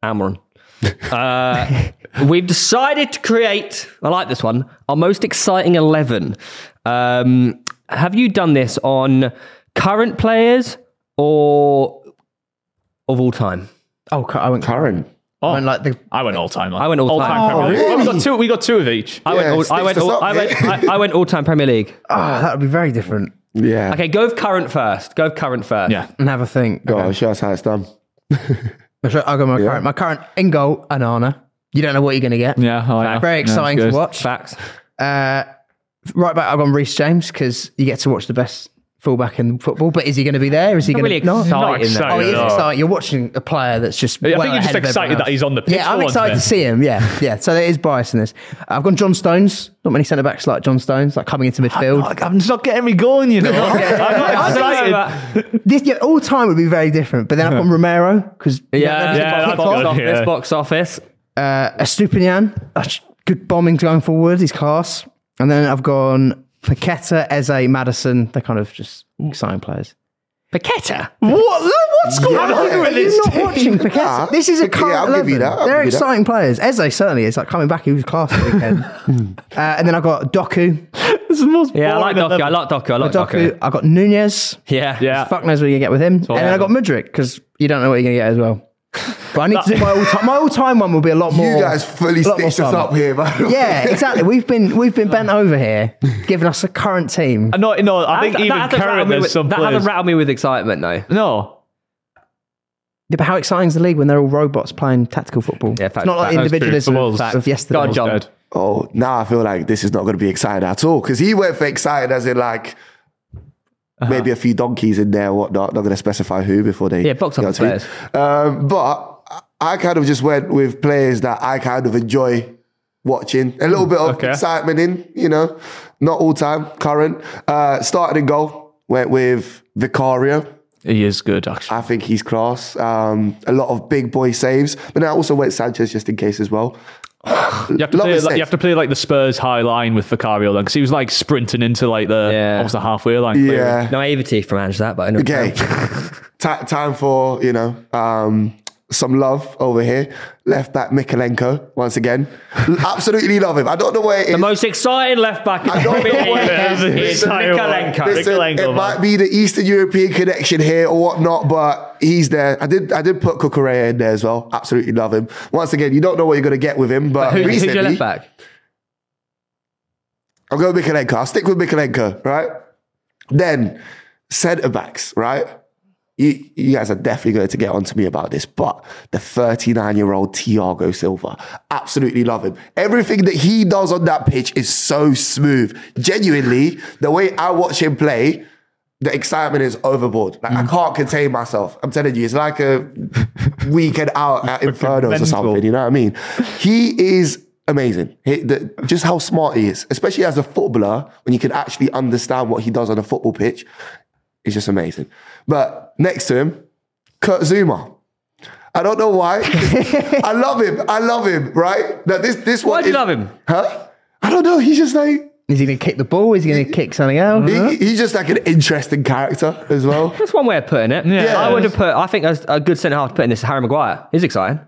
S2: Amron, uh, we've decided to create. I like this one. Our most exciting eleven. Um, have you done this on current players or of all time?
S4: Oh, cu- I went
S5: Current.
S3: Oh,
S4: And like the
S3: I went all time.
S2: I went all time.
S3: Premier League.
S5: Oh,
S3: we got two. We got two of each.
S2: I
S5: Yeah,
S2: went. All, I
S5: sticks
S2: went.
S5: us
S2: All,
S5: up,
S2: I went.
S5: mate.
S2: I, I went all time Premier League.
S3: Uh,
S4: oh, that would be very different.
S5: Yeah.
S2: Okay, go with current first. Go with current first.
S3: Yeah.
S4: And have a think.
S5: Go on, show us how it's done.
S4: I'll show- I'll go my current. My current in goal, Anana. You don't know what you're going to get.
S3: Yeah, I like that.
S4: Very exciting
S3: Yeah,
S4: to
S3: good.
S4: watch.
S2: Facts.
S4: Uh, right back, I've gone Reece James because you get to watch the best fullback in football. But is he going to be there? Is he
S2: Not
S4: going to
S2: really
S4: not?
S2: exciting,
S3: Not
S2: though.
S3: exciting.
S4: Oh, he is
S3: No.
S4: exciting. You're watching a player that's just.
S3: Yeah, I
S4: well
S3: think you're just
S4: ahead of everyone
S3: excited that
S4: else.
S3: he's on the pitch
S4: Yeah, I'm
S3: for once,
S4: excited to
S3: mate.
S4: see him. Yeah, yeah. So there is bias in this. I've gone John Stones. Not many centre backs like John Stones, like coming into midfield.
S3: Oh, Like, I'm just not getting me going, you know. I'm not excited.
S4: This yeah, all time would be very different. But then I've gone Romero because
S2: Yeah,
S3: Yeah, that's
S2: box
S3: good,
S2: office,
S3: yeah.
S2: box office.
S4: a Stupinian, a sh- good bombing going forward. He's class. And then I've gone Paqueta, Eze, Madison. They're kind of just exciting players. Paqueta.
S3: What, what's going on
S4: Are
S3: with
S4: you
S3: this?
S4: not watching Paqueta?
S5: Nah.
S4: this is a
S5: Ah, Yeah,
S4: current
S5: I'll give you
S4: 11.
S5: that, I'll
S4: They're
S5: give you that.
S4: exciting players. Eze certainly is. Like coming back, he was class at the weekend. uh, and then I've got Doku.
S3: This is the most
S2: Yeah, I like
S3: boring
S2: Docker. I
S3: eleven.
S2: like Docker. I like
S4: Doku.
S2: Docker.
S4: I've got Nunez.
S2: Yeah.
S3: Yeah.
S4: Fuck knows what you get with him. and then I got Mudrick because you don't know what you're going to get as well. But I need to do my all time. My all time one will be a lot more.
S5: You guys fully
S4: a lot more
S5: stitched us
S4: fun.
S5: up here, man.
S4: Yeah, exactly. We've been we've been bent over here, giving us a current team.
S3: No, no, I think
S2: That-
S3: even
S2: that hasn't rattled
S3: current
S2: me
S3: there's
S2: with-
S3: some
S2: That
S3: players.
S2: hasn't rattled me with excitement, though.
S3: no.
S4: Yeah, but how exciting is the league when they're all robots playing tactical football?
S2: Yeah,
S4: it's
S2: fact-
S4: not
S2: fact.
S4: like the
S3: That's true.
S4: individualism
S3: Football's
S4: of,
S3: fact.
S4: of yesterday.
S2: God, John.
S3: Dead.
S5: Oh, now I feel like this is not going to be exciting at all because he went for excited as in like
S2: Uh-huh.
S5: maybe a few donkeys in there, whatnot. Not going to specify who before they
S2: Yeah, box
S5: you know
S2: office
S5: what I mean? Um, but I- I kind of just went with players that I kind of enjoy watching. A
S2: Hmm,
S5: little bit of
S3: okay.
S5: excitement in, you know, not all time, current. Uh, started in goal, went with Vicario.
S3: He is good, actually.
S5: I think he's class. Um, a lot of big boy saves, but then I also went Sanchez just in case as well.
S3: You have, to
S5: Love
S3: play,
S5: his
S3: like, you
S5: legs.
S3: have to play like the Spurs high line with Vicario then, because he was like sprinting into like the
S2: Yeah.
S3: almost the halfway line.
S5: Yeah.
S2: Naivety from Ange that, but I know-
S5: Okay.
S2: Um,
S5: Ti time for, you know, um, some love over here. Left back Mikalenko, once again. Absolutely love him. I don't know where it is.
S2: The most exciting left back in
S5: I don't
S2: Premier
S5: know where
S3: it
S2: League
S3: is.
S2: is Mikalenko.
S3: Listen,
S5: Listen,
S3: Mikalenko,
S5: it
S3: man.
S5: might be the Eastern European connection here or whatnot, but he's there. I did I did put Kukurea in there as well. Absolutely love him. Once again, you don't know what you're gonna get with him, but,
S2: Who- Who's
S5: recently
S2: your left back?
S5: I'll go with Mikalenko. I'll stick with Mikalenko, right? Then centre backs, right? You, you guys are definitely going to get onto me about this, but the 39 year old Thiago Silva, absolutely love him. Everything that he does on that pitch is so smooth. Genuinely, the way I watch him play, the excitement is overboard. Like
S2: Mm.
S5: I can't contain myself. I'm telling you, it's like a weekend out at Infernos or
S3: mental.
S5: something. You know what I mean? He is amazing. He- the- just how smart he is, especially as a footballer, when you can actually understand what he does on a football pitch, is just amazing. But next to him, Kurt Zuma. I don't know why. I love him. I love him. Right? That this this one.
S2: Why do you
S5: is-
S2: love him?
S5: Huh? I don't know. He's just like.
S4: Is he going to kick the ball? Is he going to kick something else?
S2: Mm-hmm.
S5: He, he's just like an interesting character as well.
S2: That's one way of putting it.
S3: Yeah.
S2: I would have put. I think that's a good centre half to put in this. is Harry Maguire. He's exciting.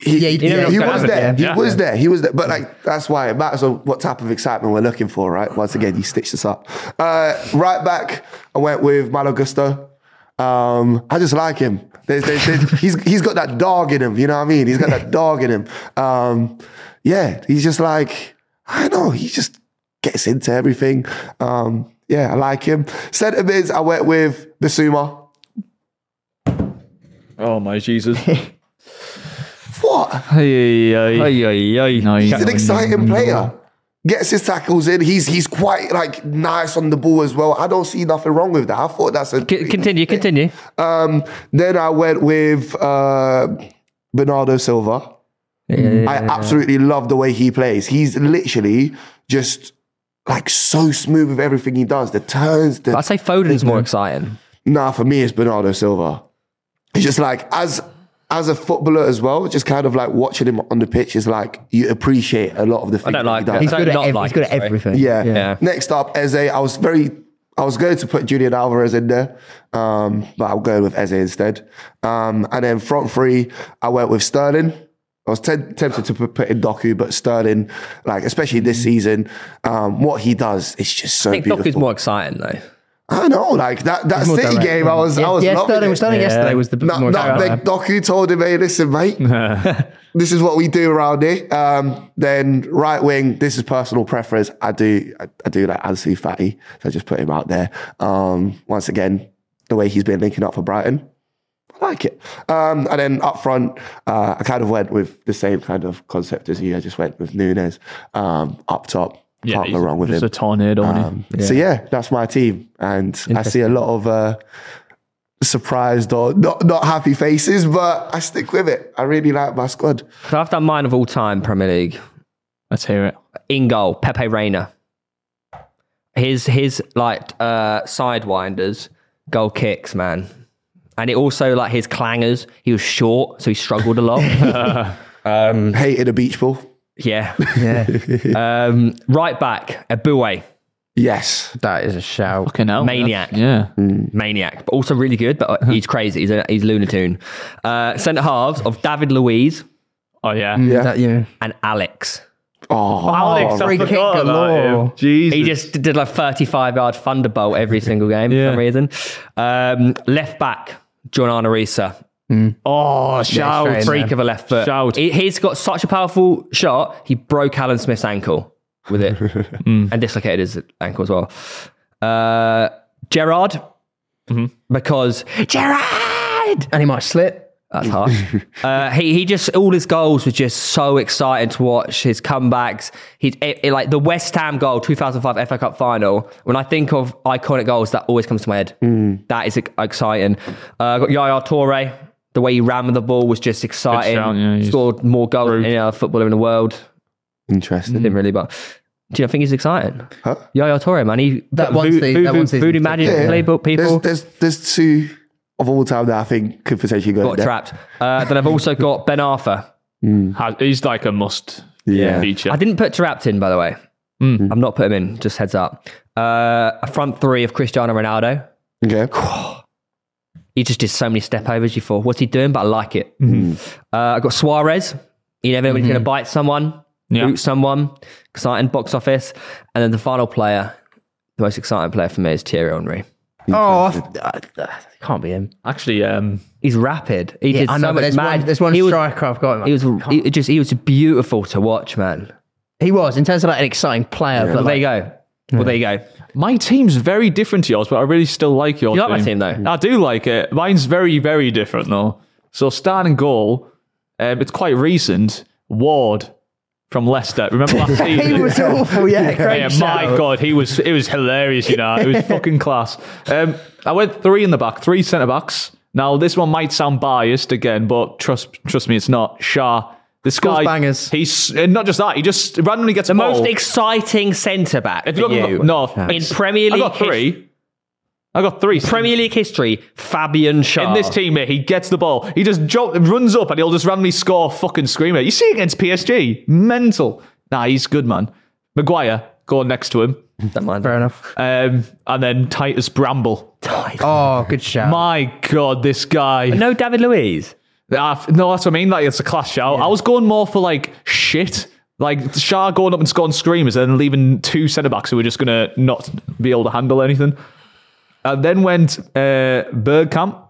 S5: He,
S4: Yeah, you didn't know
S5: he
S4: it was
S5: was
S4: gonna
S5: there.
S4: happen,
S5: He
S3: yeah.
S5: was there. He was there. But like, that's why it matters on what type of excitement we're looking for, right? Once again, you stitched us up. Uh, right back, I went with Malo Gusto. Um, I just like him. There's, there's, there's, he's he's got that dog in him. You know what I mean? He's got that dog in him. Um, yeah, he's just like I don't know. He just gets into everything. Um, yeah, I like him. Centre mids, I went with Basuma.
S3: Oh my Jesus.
S5: What?
S3: Hey, hey, hey.
S2: Ay, ay, ay.
S5: He's an exciting player. gets his tackles in. He's he's quite like nice on the ball as well. I don't see nothing wrong with that. I thought that's a
S2: C- continue, continue.
S5: Um, then I went with uh, Bernardo Silva. I absolutely love the way he plays. He's literally just like so smooth with everything he does. The turns, the
S2: I'd say Foden's more exciting.
S5: Nah, for me, it's Bernardo Silva. It's just like as as a footballer as well. Just kind of like watching him on the pitch is like you appreciate a lot of the things.
S2: don't like
S5: he does.
S2: that.
S4: He's
S2: I
S4: good, at,
S2: not
S4: ev-
S2: like
S4: he's good
S2: it,
S4: at
S2: sorry.
S4: everything.
S5: Yeah.
S2: Yeah.
S5: Next up, Eze. I was very. I was going to put Julian Alvarez in there, um, but I'm going with Eze instead. Um, and then front three, I went with Sterling. I was te- tempted to put put in Doku, but Sterling, like especially this
S4: Mm-hmm.
S5: season, um, what he does is just so
S2: I think Doc
S5: beautiful.
S2: is more exciting though.
S5: I know, like that that
S4: more
S5: City
S4: direct,
S5: game. I was, I
S4: Yeah,
S5: was
S4: yeah
S5: loving
S4: Sterling,
S5: it.
S4: Sterling yesterday was the
S5: Not,
S4: more
S5: not
S4: direct.
S5: big Doku told him, hey, listen, mate, this is what we do around here. Um, then right wing, this is personal preference. I do, I, I do like Ansu Fatty. So I just put him out there. Um, once again, the way he's been linking up for Brighton, I like it. Um, and then up front, uh, I kind of went with the same kind of concept as you. I just went with Nunes um, up top. Can't go wrong with
S3: just
S5: him.
S3: a tornado. isn't he?
S5: Um, So yeah, that's my team, and I see a lot of uh, surprised or not not happy faces, but I stick with it. I really like my squad.
S2: So I've done mine of all time Premier League.
S3: Let's hear it.
S2: in goal, Pepe Reina. His his like uh sidewinders, goal kicks, man. And it also like his clangers, he was short, so he struggled a lot.
S5: Hated a beach ball.
S2: yeah. Yeah. um, right back, Abue,
S5: Yes,
S4: That is a shout.
S3: Fucking hell.
S2: Maniac.
S3: Yeah.
S2: maniac, but also really good, but uh,
S3: Uh-huh.
S2: he's crazy. He's a, he's lunatune. Uh centre halves of David Luiz
S3: Oh, yeah.
S5: yeah.
S4: That, yeah.
S2: and Alex.
S5: oh,
S3: Alex, I
S4: free kick
S3: forgot about
S4: galore.
S3: him. Jesus.
S2: He just did like 35 yard thunderbolt every single game
S3: Yeah.
S2: for some reason. Um, left back, John Arisa.
S3: oh, shout.
S4: straight in
S3: Free
S2: freak of a left foot.
S3: Shout.
S2: He, he's got such a powerful shot. He broke Alan Smith's ankle with it Mm. and dislocated his ankle as well. Uh, Gerard,
S3: Mm-hmm.
S2: because Gerard,
S4: And he might slip.
S2: that's harsh. uh, he he just all his goals were just so exciting to watch. His comebacks, he it, it- like the West Ham goal, 2005 FA Cup final. When I think of iconic goals, that always comes to my head.
S3: Mm.
S2: That is ex- exciting. Uh, I got Yaya Toure. The way he ran with the ball was just exciting.
S3: shout, yeah, he's
S2: Scored more goals than any other footballer in the world.
S5: interesting.
S2: Didn't really, but do you think he's exciting?
S5: Huh?
S2: Yaya Toure, man, he
S4: That one season. That one season.
S2: voodoo magic
S5: Yeah.
S2: playbook people.
S5: There's, there's there's two of all time that I think could potentially go
S2: Got
S5: there.
S2: trapped. Uh, then I've also got Ben Arthur.
S3: Has- He's like a must
S5: Yeah.
S3: feature.
S2: I didn't put Trapped in, by the way.
S4: Mm.
S2: I've not put him in. Just heads up. Uh, a front three of Cristiano Ronaldo.
S5: Okay,
S2: He just did so many step overs. You thought, what's he doing? But I like it.
S4: Mm-hmm.
S2: Uh, I got Suarez. You never know when he's going to bite someone,
S3: Yeah.
S2: boot someone. Exciting box office. And then the final player, the most exciting player for me is Thierry Henry.
S4: Oh, I, I, I, can't be him.
S3: Actually, um,
S2: He's rapid. He did
S4: I
S2: so
S4: know, but
S2: much
S4: there's
S2: mad.
S4: one, there's one
S2: he was,
S4: striker I've got. Him.
S2: he was he just he was beautiful to watch, man.
S4: He was in terms of like an exciting player, but
S2: Well,
S4: like,
S2: there you go. Well, there you go.
S3: my team's very different to yours, but I really still like yours.
S2: You like my team, though?
S3: I do like it. Mine's very, very different though. So starting goal, um, it's quite recent. Ward from Leicester. Remember last season?
S4: he was awful. Yeah, great
S3: Yeah,
S4: shout.
S3: my god, he was it was hilarious, you know. It was fucking class. Um, I went three in the back, three centre backs. Now this one might sound biased again, but trust trust me, it's not. Shah, this
S4: Scores
S3: guy,
S4: bangers.
S3: He's and not just that. He just randomly gets
S2: The
S3: a ball.
S2: most exciting centre back.
S3: If you
S2: for
S3: look at-
S2: you.
S3: no,
S2: in Premier
S3: I
S2: League,
S3: got
S2: his-
S3: three. I got three.
S2: Premier Ah. League history, Fabian Schär.
S3: in this team, mate, he gets the ball. He just jump, runs up and he'll just randomly score a fucking screamer. You see against PSG, mental. Nah, he's good, man. Maguire, go next to him.
S2: Don't mind.
S4: Fair enough.
S3: Um, and then Titus Bramble.
S4: Oh, good shout.
S3: My God, this guy.
S2: No, David Luiz.
S3: Ah, no, that's what I mean. Like, it's a class shout. I was going more for like shit. Like Shah going up and scoring screamers and then leaving two centre backs who were just going to not be able to handle anything. And then went uh, Bergkamp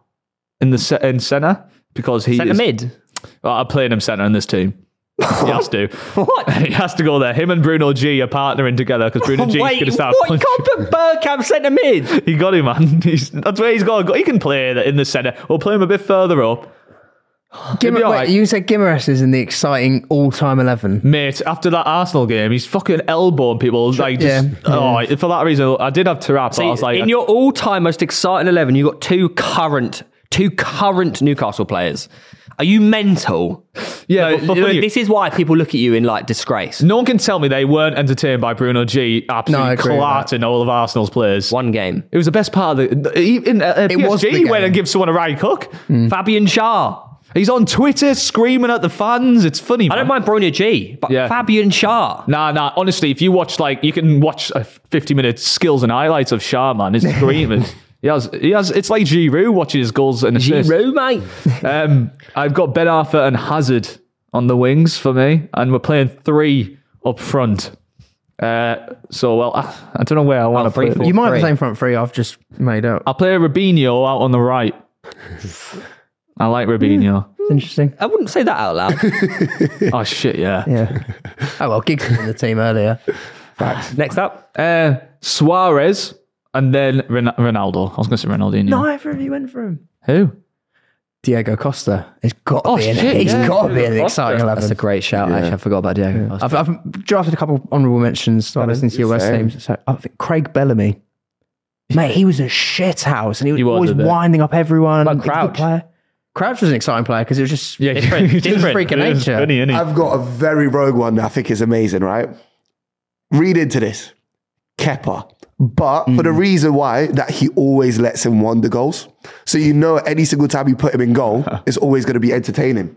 S3: in the se- in centre because he
S2: Centre
S3: is-
S2: mid.
S3: Well, I'm playing him centre in this team. He has to.
S2: What?
S3: He has to go there. Him and Bruno G are partnering together because Bruno G is going
S2: Wait,
S3: to start
S2: what? You
S3: punching.
S2: can't put Bergkamp centre mid.
S3: He got him, man. He's, that's where he's got to go. He can play in the centre. We'll play him a bit further up. It'd
S4: Gimmer,
S3: be
S4: wait,
S3: all right.
S4: You said Gimmeres is in the exciting all-time eleven.
S3: Mate, after that Arsenal game, he's fucking elbowing people. Like, just,
S4: yeah.
S3: oh, for that reason, I did have Tarap, but I was like,
S2: in your all-time most exciting eleven, you've got two current, two current Newcastle players. Are you mental?
S3: Yeah,
S2: No,
S3: but- but
S2: you know,
S3: for you-
S2: this is why people look at you in like disgrace.
S3: no one can tell me they weren't entertained by Bruno G
S4: No, I
S3: absolutely
S4: agree with that.
S3: clarting all of Arsenal's players.
S2: One game.
S3: It was the best part of the. Even uh,
S4: It
S3: PSG
S4: was the
S3: went
S4: game. Mm.
S3: and gave someone a right hook.
S2: Fabian Schär.
S3: He's on Twitter screaming at the fans. It's funny.
S2: I
S3: man.
S2: don't mind Bruno G, but
S3: Yeah.
S2: Fabian Schär.
S3: Nah, nah. Honestly, if you watch like you can watch a fifty-minute skills and highlights of Shah, man, it's screaming. he has, he has. It's like Giroud watching his goals and assists.
S2: Giroud, mate.
S3: Um, I've got Ben Arthur and Hazard on the wings for me, and we're playing three up front. Uh, so well, I, I don't know where I want to
S2: three,
S3: play.
S2: four.
S3: them.
S4: You might have
S2: Three.
S4: the same front three. I've just made up.
S3: I'll play Rubinho out on the right. I like Rubinho.
S4: It's interesting.
S2: I wouldn't say that out loud.
S3: oh shit, yeah.
S4: Yeah. oh well, Giggs was in the team earlier.
S2: Next up,
S3: Uh, Suarez and then Ren- Ronaldo. I was going to say Ronaldinho.
S4: Neither of you went for him.
S3: Who?
S4: Diego Costa. It's got to
S3: Oh,
S4: be in.
S3: shit,
S4: it. It's
S3: yeah.
S4: got to be in the
S3: Costa.
S4: exciting eleven.
S2: that's a great shout. Actually, I forgot about Diego. Costa.
S4: I've, I've drafted a couple honourable mentions. So I listening to your worst
S5: same.
S4: names. So I think Craig Bellamy, mate, he was a shit house, and he was,
S3: He was,
S4: always
S3: wasn't he?
S4: winding up everyone.
S2: Like
S4: He was a good
S2: Crouch.
S4: player. Crouch was an exciting player because it was just
S3: Yeah,
S2: Different-
S3: it's
S2: different.
S4: freak of
S3: It is
S4: nature.
S3: Funny, isn't it?
S5: I've got a very rogue one that I think is amazing, right? Read into this. Kepa. But for the reason why that he always lets him won the goals. So you know any single time you put him in goal, it's always going to be entertaining.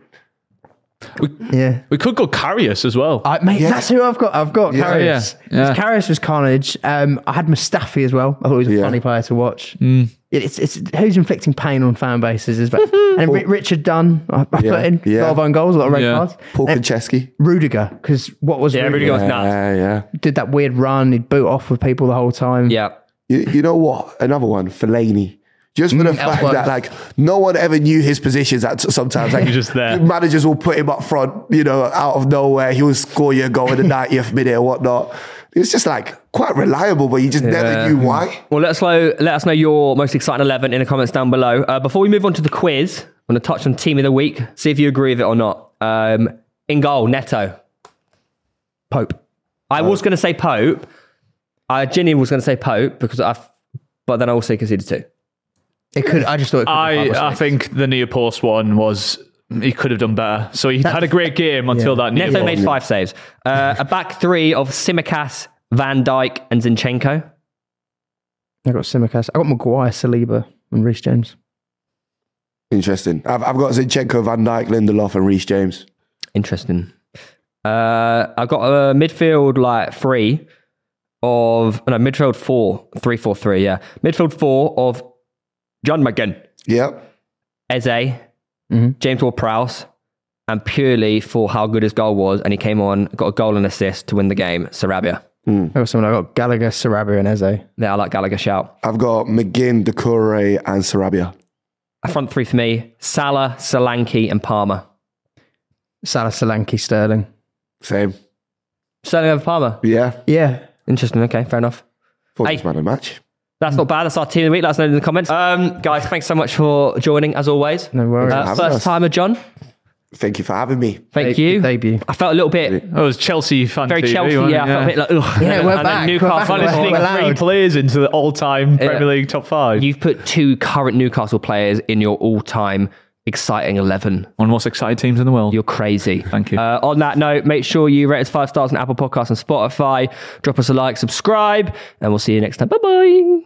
S4: yeah.
S3: We could go Carrius as well.
S4: I, mate,
S5: Yeah.
S4: that's who I've got. I've got
S5: Yeah.
S4: Karius.
S3: Oh, Yeah. Yeah.
S4: Karius was carnage. Um, I had Mustafi as well. I thought he was a funny player to watch.
S3: Mm.
S4: It- It's, it's who's inflicting pain on fan bases is and Ri- Richard Dunn. I, I
S5: Yeah.
S4: put in
S5: Yeah.
S4: 12 own goals, a lot of red
S3: Yeah.
S4: cards.
S5: Paul
S4: And
S5: Konchesky.
S4: Rudiger, because what was
S2: yeah,
S4: Rudiger?
S2: everybody goes nuts.
S5: Yeah, yeah.
S4: Did that weird run? He'd boot off with people the whole time.
S2: Yeah.
S5: You, you know what? Another one, Fellaini. Just for the fact
S4: Elfworth.
S5: that like no one ever knew his positions. At sometimes like
S3: He was just there.
S5: managers will put him up front, you know, out of nowhere. He will score your goal in the 90th minute or whatnot. It's just like quite reliable, but you just never knew why.
S2: Well, let us know. Let us know your most exciting eleven in the comments down below. Uh, before we move on to the quiz, I'm going to touch on team of the week. See if you agree with it or not. Um, in goal, Neto.
S4: Pope.
S2: I was going to say Pope. I genuinely was going to say Pope because I, f- but then I also conceded two.
S4: It could. I just thought. It could
S2: Uh,
S4: be five or
S3: I, I
S4: six.
S3: think the near post one was he could have done better. So he had a great game until that near
S2: Neto
S3: post.
S2: made five saves. Uh, a back three of Simicas, Van Dyke, and Zinchenko.
S4: I got Simicast. I got Maguire, Saliba, and Reece James.
S5: Interesting. I've, I've got Zinchenko, Van Dijk, Lindelof, and Reece James.
S2: Interesting. Uh, I got a midfield like three of no midfield four three four three yeah midfield four of John McGinn,
S5: Yep.
S2: Eze, James Ward Prowse, and purely for how good his goal was, and he came on got a goal and assist to win the game. Sarabia.
S4: I got someone. I got Gallagher, Sarabia, and Eze.
S2: Yeah, I like Gallagher shout.
S5: I've got McGinn, Decore, and Sarabia.
S2: A front three for me: Salah, Solanke, and Palmer.
S4: Salah, Solanke, Sterling.
S5: Same.
S2: Sterling over Palmer.
S5: Yeah.
S4: Yeah.
S2: Interesting. Okay, fair enough.
S5: Thought
S2: Hey.
S5: this man a match.
S2: That's not bad. That's our team of the week. Let us know in the comments. Um, guys, thanks so much for joining as always.
S4: No worries.
S2: Uh,
S5: having
S2: first
S5: us.
S2: timer, John.
S5: Thank you for having me.
S2: Thank
S4: De-
S2: you.
S4: Debut.
S2: I felt a little bit
S3: That Oh, was Chelsea fan.
S2: very
S3: TV,
S2: Chelsea.
S3: wasn't it?
S2: Yeah, I felt a bit like, ugh.
S4: Yeah, we're
S2: and
S4: back,
S2: Then
S4: we're
S2: Newcastle.
S4: back,
S2: honestly,
S4: we're
S3: Managing
S4: allowed.
S3: three players into the all-time Premier League top five.
S2: You've put two current Newcastle players in your all-time exciting eleven.
S3: One of the most exciting teams in the world.
S2: You're crazy.
S3: Thank you.
S2: Uh, on that note, make sure you rate us five stars on Apple Podcasts and Spotify. Drop us a like, subscribe, and we'll see you next time. Bye bye.